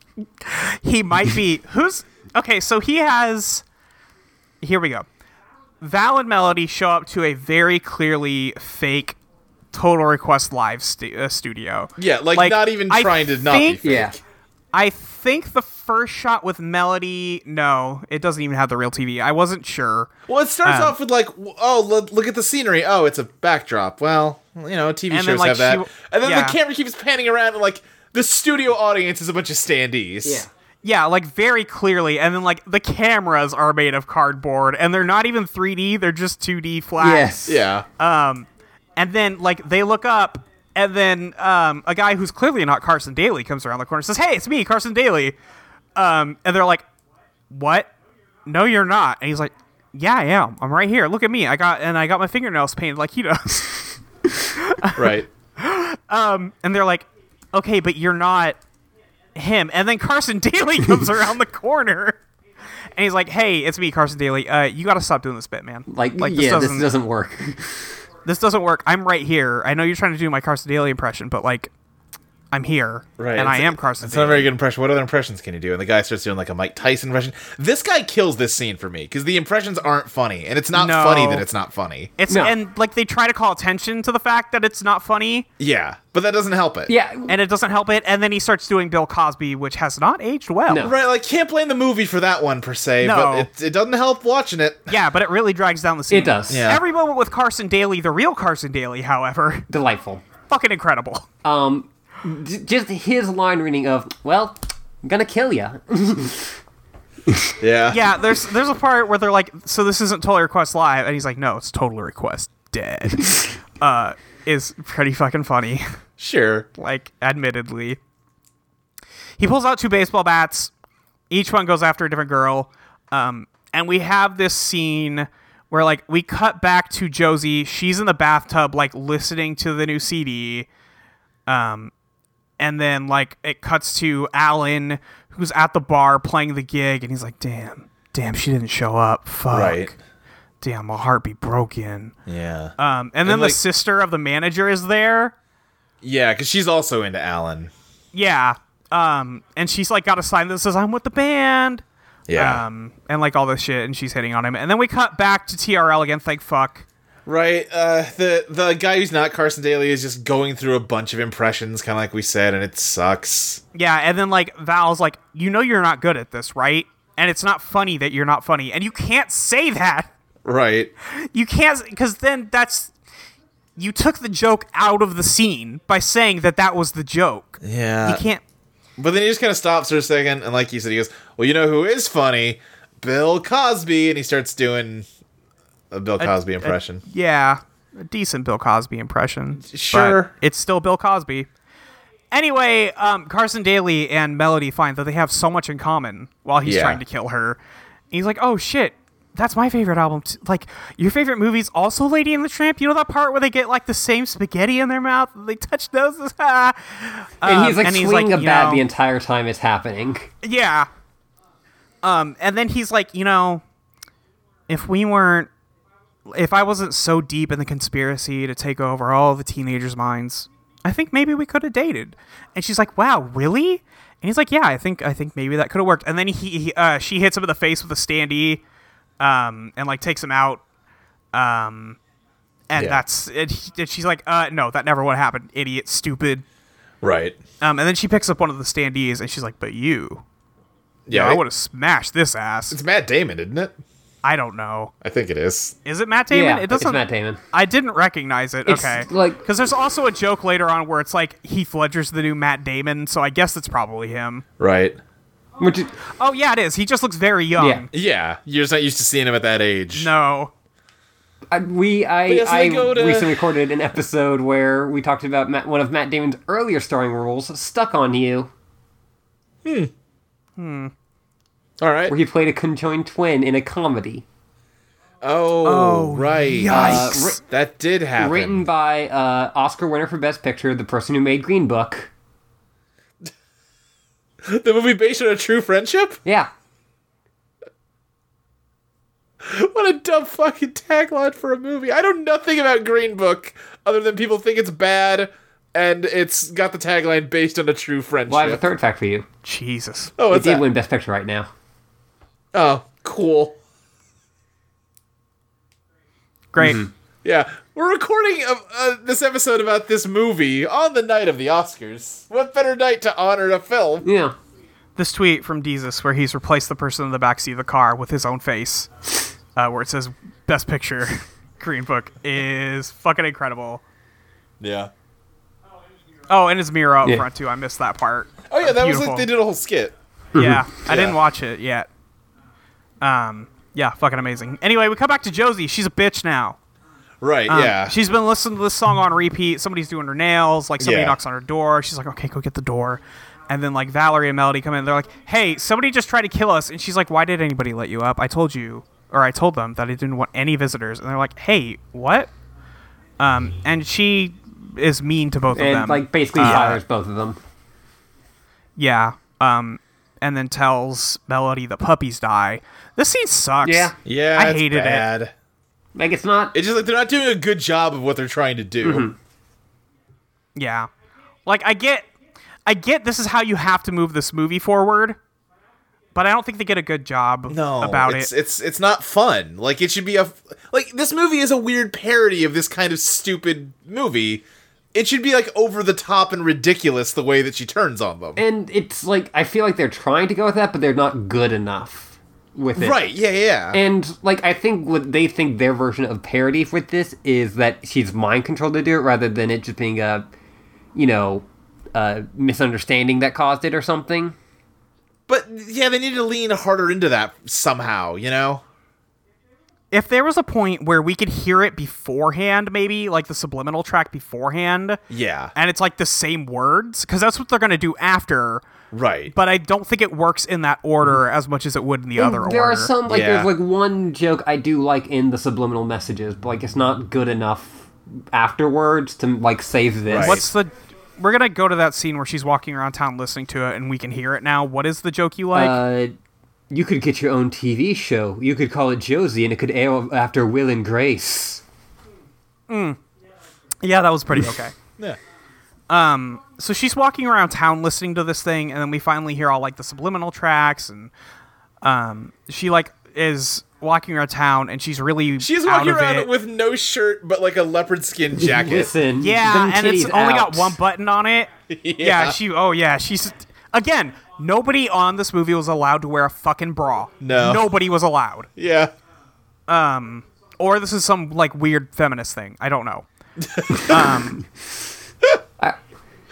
B: he might be. Who's okay? So he has. Here we go. Val and Melody show up to a very clearly fake Total Request Live stu- uh, studio.
C: Yeah, like, not even
B: I
C: trying to not be
B: think-
C: fake.
A: Yeah.
B: I think the first shot with Melody, no, it doesn't even have the real TV. I wasn't sure.
C: Well, it starts off with like, w- oh, lo- look at the scenery. Oh, it's a backdrop. Well, you know, TV
B: And then,
C: shows
B: like,
C: have
B: she
C: that.
B: w-
C: and then
B: yeah.
C: the camera keeps panning around, and like the studio audience is a bunch of standees.
A: Yeah.
B: Yeah, like very clearly, and then like the cameras are made of cardboard, and they're not even 3D; they're just 2D flat.
A: Yes.
C: Yeah.
B: And then like they look up, and then um, a guy who's clearly not Carson Daly comes around the corner and says, "Hey, it's me, Carson Daly." Um, and they're like, "What? No, you're not." And he's like, "Yeah, I am. I'm right here. Look at me. I got and I got my fingernails painted like he does."
C: right.
B: and they're like, "Okay, but you're not him." And then Carson Daly comes around the corner. And he's like, "Hey, it's me, Carson Daly. Uh, you gotta stop doing this bit, man.
A: Like, yeah, this doesn't, work.
B: this doesn't work. I'm right here. I know you're trying to do my Carson Daly impression, but like, I'm here,
C: Right.
B: and I
C: It's-
B: am Carson
C: It's not a
B: Daly.
C: very good impression. What other impressions can you do? And the guy starts doing like a Mike Tyson impression. This guy kills this scene for me because the impressions aren't funny, and it's not
B: No.
C: funny that it's not funny.
B: It's
A: No.
B: and like they try to call attention to the fact that it's not funny,
C: Yeah, but that doesn't help it.
A: yeah.
B: and it doesn't help it. And then he starts doing Bill Cosby, which has not aged well.
A: No.
C: Right. Like, can't blame the movie for that one per se,
B: No.
C: but it, it doesn't help watching it.
B: Yeah, but it really drags down the scene.
A: It does.
C: Yeah.
B: Every moment with Carson Daly, the real Carson Daly, however,
A: Delightful.
B: fucking incredible.
A: Um, j- just his line reading of, well, I'm gonna kill you.
C: Yeah.
B: yeah, there's there's a part where they're like, so this isn't Total Request Live, and he's like, no, it's Total Request Dead. uh, is pretty fucking funny.
C: Sure.
B: Like, admittedly, he pulls out two baseball bats. Each one goes after a different girl, um, and we have this scene where like we cut back to Josie. She's in the bathtub, like listening to the new CD. and then like it cuts to Alan who's at the bar playing the gig and he's like, "Damn, damn, she didn't show up. Fuck,
C: Right.
B: damn, my heart be broken."
C: Yeah.
B: Um, and then the
C: like-
B: sister of the manager is there.
C: yeah, because she's also into Alan.
B: Yeah. Um, and she's like got a sign that says, "I'm with the band."
C: Yeah.
B: Um, and like all this shit, and she's hitting on him. And then we cut back to TRL again. Thank fuck.
C: Right. Uh, the the guy who's not Carson Daly is just going through a bunch of impressions, kind of like we said, and it sucks.
B: Yeah, and then like Val's like, "You know you're not good at this, right?" And it's not funny that you're not funny, and you can't say that.
C: Right.
B: you can't because then that's you took the joke out of the scene by saying that that was the joke
C: Yeah.
B: you can't
C: But then he just kind of stops for a second, and like you said, he goes, "Well, you know who is funny? Bill Cosby," and he starts doing a Bill Cosby impression.
B: yeah a decent bill cosby impression but
C: Sure.
B: it's still bill cosby anyway um, carson daly and melody find that they have so much in common while he's
C: Yeah.
B: trying to kill her he's like oh shit that's my favorite album too. like your favorite movie's also lady and the tramp you know that part where they get like the same spaghetti in their mouth and they touch noses Ah." Um, and
A: and he's like swinging a
B: you
A: bat
B: know-
A: the entire time it's happening.
B: Yeah. Um, and then he's like, you know, if we weren't, if I wasn't so deep in the conspiracy to take over all the teenagers' minds, I think maybe we could have dated. And she's like, wow, really? And he's like, yeah, I think, I think maybe that could have worked. And then he, he uh, she hits him in the face with a standee, um, and like takes him out. Um, and
C: Yeah.
B: that's, and, he, and she's like, uh, no, that never would have happened, idiot, stupid.
C: Right.
B: Um, and then she picks up one of the standees and she's like, but you,
C: Yeah.
B: I
C: it-
B: would have smashed this ass.
C: It's Matt Damon, isn't it?
B: I don't know.
C: I think it is.
B: Is it Matt Damon?
A: yeah,
B: it doesn't.
A: it's Matt Damon.
B: I didn't recognize it.
A: It's
B: okay,
A: like-
B: because there's also a joke later on where it's like Heath Ledger's the new Matt Damon, so I guess it's probably him.
C: Right.
A: Which is,
B: Oh yeah, it is. He just looks very young.
A: Yeah.
C: Yeah, you're just not used to seeing him at that age.
B: No.
A: I, we I,
C: yeah, so they
A: I
C: go to-
A: recently recorded an episode where we talked about Matt, one of Matt Damon's earlier starring roles, "Stuck on You,"
C: All right.
A: where he played a conjoined twin in a comedy
C: Oh, right.
B: yikes.
C: Uh, ri- that did happen.
A: written by uh, Oscar winner for Best Picture, the person who made Green Book.
C: the movie based on a true friendship?
A: Yeah,
C: What a dumb fucking tagline for a movie. I know nothing about Green Book other than people think it's bad and it's got the tagline based on a true friendship.
A: well, I have a third fact for you.
B: Jesus.
C: oh,
A: It
C: what's
A: did
C: that?
A: win Best Picture right now.
C: Oh, cool.
B: great.
A: Mm-hmm.
C: Yeah, we're recording uh, uh, this episode about this movie on the night of the Oscars. What better night to honor a film?
A: Yeah.
B: This tweet from Jesus where he's replaced the person in the backseat of the car with his own face, uh, where it says "Best Picture, Korean Book" is fucking incredible.
C: Yeah.
B: Oh, and his mirror out
A: Yeah.
B: front too. I missed that part.
C: Oh yeah, that was
B: Beautiful.
C: like they did a whole skit.
B: Yeah, I didn't
C: Yeah.
B: watch it yet. Um, yeah, fucking amazing. Anyway, we come back to Josie. She's a bitch now.
C: Right.
B: Um,
C: yeah.
B: She's been listening to this song on repeat. Somebody's doing her nails. Like somebody
C: Yeah.
B: knocks on her door. She's like, okay, go get the door. And then like Valerie and Melody come in. They're like, hey, somebody just tried to kill us. And she's like, why did anybody let you up? I told you, or I told them that I didn't want any visitors. And they're like, hey, what? Um, and she is mean to both of
A: And
B: them.
A: like basically fires both of them.
B: yeah. Um, and then tells Melody the puppies die. This scene sucks.
A: Yeah.
C: yeah.
B: I
C: it's
B: hated it.
C: bad.
A: Like it's not.
C: It's just like they're not doing a good job of what they're trying to do.
A: Mm-hmm.
B: Yeah. Like I get I get this is how you have to move this movie forward, but I don't think they get a good job
C: No,
B: about
C: it's,
B: it.
C: It's it's not fun. Like it should be a f- like this movie is a weird parody of this kind of stupid movie. It should be like over the top and ridiculous the way that she turns on them.
A: And it's like I feel like they're trying to go with that, but they're not good enough with it.
C: right? Yeah, yeah.
A: And like I think what they think their version of parody with this is that she's mind controlled to do it rather than it just being a, you know, a misunderstanding that caused it or something.
C: but yeah, they need to lean harder into that somehow. You know?
B: if there was a point where we could hear it beforehand, maybe, like the subliminal track beforehand,
C: Yeah.
B: and it's like the same words, because that's what they're gonna do after.
C: Right.
B: But I don't think it works in that order
C: Mm-hmm.
B: as much as it would in the other
A: there
B: order.
A: are some like
C: Yeah.
A: there's like one joke I do like in the subliminal messages, but like it's not good enough afterwards to like save this.
C: Right.
B: What's the? We're gonna go to that scene where she's walking around town listening to it, and we can hear it now. What is the joke you like?
A: Uh, you could get your own TV show. You could call it Josie, and it could air after Will and Grace.
B: yeah, that was pretty okay. Um,
C: yeah.
B: so she's walking around town listening to this thing and then we finally hear all like the subliminal tracks and um she like is walking around town and she's really
C: She's
B: out
C: walking
B: of
C: around
B: it.
C: with no shirt but like a leopard skin jacket.
A: Listen,
B: yeah
A: them
B: and it's
A: titties
B: only
A: out.
B: got one button on it yeah. she oh yeah she's again nobody on this movie was allowed to wear a fucking bra
C: No.
B: nobody was allowed
C: yeah.
B: or this is some like weird feminist thing i don't know um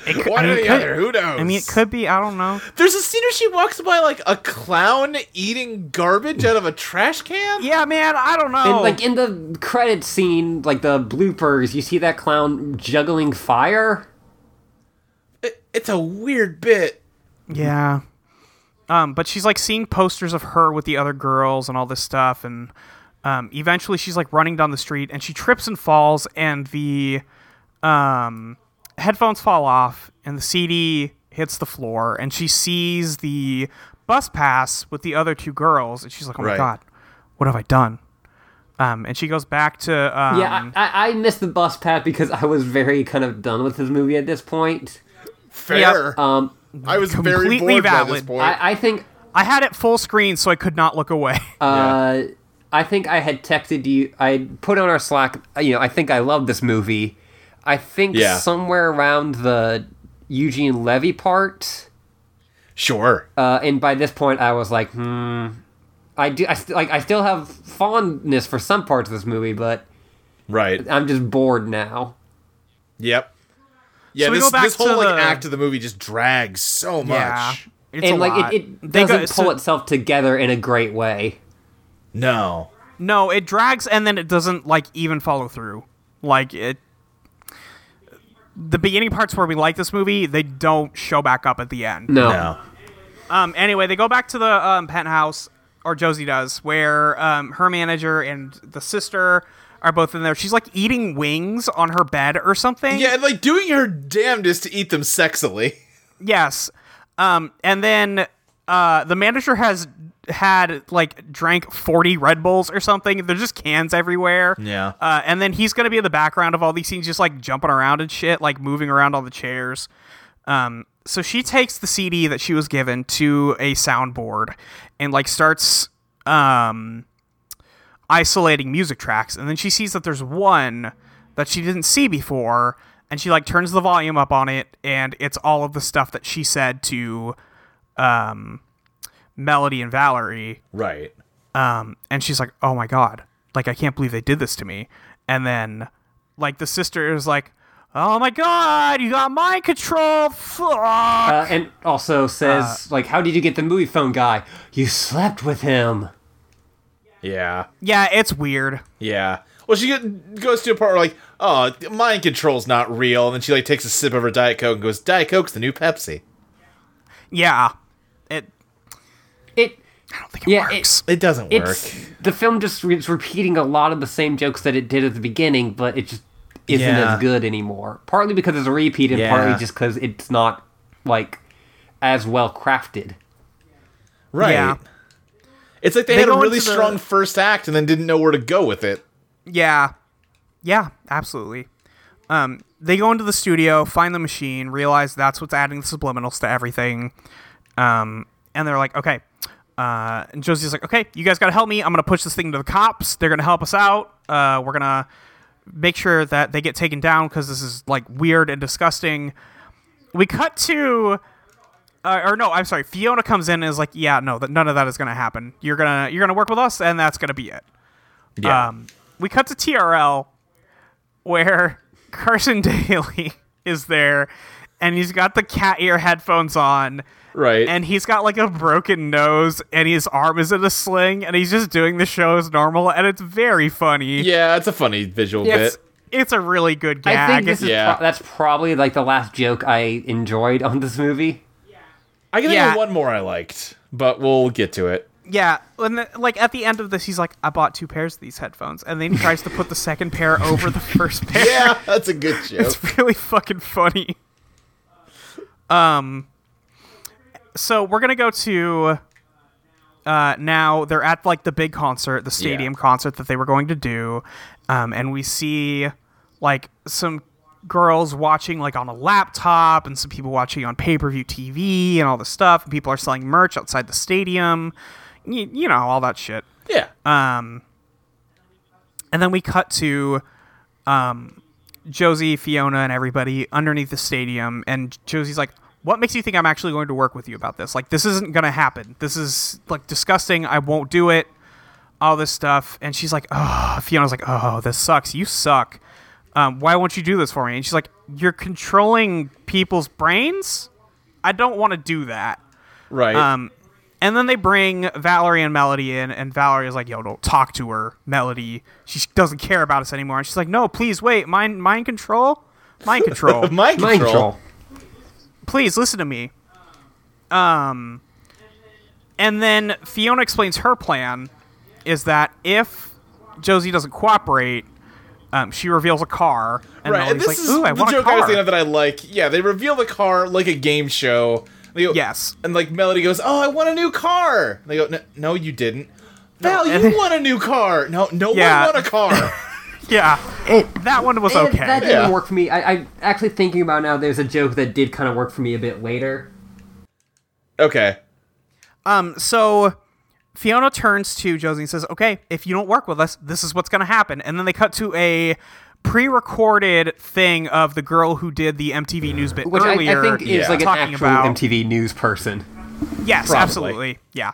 B: it, cou-
C: One
B: I mean,
C: or
B: it
C: the
B: could-
C: other. Who knows?
B: I mean, it could be. I don't know.
C: There's a scene where she walks by like a clown eating garbage out of a trash can.
B: Yeah, man. I don't know.
A: And like in the credit scene, like the bloopers, you see that clown juggling fire.
C: It- it's a weird bit.
B: Yeah. Um, but she's like seeing posters of her with the other girls and all this stuff, and um, eventually she's like running down the street and she trips and falls, and the um, headphones fall off, and the CD hits the floor, and she sees the bus pass with the other two girls, and she's like, "Oh my
C: Right.
B: god, what have I done?" Um, and she goes back to um,
A: Yeah, I, I, I missed the bus pat because I was very kind of done with this movie at this point.
C: Fair.
A: Um,
C: I was very
B: completely
C: bored by this
B: valid.
C: point.
A: I, I think
B: I had it full screen, so I could not look away.
A: Uh, I think I had texted you. I had put on our Slack. uh, You know, I think I love this movie. I think
C: Yeah.
A: somewhere around the Eugene Levy part,
C: sure.
A: uh, and by this point, I was like, hmm. I do. I st- like. I still have fondness for some parts of this movie, but
C: right.
A: I'm just bored now.
C: Yep. Yeah,
B: So we
C: this,
B: go back
C: this
B: to
C: whole like
B: the-
C: act of the movie just drags so much.
B: It's a
A: and like,
B: lot.
A: it, it
B: They
A: doesn't
B: go-
A: pull
B: so-
A: itself together in a great way.
C: No.
B: No, it drags and then it doesn't like even follow through. Like it the beginning parts where we like this movie, they don't show back up at the end.
A: No.
C: No.
B: Um anyway, they go back to the um, penthouse or Josie does, where um, her manager and the sister are both in there. She's like eating wings on her bed or something.
C: Yeah, and like doing her damnedest to eat them sexily.
B: Yes. Um, and then uh, the manager has had like drank 40 Red Bulls or something. There's just cans everywhere.
C: Yeah.
B: Uh, and then he's going to be in the background of all these scenes, just like jumping around and shit, like moving around on the chairs. Um, so she takes the CD that she was given to a soundboard and like starts um, isolating music tracks, and then she sees that there's one that she didn't see before, and she like turns the volume up on it, and it's all of the stuff that she said to um, Melody and Valerie,
C: Right.
B: um, and she's like, "Oh my god! Like I can't believe they did this to me." And then, like the sister is like, "Oh my god, you got mind control!" Fuck.
A: Uh, and also says, like, how did you get the movie phone guy? You slept with him.
C: Yeah.
B: yeah, it's weird.
C: Yeah. Well, she get, goes to a part where like, oh, mind control's not real, and then she like takes a sip of her diet coke and goes, "Diet Coke's the new Pepsi."
B: Yeah, it.
A: It
B: I don't think it
A: Yeah, it-
B: works.
C: It doesn't work.
A: it's the film just re- is repeating a lot of the same jokes that it did at the beginning, but it just isn't
C: Yeah.
A: as good anymore. Partly because it's a repeat, and partly
C: Yeah.
A: just because it's not like as well crafted.
C: right.
B: Yeah.
C: It's like they,
B: They
C: had a
B: go
C: really
B: into the-
C: strong first act and then didn't know where to go with it.
B: Yeah. Yeah, absolutely. Um, they go into the studio, find the machine, realize that's what's adding the subliminals to everything. Um, and they're like, okay. Uh, and Josie's like, okay, you guys got to help me. I'm going to push this thing to the cops. They're going to help us out. Uh, we're going to make sure that they get taken down because this is like weird and disgusting. We cut to. Uh, or no, I'm sorry. Fiona comes in and is like, "Yeah, no, that none of that is gonna happen. You're gonna you're gonna work with us, and that's gonna be it."
C: Yeah.
B: um, we cut to TRL where Carson Daly is there and he's got the cat ear headphones on
C: right.
B: and he's got like a broken nose and his arm is in a sling and he's just doing the show as normal and it's very funny.
C: yeah, it's a funny visual
A: Yes.
C: bit.
B: It's a really good
A: I
B: gag.
A: think this is
C: Yeah.
A: pro- that's probably like the last joke I enjoyed on this movie.
C: I can think
B: Yeah.
C: of one more I liked, but we'll get to it.
B: yeah, and then, like at the end of this he's like I bought two pairs of these headphones and then he tries to put the second pair over the first pair.
C: Yeah, that's a good joke.
B: It's really fucking funny. Um, so we're gonna go to. Uh, now they're at like the big concert, the stadium concert that they were going to do, um, and we see like some girls watching like on a laptop and some people watching on pay-per-view TV and all this stuff. And people are selling merch outside the stadium, y- you know, all that shit.
C: yeah.
B: Uh, And then we cut to um, Josie, Fiona, and everybody underneath the stadium. And Josie's like, What makes you think I'm actually going to work with you about this? Like, this isn't going to happen. This is like disgusting. I won't do it. All this stuff. And she's like, Oh, Fiona's like, Oh, this sucks. You suck. Um, why won't you do this for me? And she's like, You're controlling people's brains? I don't want to do that.
C: right.
B: Um, and then they bring Valerie and Melody in, and Valerie is like, "Yo, don't talk to her, Melody. She doesn't care about us anymore." And she's like, "No, please wait. Mind, mind control, mind control.
C: mind control.
A: Mind control.
B: please listen to me." Um, and then Fiona explains her plan is that if Josie doesn't cooperate, um, she reveals a car, and
C: Right. and
B: Melody's
C: this
B: like,
C: is
B: "Ooh, I
C: the
B: want a
C: joke
B: car."
C: I was thinking of that I like. Yeah, they reveal the car like a game show. They go-
B: Yes.
C: And like Melody goes, "Oh, I want a new car." They go, "No, no you didn't." Val,
B: and
C: you
B: then-
C: want a new car? No, no
B: Yeah.
C: one won a car.
B: yeah,
A: It,
B: that one was
A: And
B: okay.
A: That didn't
C: Yeah.
A: work for me. I, I actually thinking about now. There's a joke that did kind of work for me a bit later.
C: okay.
B: Um, so Fiona turns to Josie and says, "Okay, if you don't work with us, this is what's going to happen." And then they cut to a pre-recorded thing of the girl who did the MTV news bit
A: Which I-
B: earlier.
A: I, think is
C: yeah.
A: like an
B: talking
A: actual
B: about-
A: MTV news person.
B: yes,
C: probably.
B: absolutely, yeah.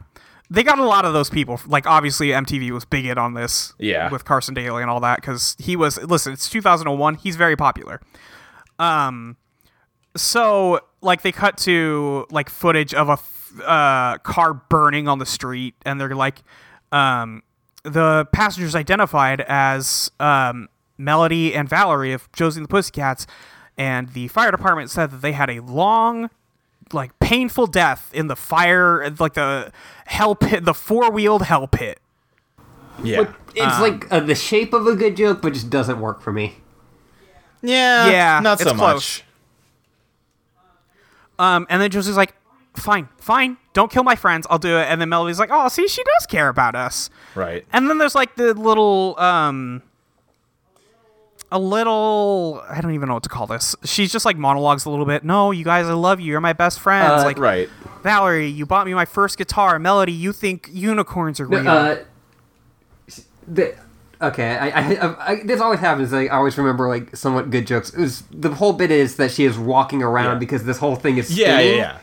B: They got a lot of those people. Like obviously, MTV was big in on this.
C: Yeah.
B: with Carson Daly and all that because he was. Listen, it's 2001. He's very popular. Um, so like they cut to like footage of a f- uh, car burning on the street and they're like um, the passengers identified as um, melody and valerie of josie and the pussycats and the fire department said that they had a long like painful death in the fire like the hell pit the four-wheeled hell pit
C: Yeah.
A: It's like uh, the shape of a good joke, but just doesn't work for me.
C: yeah.
B: Yeah,
C: Not so
B: it's close.
C: much.
B: Um, and then Josie's like, fine, fine, don't kill my friends, I'll do it. And then Melody's like, oh, see, she does care about us.
C: Right.
B: And then there's like the little, um, a little, I don't even know what to call this. She's just like monologues a little bit. No, you guys, I love you. You're my best friends.
A: Uh,
B: like,
C: Right.
B: Valerie, you bought me my first guitar. Melody, you think unicorns are real.
A: Uh, the, okay, I, I, I, I this always happens. I always remember like somewhat good jokes. It was the whole bit is that she is walking around
C: Yeah.
A: because this whole thing is
C: Yeah, yeah,
A: spinning.
C: yeah.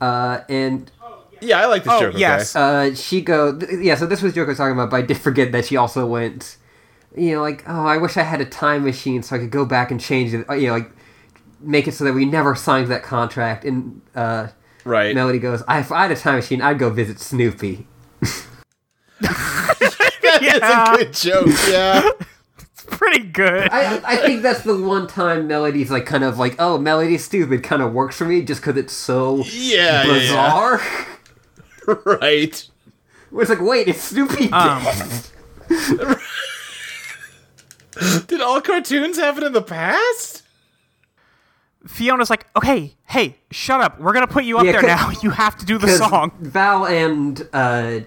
A: Uh, and
C: Yeah, I like this
B: Oh,
C: joke.
B: yes.
C: Okay.
A: uh, she go th- yeah. So this was joke I was talking about, but I did forget that she also went. You know, like oh, I wish I had a time machine so I could go back and change it. You know, like make it so that we never signed that contract. And uh,
C: Right.
A: Melody goes, I, if I had a time machine, I'd go visit Snoopy.
C: That is
B: Yeah.
C: a good joke. Yeah.
B: Pretty good.
A: I, I think that's the one time Melody's like kind of like, oh, Melody's stupid kind of works for me just because it's so
C: Yeah. yeah, yeah.
A: bizarre.
C: Right.
A: it's like, wait, it's Snoopy.
B: Um,
C: Did all cartoons happen in the past?
B: Fiona's like, okay, hey, shut up. We're gonna put you up
A: Yeah,
B: there
A: c-
B: now. You have to do the
A: 'Cause
B: song.
A: Val and uh,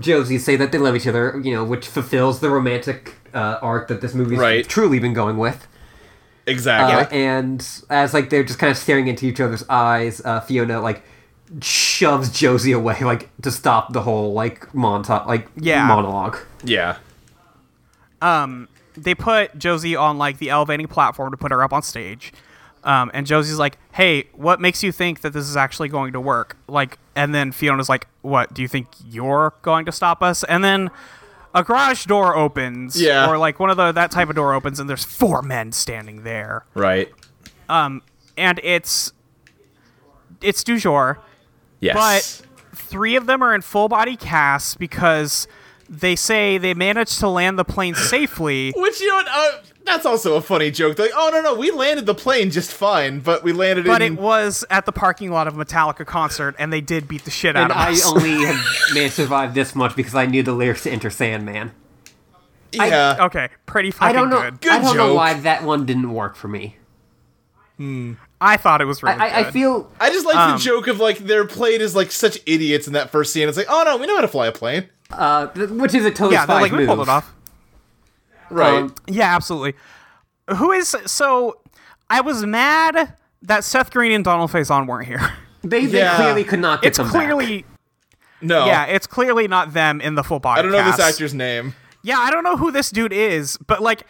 A: Josie say that they love each other, you know, which fulfills the romantic uh, arc that this movie's
C: Right.
A: truly been going with. Uh,
C: Exactly.
A: and as like they're just kind of staring into each other's eyes, uh, Fiona like shoves Josie away, like to stop the whole like montage, like
B: Yeah.
A: monologue.
C: yeah.
B: They put Josie on like the elevating platform to put her up on stage. Um, and Josie's like, hey, what makes you think that this is actually going to work? Like, and then Fiona's like, what? Do you think you're going to stop us? And then a garage door opens,
C: Yeah.
B: or like one of the that type of door opens, and there's four men standing there.
C: Right.
B: and it's it's du jour.
C: Yes.
B: Three of them are in full body casts because they say they managed to land the plane safely.
C: Which you know, what, uh, that's also a funny joke. They're like, oh no, no, we landed the plane just fine, but we landed
B: But
C: in.
B: it was at the parking lot of Metallica concert, and they did beat the shit out
A: And
B: of
A: I
B: us.
A: only have managed to survive this much because I knew the lyrics to Enter Sandman.
C: yeah.
B: okay, pretty fucking
A: I don't know.
B: good.
C: Good
A: I don't know
C: joke.
A: why that one didn't work for me.
B: I thought it was really
A: I, I
B: good.
A: feel
C: I just like
B: um,
C: the joke of like they're played as like such idiots in that first scene. It's like, oh no, we know how to fly a plane.
A: uh, th- which is a totally
B: yeah, they're
A: fine
B: like we
A: move.
B: pulled it off.
C: Right.
A: Um,
B: Yeah, absolutely. Who is so? I was mad that Seth Green and Donald Faison weren't here.
A: They, they
C: Yeah.
A: clearly could not get
B: It's
A: them back. Oh.
B: clearly
C: no.
B: yeah, it's clearly not them in the full body.
C: I don't know this
B: cast.
C: actor's name.
B: Yeah, I don't know who this dude is, but like,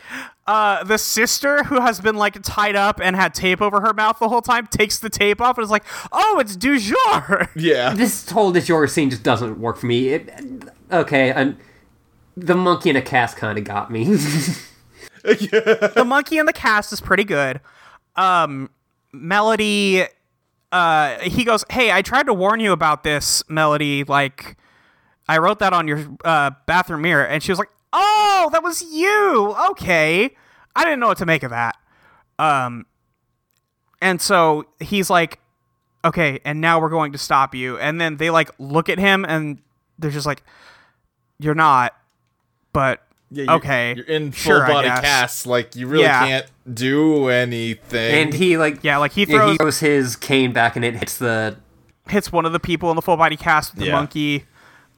B: uh, the sister who has been like tied up and had tape over her mouth the whole time takes the tape off and is like, "Oh, it's du jour."
C: Yeah.
A: this whole this your scene just doesn't work for me. It, okay, i the monkey in a cast kind of got me.
B: the monkey in the cast is pretty good. Um, Melody, uh, he goes, "Hey, I tried to warn you about this, Melody. Like, I wrote that on your uh, bathroom mirror," and she was like, "Oh, that was you. Okay, I didn't know what to make of that." Um, and so he's like, "Okay, and now we're going to stop you." And then they like look at him, and they're just like, "You're not." But
C: Yeah, you're-
B: okay,
C: You're in full
B: Sure, I
C: body
B: guess.
C: casts. Like you really
B: Yeah.
C: can't do anything.
A: and he like
B: yeah, like he
A: yeah,
B: throws
A: he throws his cane back and it hits the
B: hits one of the people in the full body cast with the
C: Yeah.
B: monkey.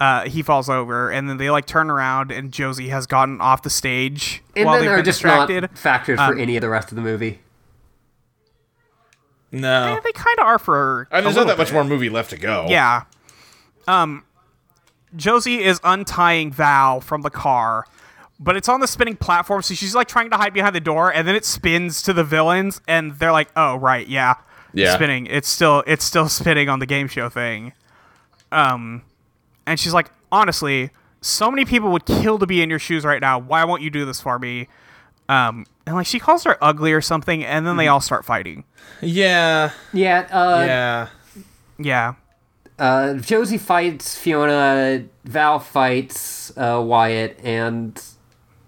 B: Uh, he falls over, and then they like turn around, and Josie has gotten off the stage
A: and
B: while
A: then
B: they've
A: are
B: been
A: just
B: distracted. Um,
A: not factored for any of the rest of the movie.
B: Eh,
C: no.
B: they kind of are for.
C: I mean,
B: a
C: there's not
B: little
C: that much
B: bit.
C: more movie left to go.
B: Yeah. Um, Josie is untying Val from the car, but it's on the spinning platform, so she's like trying to hide behind the door, and then it spins to the villains, and they're like, "Oh right, yeah,
C: Yeah.
B: spinning. It's still it's still spinning on the game show thing." Um, and she's like, "Honestly, so many people would kill to be in your shoes right now. Why won't you do this for me?" Um, and like she calls her ugly or something, and then they all start fighting.
C: Yeah.
A: Yeah, uh,
C: Yeah.
B: Yeah.
A: uh, Josie fights Fiona, Val fights uh, Wyatt, and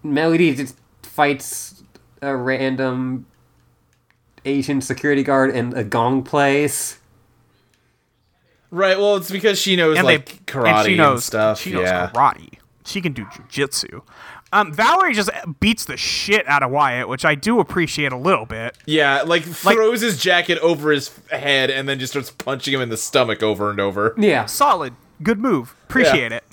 A: Melody just fights a random Asian security guard, and a gong plays.
C: Right. Well, it's because she knows
B: and
C: like
B: they
C: karate
B: and she knows
C: stuff.
B: She knows
C: yeah.
B: karate. She can do jujitsu. Um, Valerie just beats the shit out of Wyatt, which I do appreciate a little bit.
C: Yeah. Like throws his jacket over his f- head and then just starts punching him in the stomach over and over.
A: Yeah,
B: Solid, good move. Appreciate it.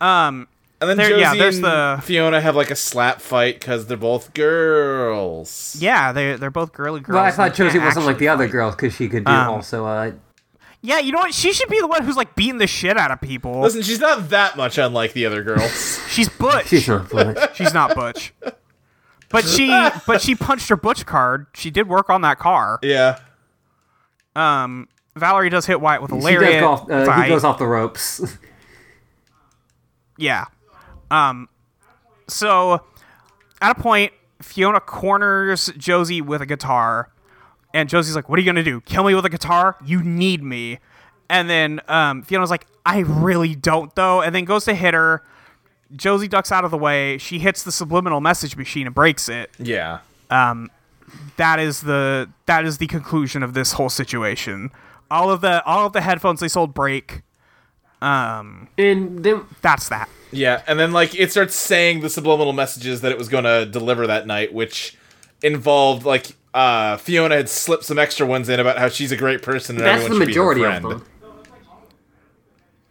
C: And then
B: There-
C: Josie
B: yeah, there's
C: and
B: the-
C: Fiona have like a slap fight because they're both girls.
B: Yeah, they they're both girly girls.
A: Well, I
B: and
A: thought
B: they can't
A: Josie wasn't like
B: actually
A: the other
B: fight. Um,
A: girls because she could do also. Uh,
B: Yeah, you know what? She should be the one who's like beating the shit out of people.
C: Listen, she's not that much unlike the other girls.
B: She's Butch.
A: She's not Butch.
B: She's not Butch. But she but she punched her Butch card. She did work on that car. Um,
C: Yeah.
B: Valerie does hit White with a
A: She
B: lariat.
A: does go off,
B: It's
A: uh,
B: all
A: he
B: right.
A: goes off the ropes.
B: Yeah. Um so at a point Fiona corners Josie with a guitar and Josie's like, "What are you going to do? Kill me with a guitar? You need me." And then um Fiona's like, "I really don't though." And then goes to hit her. Josie ducks out of the way. She hits the subliminal message machine and breaks it.
C: Yeah.
B: that is the that is the conclusion of this whole situation. All of the all of the headphones they sold break.
A: and then
B: That's that.
C: Yeah, and then like it starts saying the subliminal messages that it was going to deliver that night, which involved like uh, Fiona had slipped some extra ones in about how she's a great person and
A: that's the
C: everyone should
A: majority
C: be her
A: of
C: friend.
A: them.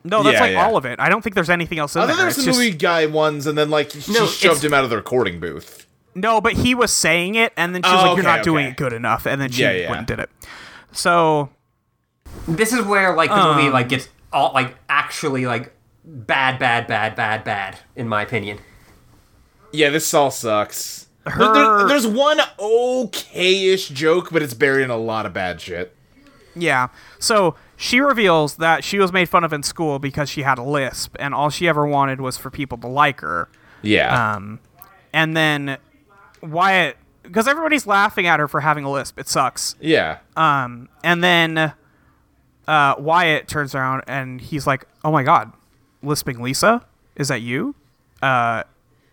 B: No, that's
C: Yeah,
B: like
C: yeah.
B: all of it. I don't think there's anything else in
C: Other
B: there.
C: than
B: It's
C: some
B: just-
C: movie guy ones, and then like she
A: No,
C: shoved
A: it's-
C: him out of the recording booth.
B: No, but he was saying it, and then she was
C: Oh,
B: like, "You're
C: okay,
B: not doing
C: okay.
B: it good enough," and then she
C: Yeah, yeah.
B: went and did it. So
A: This is where like the movie
B: Um,
A: like gets all like actually like bad, bad, bad, bad, bad. In my opinion,
C: Yeah, this all sucks. There- there-
B: Her-
C: there's one okay-ish joke, but it's buried in a lot of bad shit.
B: yeah, so she reveals that she was made fun of in school because she had a lisp, and all she ever wanted was for people to like her.
C: Yeah,
B: And then Wyatt, because everybody's laughing at her for having a lisp, it sucks.
C: yeah,
B: And then uh, Wyatt turns around and he's like, "Oh my god, lisping Lisa, is that you?" Uh,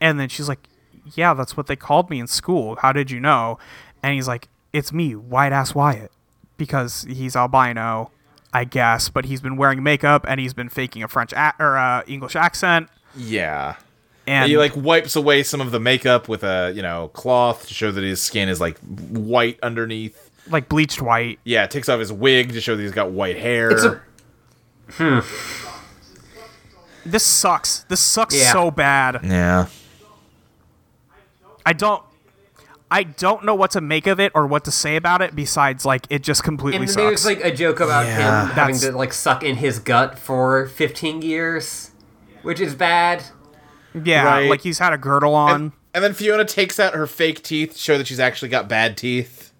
B: and then she's like, "Yeah, that's what they called me in school. How did you know?" And he's like, "It's me, white ass Wyatt, because he's albino, I guess, but he's been wearing makeup and he's been faking a French a- or uh, English accent."
C: yeah.
B: And
C: he like wipes away some of the makeup with a you know cloth to show that his skin is like white underneath.
B: like bleached white.
C: Yeah, takes off his wig to show that he's got white hair.
A: It's a-
B: This sucks. This sucks
A: Yeah.
B: so bad.
C: yeah.
B: I don't I don't know what to make of it or what to say about it besides like it just completely
A: and
B: sucks.
A: there's like a joke about
C: Yeah.
A: him having to
B: That's-
A: like suck in his gut for 15 years, which is bad.
B: yeah,
C: Right.
B: like he's had a girdle on.
C: And then Fiona takes out her fake teeth to show that she's actually got bad teeth.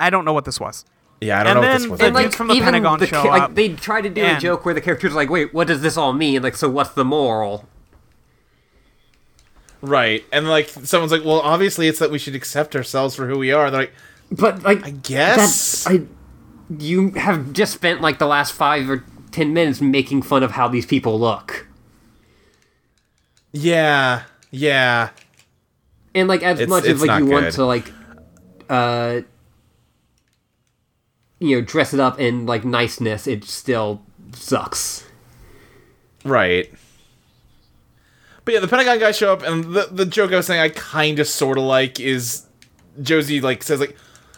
B: I don't know what this was.
C: Yeah, I don't
B: And
C: know
B: then-
C: what
B: and
C: this
A: And
C: was.
A: like
B: dudes from the
A: even
B: Pentagon
A: the
B: show
A: ki-
B: up
A: like they try to do
B: and-
A: a joke where the characters like, wait, what does this all mean? Like, so what's the moral?
C: right. And like someone's like, well, obviously it's that we should accept ourselves for who we are. And they're like,
A: But like, I
C: guess?
A: I you have just spent like the last five or ten minutes making fun of how these people look,
C: yeah, yeah.
A: and like as
C: It's-
A: much
C: it's
A: as like
C: not
A: you
C: good.
A: want to like, uh, you know, dress it up in like niceness, it still sucks.
C: Right. But yeah, the Pentagon guys show up, and the the joke I was saying I kind of sort of like is Josie like says like,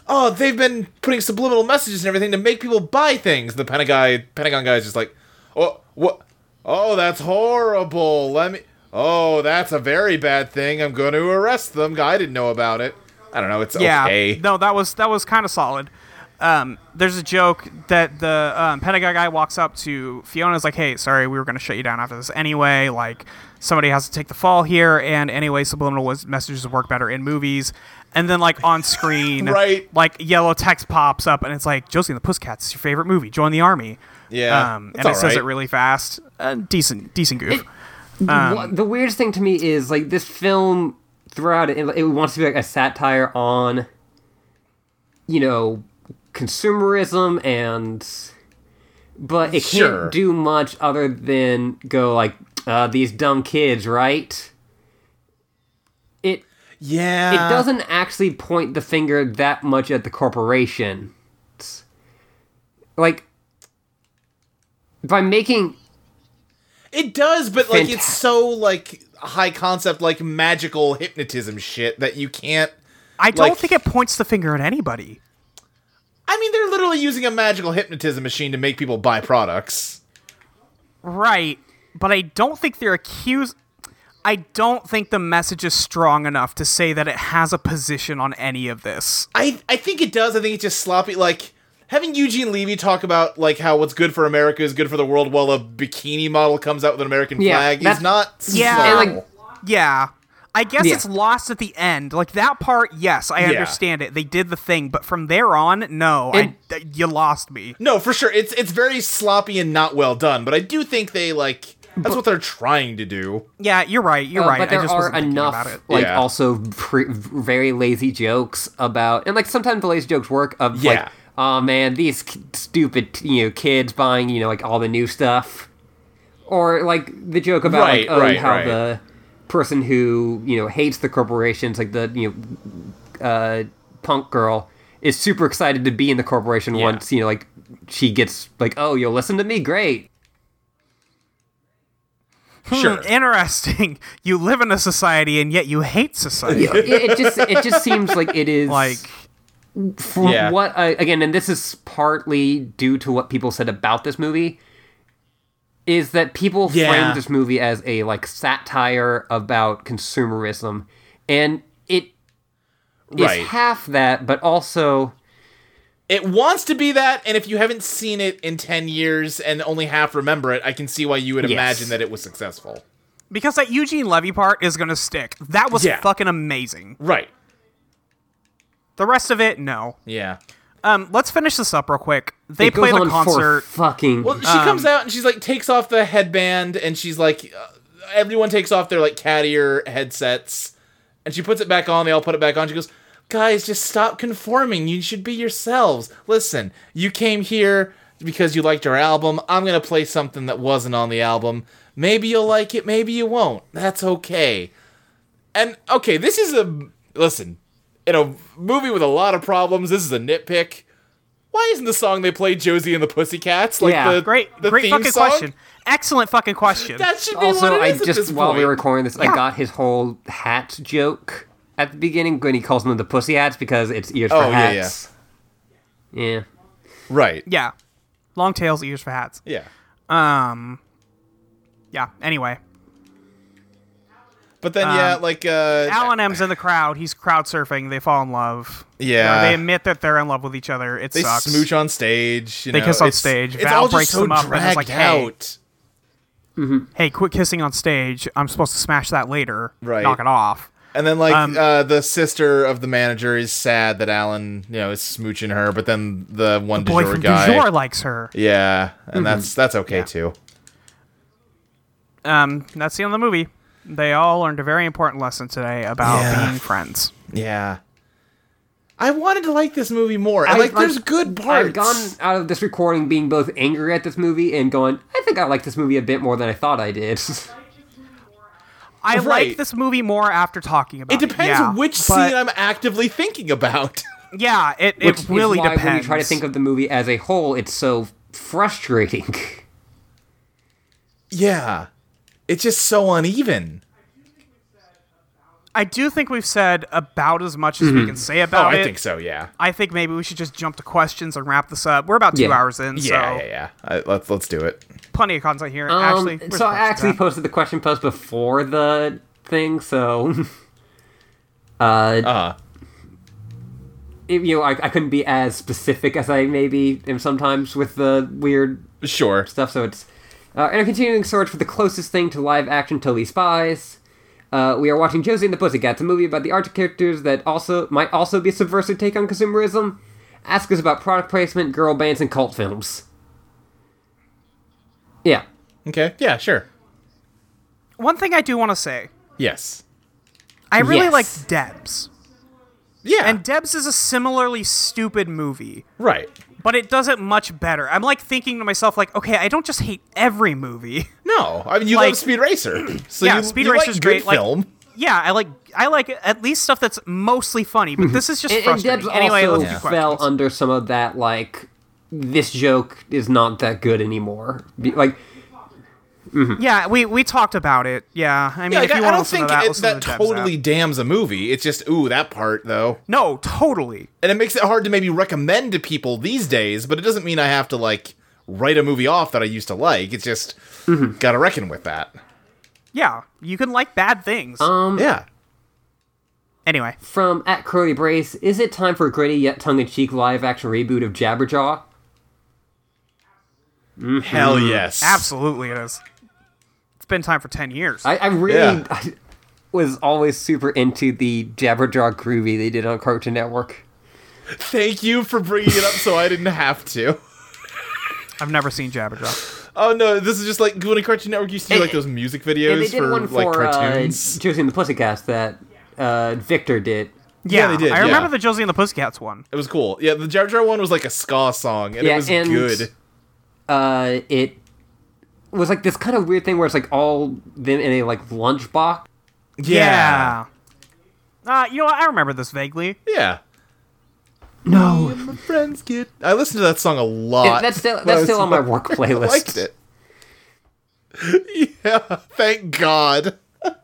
C: oh they've been putting subliminal messages and everything to make people buy things. The Pentagon Pentagon guys just like, oh what, oh that's horrible. Let me. Oh, that's a very bad thing. I'm going to arrest them. I didn't know about it. I don't know. It's
B: Yeah.
C: okay.
B: No, that was that was kind of solid. Um, there's a joke that the um, Pentagon guy walks up to Fiona's like, "Hey, sorry, we were going to shut you down after this anyway. Like, somebody has to take the fall here, and anyway, subliminal was- messages work better in movies." And then, like on screen,
C: Right.
B: Like yellow text pops up, and it's like, "Josie and the Pussycats is your favorite movie. Join the army."
C: Yeah,
B: um,
C: that's
B: and it says
C: alright.
B: it really fast. Uh, decent, decent goof.
A: Wha- the weirdest thing to me is like this film throughout it, it wants to be like a satire on, you know, consumerism and, but it
C: Sure.
A: can't do much other than go like uh, these dumb kids, right? It
C: Yeah.
A: it doesn't actually point the finger that much at the corporation. Like by making
C: It does, but like it's
A: Fantas-
C: so like high concept, like magical hypnotism shit that you can't.
B: I don't
C: like-
B: think it points the finger at anybody.
C: I mean, they're literally using a magical hypnotism machine to make people buy products.
B: Right, but I don't think they're accused. I don't think the message is strong enough to say that it has a position on any of this.
C: I I think it does. I think it's just sloppy. Like, having Eugene Levy talk about like how what's good for America is good for the world while a bikini model comes out with an American
A: Yeah,
C: flag is
A: that's-
C: not
B: Yeah.
C: subtle.
A: And, like,
B: Yeah. I guess
A: Yeah.
B: it's lost at the end. Like that part, yes, I understand it. They did the thing, but from there on, no, I, you lost me.
C: no, for sure. It's it's very sloppy and not well done, but I do think they like that's what they're trying to do.
B: Yeah, you're right. You're
A: Uh,
B: right.
A: But there
B: I just
A: are
B: wasn't thinking
A: enough,
B: about it.
A: like,
C: Yeah.
A: also pre- very lazy jokes about, and like sometimes the lazy jokes work of
C: Yeah.
A: like, oh man, these k- stupid you know kids buying you know like all the new stuff, or like the joke about
C: Right,
A: like oh
C: right,
A: how
C: right.
A: the person who you know hates the corporations like the you know uh, punk girl is super excited to be in the corporation once you know like she gets like oh you'll listen to me great
C: Sure.
B: Interesting. You live in a society and yet you hate society.
A: it, it just it just seems like it is
B: Like
A: from
C: Yeah.
A: what I, again and this is partly due to what people said about this movie is that people
C: Yeah.
A: framed this movie as a like satire about consumerism and it is
C: Right.
A: half that but also
C: It wants to be that, and if you haven't seen it in ten years and only half remember it, I can see why you would
A: Yes.
C: imagine that it was successful.
B: because that Eugene Levy part is gonna stick. That was
C: Yeah.
B: fucking amazing.
C: Right.
B: The rest of it, no.
C: Yeah.
B: Um, let's finish this up real quick. They
A: it goes
B: play the
A: on for
B: concert.
A: fucking
C: Well, she comes out and she's like takes off the headband and she's like, uh, everyone takes off their like cat ear headsets, and she puts it back on. They all put it back on. She goes, guys, just stop conforming. You should be yourselves. Listen, you came here because you liked our album. I'm gonna play something that wasn't on the album. Maybe you'll like it. Maybe you won't. That's okay. And okay, this is a listen. In a movie with a lot of problems, this is a nitpick. Why isn't the song they play Josie and the Pussycats like
A: Yeah.
C: the
B: Great,
C: the
B: great
C: theme
B: fucking
C: song?
B: question. Excellent fucking question.
C: That should be
A: also
C: what it
A: i
C: is at
A: just
C: this
A: while we
C: point.
A: were recording this i got his whole hat joke at the beginning when he calls them the pussy hats because it's ears for
C: Oh, yeah, yeah.
A: hats yeah, yeah.
C: right.
B: yeah. Long tails, ears for hats.
C: Yeah.
B: Um. Yeah. Anyway,
C: But then
B: Um,
C: yeah, like uh
B: Alan M's in the crowd. He's crowd surfing. They fall in love.
C: Yeah.
B: Or they admit that they're in love with each other. It
C: they
B: sucks.
C: smooch on stage. You
B: They
C: know,
B: kiss on
C: it's-
B: stage.
C: It's
B: Val
C: all just
B: breaks
C: so
B: them up and is
C: dragged
B: like, hey.
C: out.
B: Hey, quit kissing on stage. I'm supposed to smash that later.
C: Right.
B: Knock it off.
C: And then like
B: Um,
C: uh, the sister of the manager is sad that Alan you know is smooching her, but then the one
B: Boy
C: du jour
B: from Mm-hmm.
C: guy.
B: du jour likes her.
C: Yeah, and that's that's okay too.
B: Um, that's the end of the movie. They all learned a very important lesson today about
C: Yeah.
B: being friends.
C: Yeah. I wanted to like this movie more. And
A: I-
C: like,
A: like,
C: there's good parts.
A: I've gone out of this recording being both angry at this movie and going, I think I like this movie a bit more than I thought I did.
B: I
C: Right.
B: like this movie more after talking about
C: it
B: it.
C: depends
B: yeah,
C: which
B: but-
C: scene I'm actively thinking about.
B: Yeah, it,
A: Which
B: it
A: is
B: really
A: why
B: depends.
A: when you try to think of the movie as a whole, it's so frustrating.
C: yeah. It's just so uneven.
B: I do think we've said about as much as we
A: Mm-hmm.
B: can say
C: Oh,
B: about it.
C: I think so, yeah.
B: I think maybe we should just jump to questions and wrap this up. We're about two
A: Yeah.
B: hours in, so
C: Yeah, yeah, yeah. I, let's let's do it.
B: plenty of content here.
A: Um,
B: actually,
A: so I actually
B: put
A: posted the question post before the thing, so uh,
C: Uh
A: it- you know, I, I couldn't be as specific as I maybe am sometimes with the weird
C: sure.
A: stuff. So it's uh, in a continuing search for the closest thing to live action Totally Spies. Uh, we are watching Josie and the Pussycats, a movie about the art characters that also might also be a subversive take on consumerism. Ask us about product placement, girl bands, and cult films. Yeah,
C: Okay. Yeah, sure.
B: one thing I do want to say.
C: Yes.
B: I really
A: Yes.
B: like Debs,
C: Yeah.
B: and Debs is a similarly stupid movie,
C: right.
B: but it does it much better. I'm like thinking to myself, like, okay, I don't just hate every movie.
C: No. I mean you
B: Like-
C: love Speed Racer. So
B: Yeah,
C: you,
B: Speed
C: you
B: Racer's
C: like
B: great,
C: good
B: like-
C: film.
B: yeah, I like I like at least stuff that's mostly funny, but this is just
A: Mm-hmm. and, and
B: frustrating.
A: Debs
B: anyway,
A: also
B: let's do
A: fell
B: questions.
A: under some of that like this joke is not that good anymore. Be- like
B: Yeah, we we talked about it. Yeah, I mean,
C: yeah,
B: if
C: like,
B: you
C: I, I
B: want to listen to
C: don't think
B: that,
C: it,
B: listen
C: that
B: to the Debs
C: totally
B: app.
C: damns a movie. It's just ooh, that part though.
B: No, totally.
C: and it makes it hard to maybe recommend to people these days but it doesn't mean i have to like write a movie off that i used to like it's just
A: Mm-hmm.
C: gotta reckon with that
A: Um,
C: Um,
B: Yeah, you can like bad things.
C: yeah
B: Anyway,
A: From at Curly Brace, is it time for a gritty yet tongue-in-cheek live-action reboot of Jabberjaw?
C: Hell oh,
A: Mm-hmm.
C: yes.
B: absolutely it is. It's been time for 10 years.
A: I, I really
C: Yeah.
A: I was always super into the Jabberjaw groovy they did on Cartoon Network.
C: Thank you for bringing it up so I didn't have to.
B: I've never seen Jabberjaw.
C: Oh no, this is just like when Cartoon Network used to do like those music videos
A: And they did
C: for,
A: one
C: like
A: for uh,
C: cartoons.
A: Josie and the Pussycats that uh, Victor did.
C: Yeah, they did,
B: I
C: yeah.
B: remember the Josie and the Pussycats one.
C: it was cool. Yeah, the Jar Jar one was like a ska song, and it
A: Yeah,
C: was
A: and-
C: good.
A: Uh, it was like this kind of weird thing where it's like all them in a like lunchbox.
C: Yeah.
B: Uh, you know what? I remember this vaguely.
C: Yeah.
A: No,
C: My friends get. I listened to that song a lot.
A: that's still
C: when I
A: that's still
C: was
A: on my
C: young.
A: work playlist.
C: I liked it. yeah. Thank God.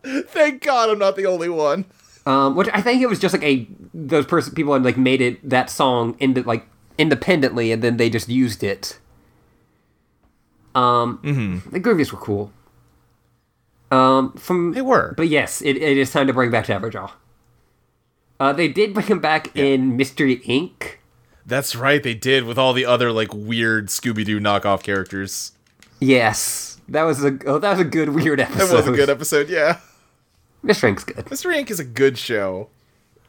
C: thank God I'm not the only one.
A: Um, which I think it was just like a those person people had like made it that song into like independently, and then they just used it. Um,
C: Mm-hmm.
A: the Groovies were cool. Um, from
C: They were.
A: but yes, it, it is time to bring back Jabberjaw. Uh, they did bring him back in Mystery Inc.
C: That's right. They did with all the other like weird Scooby Doo knockoff characters.
A: Yes, that was a oh, that was a good weird
C: That
A: episode.
C: was a good episode. Yeah.
A: Mystery Inc's good.
C: Mr. Ink is a good show.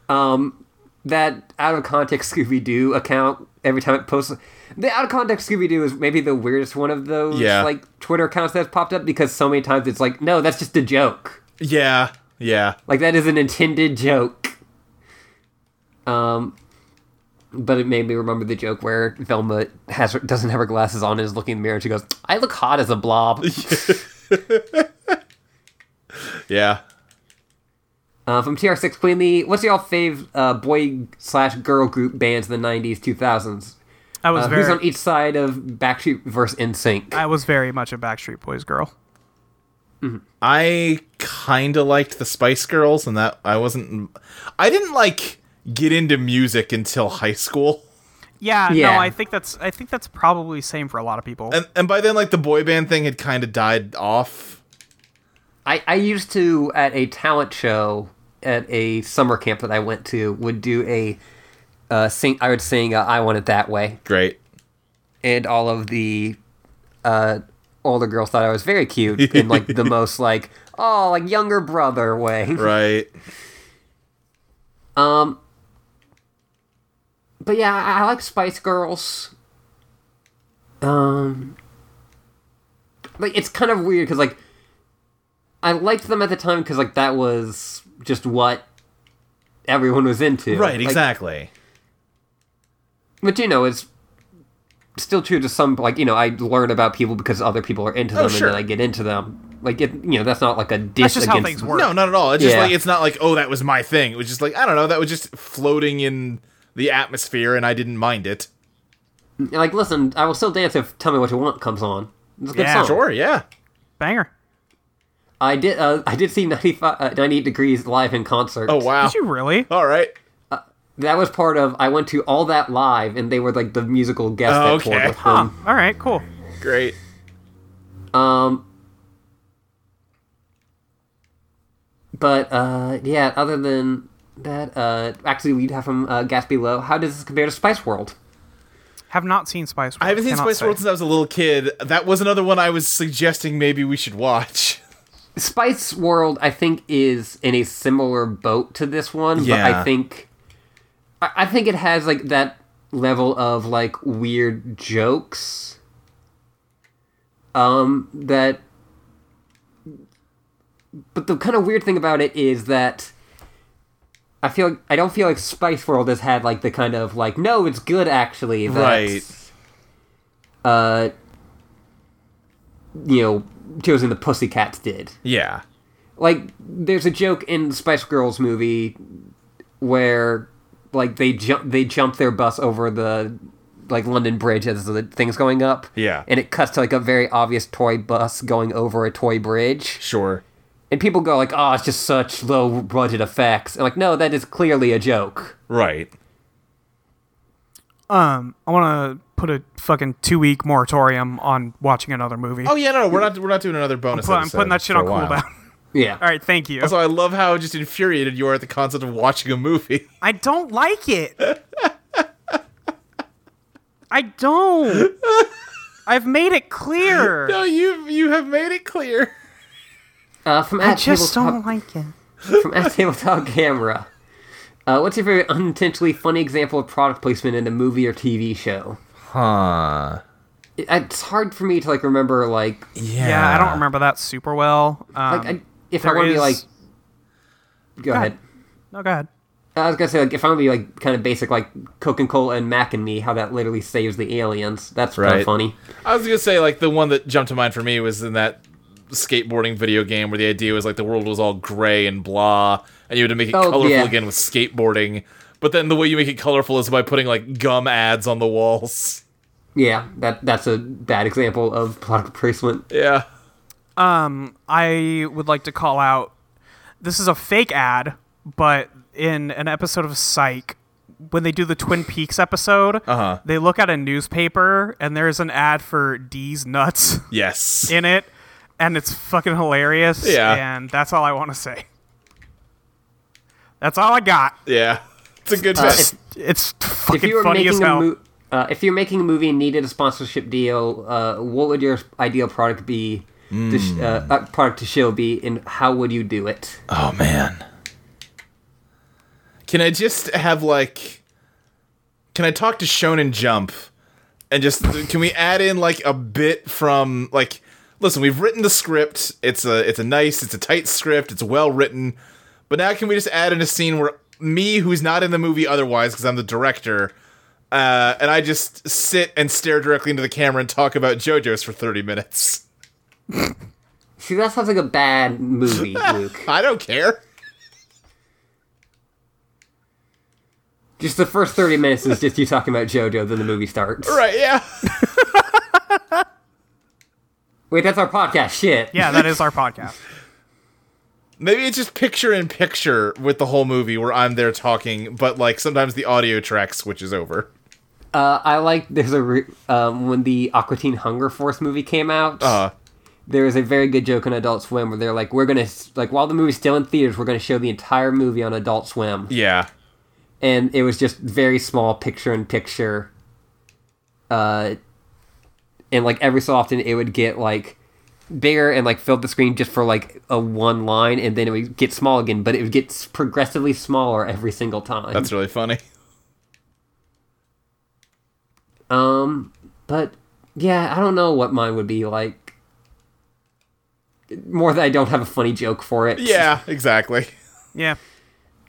A: that out of context Scooby Doo account every time it posts. The out of context Scooby Doo is maybe the weirdest one of those
C: Yeah.
A: like Twitter accounts that's popped up because so many times it's like, no, that's just a joke.
C: Yeah. Yeah.
A: Like that is an intended joke. Um, but it made me remember the joke where Velma has her, doesn't have her glasses on and is looking in the mirror and she goes, "I look hot as a blob."
C: Yeah.
A: uh, from TR6 Queenie, what's your all fave uh, boy slash girl group bands in the '90s, 2000s?
B: I was
A: Uh,
B: very
A: who's
C: E-
A: on each side of Backstreet versus NSYNC?
B: I was very much a Backstreet Boys girl.
C: I kind of liked the Spice Girls, and that I wasn't. I didn't like get into music until high school,
B: Yeah,
A: Yeah.
B: no, I think that's I think that's probably same for a lot of people.
C: and and by then like the boy band thing had kind of died off.
A: I, I used to at a talent show at a summer camp that I went to would do a uh, sing I would sing uh, I want it that way
C: Great.
A: and all of the uh, older girls thought I was very cute in like the most like oh like younger brother way
C: Right.
A: um but yeah I, I like Spice Girls um like it's kind of weird because like I liked them at the time because like that was just what everyone was into.
C: Right.
A: Like,
C: Exactly.
A: but you know, it's still true to some like you know I learn about people because other people are into them
C: sure.
A: and then I get into them. Like it, you know, that's not like a dish
B: Oh, that's just how
A: against.
B: things work.
C: no, not at all. It's just
A: Yeah.
C: like it's not like oh that was my thing. It was just like I don't know. That was just floating in the atmosphere, and I didn't mind it.
A: Like, listen, I will still dance if "Tell Me What You Want" comes on. It's a good
B: Yeah,
A: song.
C: Sure. Yeah.
B: Banger.
A: I did. Uh, I did see 95, uh, 98 degrees live in concert.
C: Oh wow.
B: Did you really?
C: All right.
A: That was part of. I went to all that live, and they were like the musical guest
C: Oh,
A: that toured
C: okay.
A: with
B: Huh.
A: them.
B: All right, cool.
C: Great.
A: Um, but uh, yeah. Other than that, uh, actually, we'd have from uh, Gatsby Low. How does this compare to Spice World?
B: Have not seen Spice World.
C: I haven't seen
B: cannot
C: Spice
B: say.
C: World since I was a little kid. That was another one I was suggesting maybe we should watch.
A: Spice World, I think, is in a similar boat to this one, but I
C: Yeah.
A: think, I, I think it has like that level of like weird jokes, um, that. But the kind of weird thing about it is that I feel like, I don't feel like Spice World has had like the kind of like no, it's good actually. that's, Uh, you know, chosen the Pussycats did
C: Yeah.
A: like there's a joke in the Spice Girls movie where like they jump they jump their bus over the like London Bridge as the thing's going up.
C: Yeah.
A: And it cuts to like a very obvious toy bus going over a toy bridge.
C: Sure.
A: And people go like, "Oh, it's just such low budget effects." And like, "No, that is clearly a joke."
C: Right.
B: Um, I want to put a fucking two week moratorium on watching another movie.
C: Oh yeah, no, we're not we're not doing another bonus.
B: Put- I'm
C: episode
B: putting that shit
C: for
B: on
C: a while.
B: cooldown.
A: Yeah.
B: All right, thank you.
C: Also, I love how just infuriated you are at the concept of watching a movie.
B: I don't like it. I don't. I've made it clear.
C: no, you you have made it clear.
A: Uh, from
B: I
A: at
B: just don't
A: tabletop,
B: like it.
A: from at tabletop camera. Uh, what's your favorite unintentionally funny example of product placement in a movie or TV show?
C: Huh.
A: It- It's hard for me to like remember like
C: Yeah.
B: Yeah, I don't remember that super well. Um,
A: like I, if I
B: there
A: want to be
B: is-
A: like go
B: ahead.
A: ahead.
B: no, go ahead.
A: I was gonna say like if I want to be like kind of basic like Coke and Cola and Mac and Me, how that literally saves the aliens. That's kind
C: Right.
A: of funny.
C: I was gonna say like the one that jumped to mind for me was in that skateboarding video game where the idea was like the world was all gray and blah, and you had to make it
A: Oh,
C: colorful
A: yeah.
C: again with skateboarding. But then the way you make it colorful is by putting like gum ads on the walls.
A: Yeah, that that's a bad example of product placement.
C: Yeah.
B: Um, I would like to call out. This is a fake ad, but in an episode of Psych, when they do the Twin Peaks episode,
C: Uh-huh.
B: they look at a newspaper and there's an ad for D's nuts
C: Yes.
B: in it, and it's fucking hilarious.
C: Yeah.
B: and that's all I want to say. That's all I got.
C: yeah. It's a good
A: Uh,
C: test.
A: if,
B: It's
A: if
B: fucking
A: you were
B: funny as
A: making a
B: hell.
A: mo- uh, if you're making a movie and needed a sponsorship deal, uh, what would your ideal product be? To sh-
B: Hmm.
A: uh, uh, product to show be, and how would you do it?
B: Uh.
C: Oh man. Can I just have like can I talk to Shonen Jump and just can we add in like a bit from like listen, we've written the script. It's a it's a nice, it's a tight script, it's well written. But now can we just add in a scene where me who's not in the movie otherwise because I'm the director uh, and I just sit and stare directly into the camera and talk about JoJo's for 30 minutes.
A: See, that sounds like a bad movie, Luke.
C: I don't care.
A: Just the first thirty minutes is just you talking about JoJo, then the movie starts.
C: Right, yeah.
A: Wait, that's our podcast. Shit.
B: yeah, that is our podcast.
C: Maybe it's just picture in picture with the whole movie where I'm there talking, but like sometimes the audio track switches over.
A: Uh, I like there's a re- um, when the Aqua Teen Hunger Force movie came out.
C: Uh,
A: there is a very good joke on Adult Swim where they're like, we're gonna s- like while the movie's still in theaters, we're gonna show the entire movie on Adult Swim,
C: yeah.
A: and it was just very small picture in picture. Uh, and like every so often, it would get like bigger and like filled the screen just for like a one line, and then it would get small again, but it would get s- progressively smaller every single time.
C: That's really funny.
A: Um, but yeah, I don't know what mine would be like. More that I don't have a funny joke for it.
C: Yeah, exactly.
B: Yeah,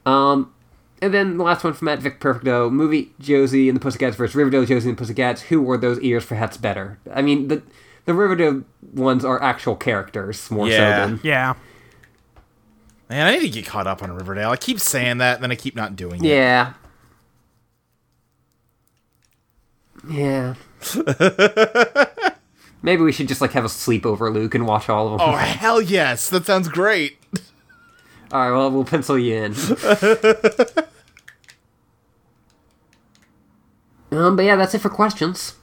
A: Um, and then the last one from Matt Vic Perfecto movie Josie and the Pussycats versus Riverdale Josie and the Pussycats. Who wore those ears for hats better? I mean the the Riverdale ones are actual characters more
C: Yeah.
A: so than
B: yeah.
C: Man, I need to get caught up on Riverdale. I keep saying that, then I keep not doing it.
A: yeah yeah. Maybe we should just like have a sleepover, Luke, and watch all of them.
C: Oh, hell yes. That sounds great.
A: All right, well, we'll pencil you in. um, but yeah, that's it for questions.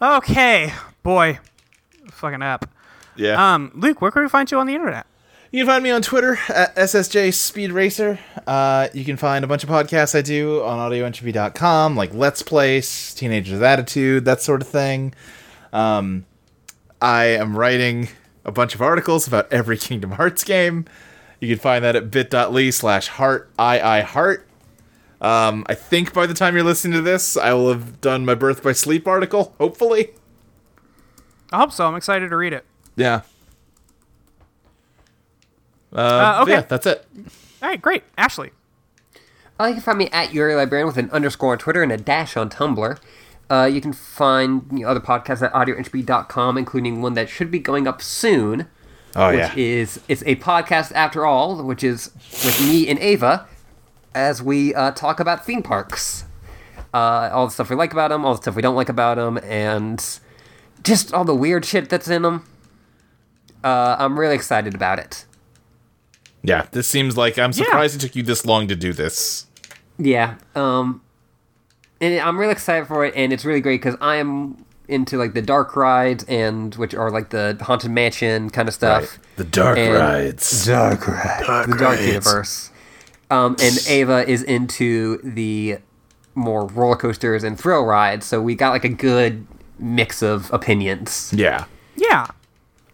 B: Okay, boy, fucking up.
C: Yeah.
B: Um, Luke, where can we find you on the internet?
C: You can find me on Twitter at SSJ Speed Racer. Uh, you can find a bunch of podcasts I do on audioentropy.com, like Let's Place, Teenagers Attitude, that sort of thing. Um, I am writing a bunch of articles about every Kingdom Hearts game. You can find that at bit.ly slash heart heart. Um, I think by the time you're listening to this, I will have done my Birth by Sleep article, hopefully.
B: I hope so. I'm excited to read it.
C: Yeah. Uh,
B: okay.
C: Yeah, that's it.
B: All right, great, Ashley.
A: Uh, you can find me at Yuri Librarian with an underscore on Twitter and a dash on Tumblr. Uh, you can find you know, other podcasts at audioentropy.com, including one that should be going up soon,
C: Oh,
A: which is it's a podcast after all, which is with me and Ava, as we uh, talk about theme parks, uh, all the stuff we like about them, all the stuff we don't like about them, and just all the weird shit that's in them. Uh, I'm really excited about it.
C: Yeah, this seems like I'm surprised it took you this long to do this.
A: Yeah. Um, and I'm really excited for it, and it's really great because I am into like the dark rides and which are like the haunted mansion kind of
C: Uh,
A: stuff.
D: The dark
A: And-
D: rides.
A: Dark rides. the dark
D: rides.
A: universe. Um, and Ava is into the more roller coasters and thrill rides, so we got like a good mix of opinions.
D: Yeah.
B: Yeah.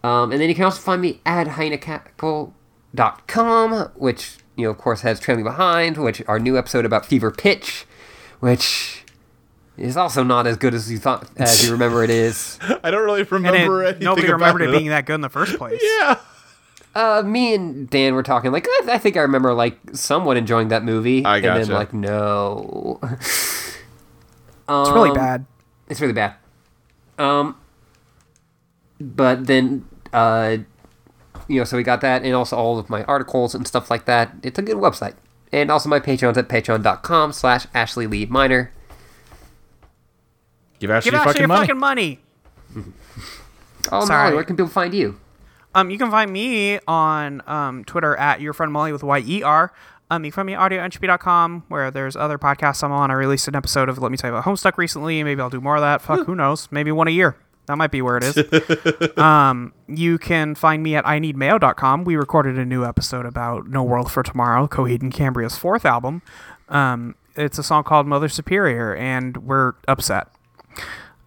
A: Um, and then you can also find me at heinekackle.com, which, you know, of course, has Trailing Behind, which our new episode about Fever Pitch, which is also not as good as you thought, as you remember it is.
C: I don't really
B: And it-
C: remember anything
B: nobody
C: about
B: remembered it
C: it.
B: being that good in the first place.
C: yeah.
A: Uh, me and Dan were talking, like, I, I think I remember, like, somewhat enjoying that movie.
C: I
A: And
C: gotcha.
A: then, like, no.
B: It's really
A: Um,
B: bad.
A: It's really bad. Um, but then, uh, you know, so we got that, and also all of my articles and stuff like that. It's a good website, and also my Patreon's at patreon.com/slash Ashley Lee Minor.
C: Give Ashley
B: Give
C: your
B: out
C: fucking
B: your
C: money.
B: fucking money.
A: Oh,
B: Sorry.
A: Molly, where can people find you?
B: Um, you can find me on um, Twitter at your friend Molly with Y E R. Um, you can find me at audioentropy.com where there's other podcasts I'm on. I released an episode of Let Me Tell You About Homestuck recently. Maybe I'll do more of that. Fuck, who knows? Maybe one a year. That might be where it is. um, you can find me at ineedmayo.com. We recorded a new episode about No World for Tomorrow, Coheed and Cambria's fourth album. Um, it's a song called Mother Superior, and we're upset.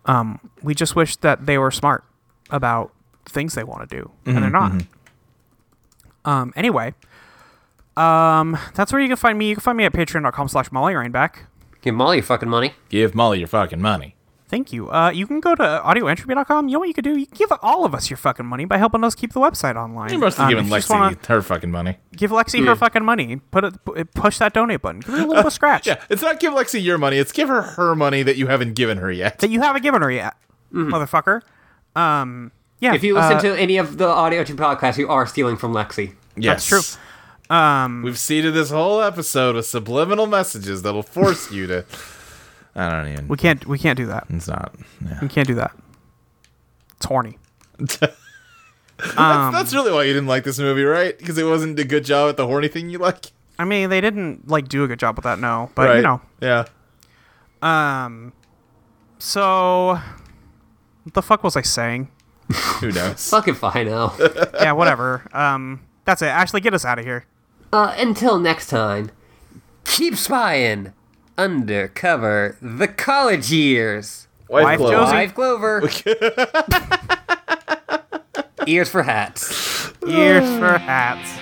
B: Um, we just wish that they were smart about things they want to do, and they're
C: Mm-hmm,
B: not. Um, anyway, um, that's where you can find me. You can find me at patreon.com slash Molly Rainback.
A: Give Molly your fucking money.
C: Give Molly your fucking money.
B: Thank you. Uh, you can go to audioentropy.com. You know what you could do? You can give all of us your fucking money by helping us keep the website online.
C: You must have
B: Um,
C: given
B: if you just
C: Lexi
B: wanna
C: her fucking money.
B: give Lexi her fucking money. Put it, pu- push that donate button. Give her a little bit of scratch
C: Yeah, it's not give Lexi your money. It's give her her money that you haven't given her yet.
B: that you haven't given her yet, motherfucker. Um, yeah.
A: Mm-hmm. If you
B: uh,
A: listen to any of the audio to podcasts, you are stealing from Lexi.
C: Yes,
B: true.
C: Um, We've seeded this whole episode with subliminal messages that'll force you to. I don't even.
B: we can't we can't do that.
C: It's not. Yeah.
B: We can't do that. It's horny. Um,
C: That's, that's really why you didn't like this movie, right? Because it wasn't a good job at the horny thing you like.
B: I mean, they didn't like do a good job with that, no. But
C: right.
B: you know,
C: Yeah.
B: um, so what the fuck was I saying?
C: Who knows?
A: Fuck if I know.
B: yeah, whatever. Um, that's it. Ashley, get us out of here.
A: Uh, until next time, keep spying. Undercover the college years.
B: Wife
C: Glow.
B: Josie.
A: Live Glover. Ears for hats.
B: Ears for hats.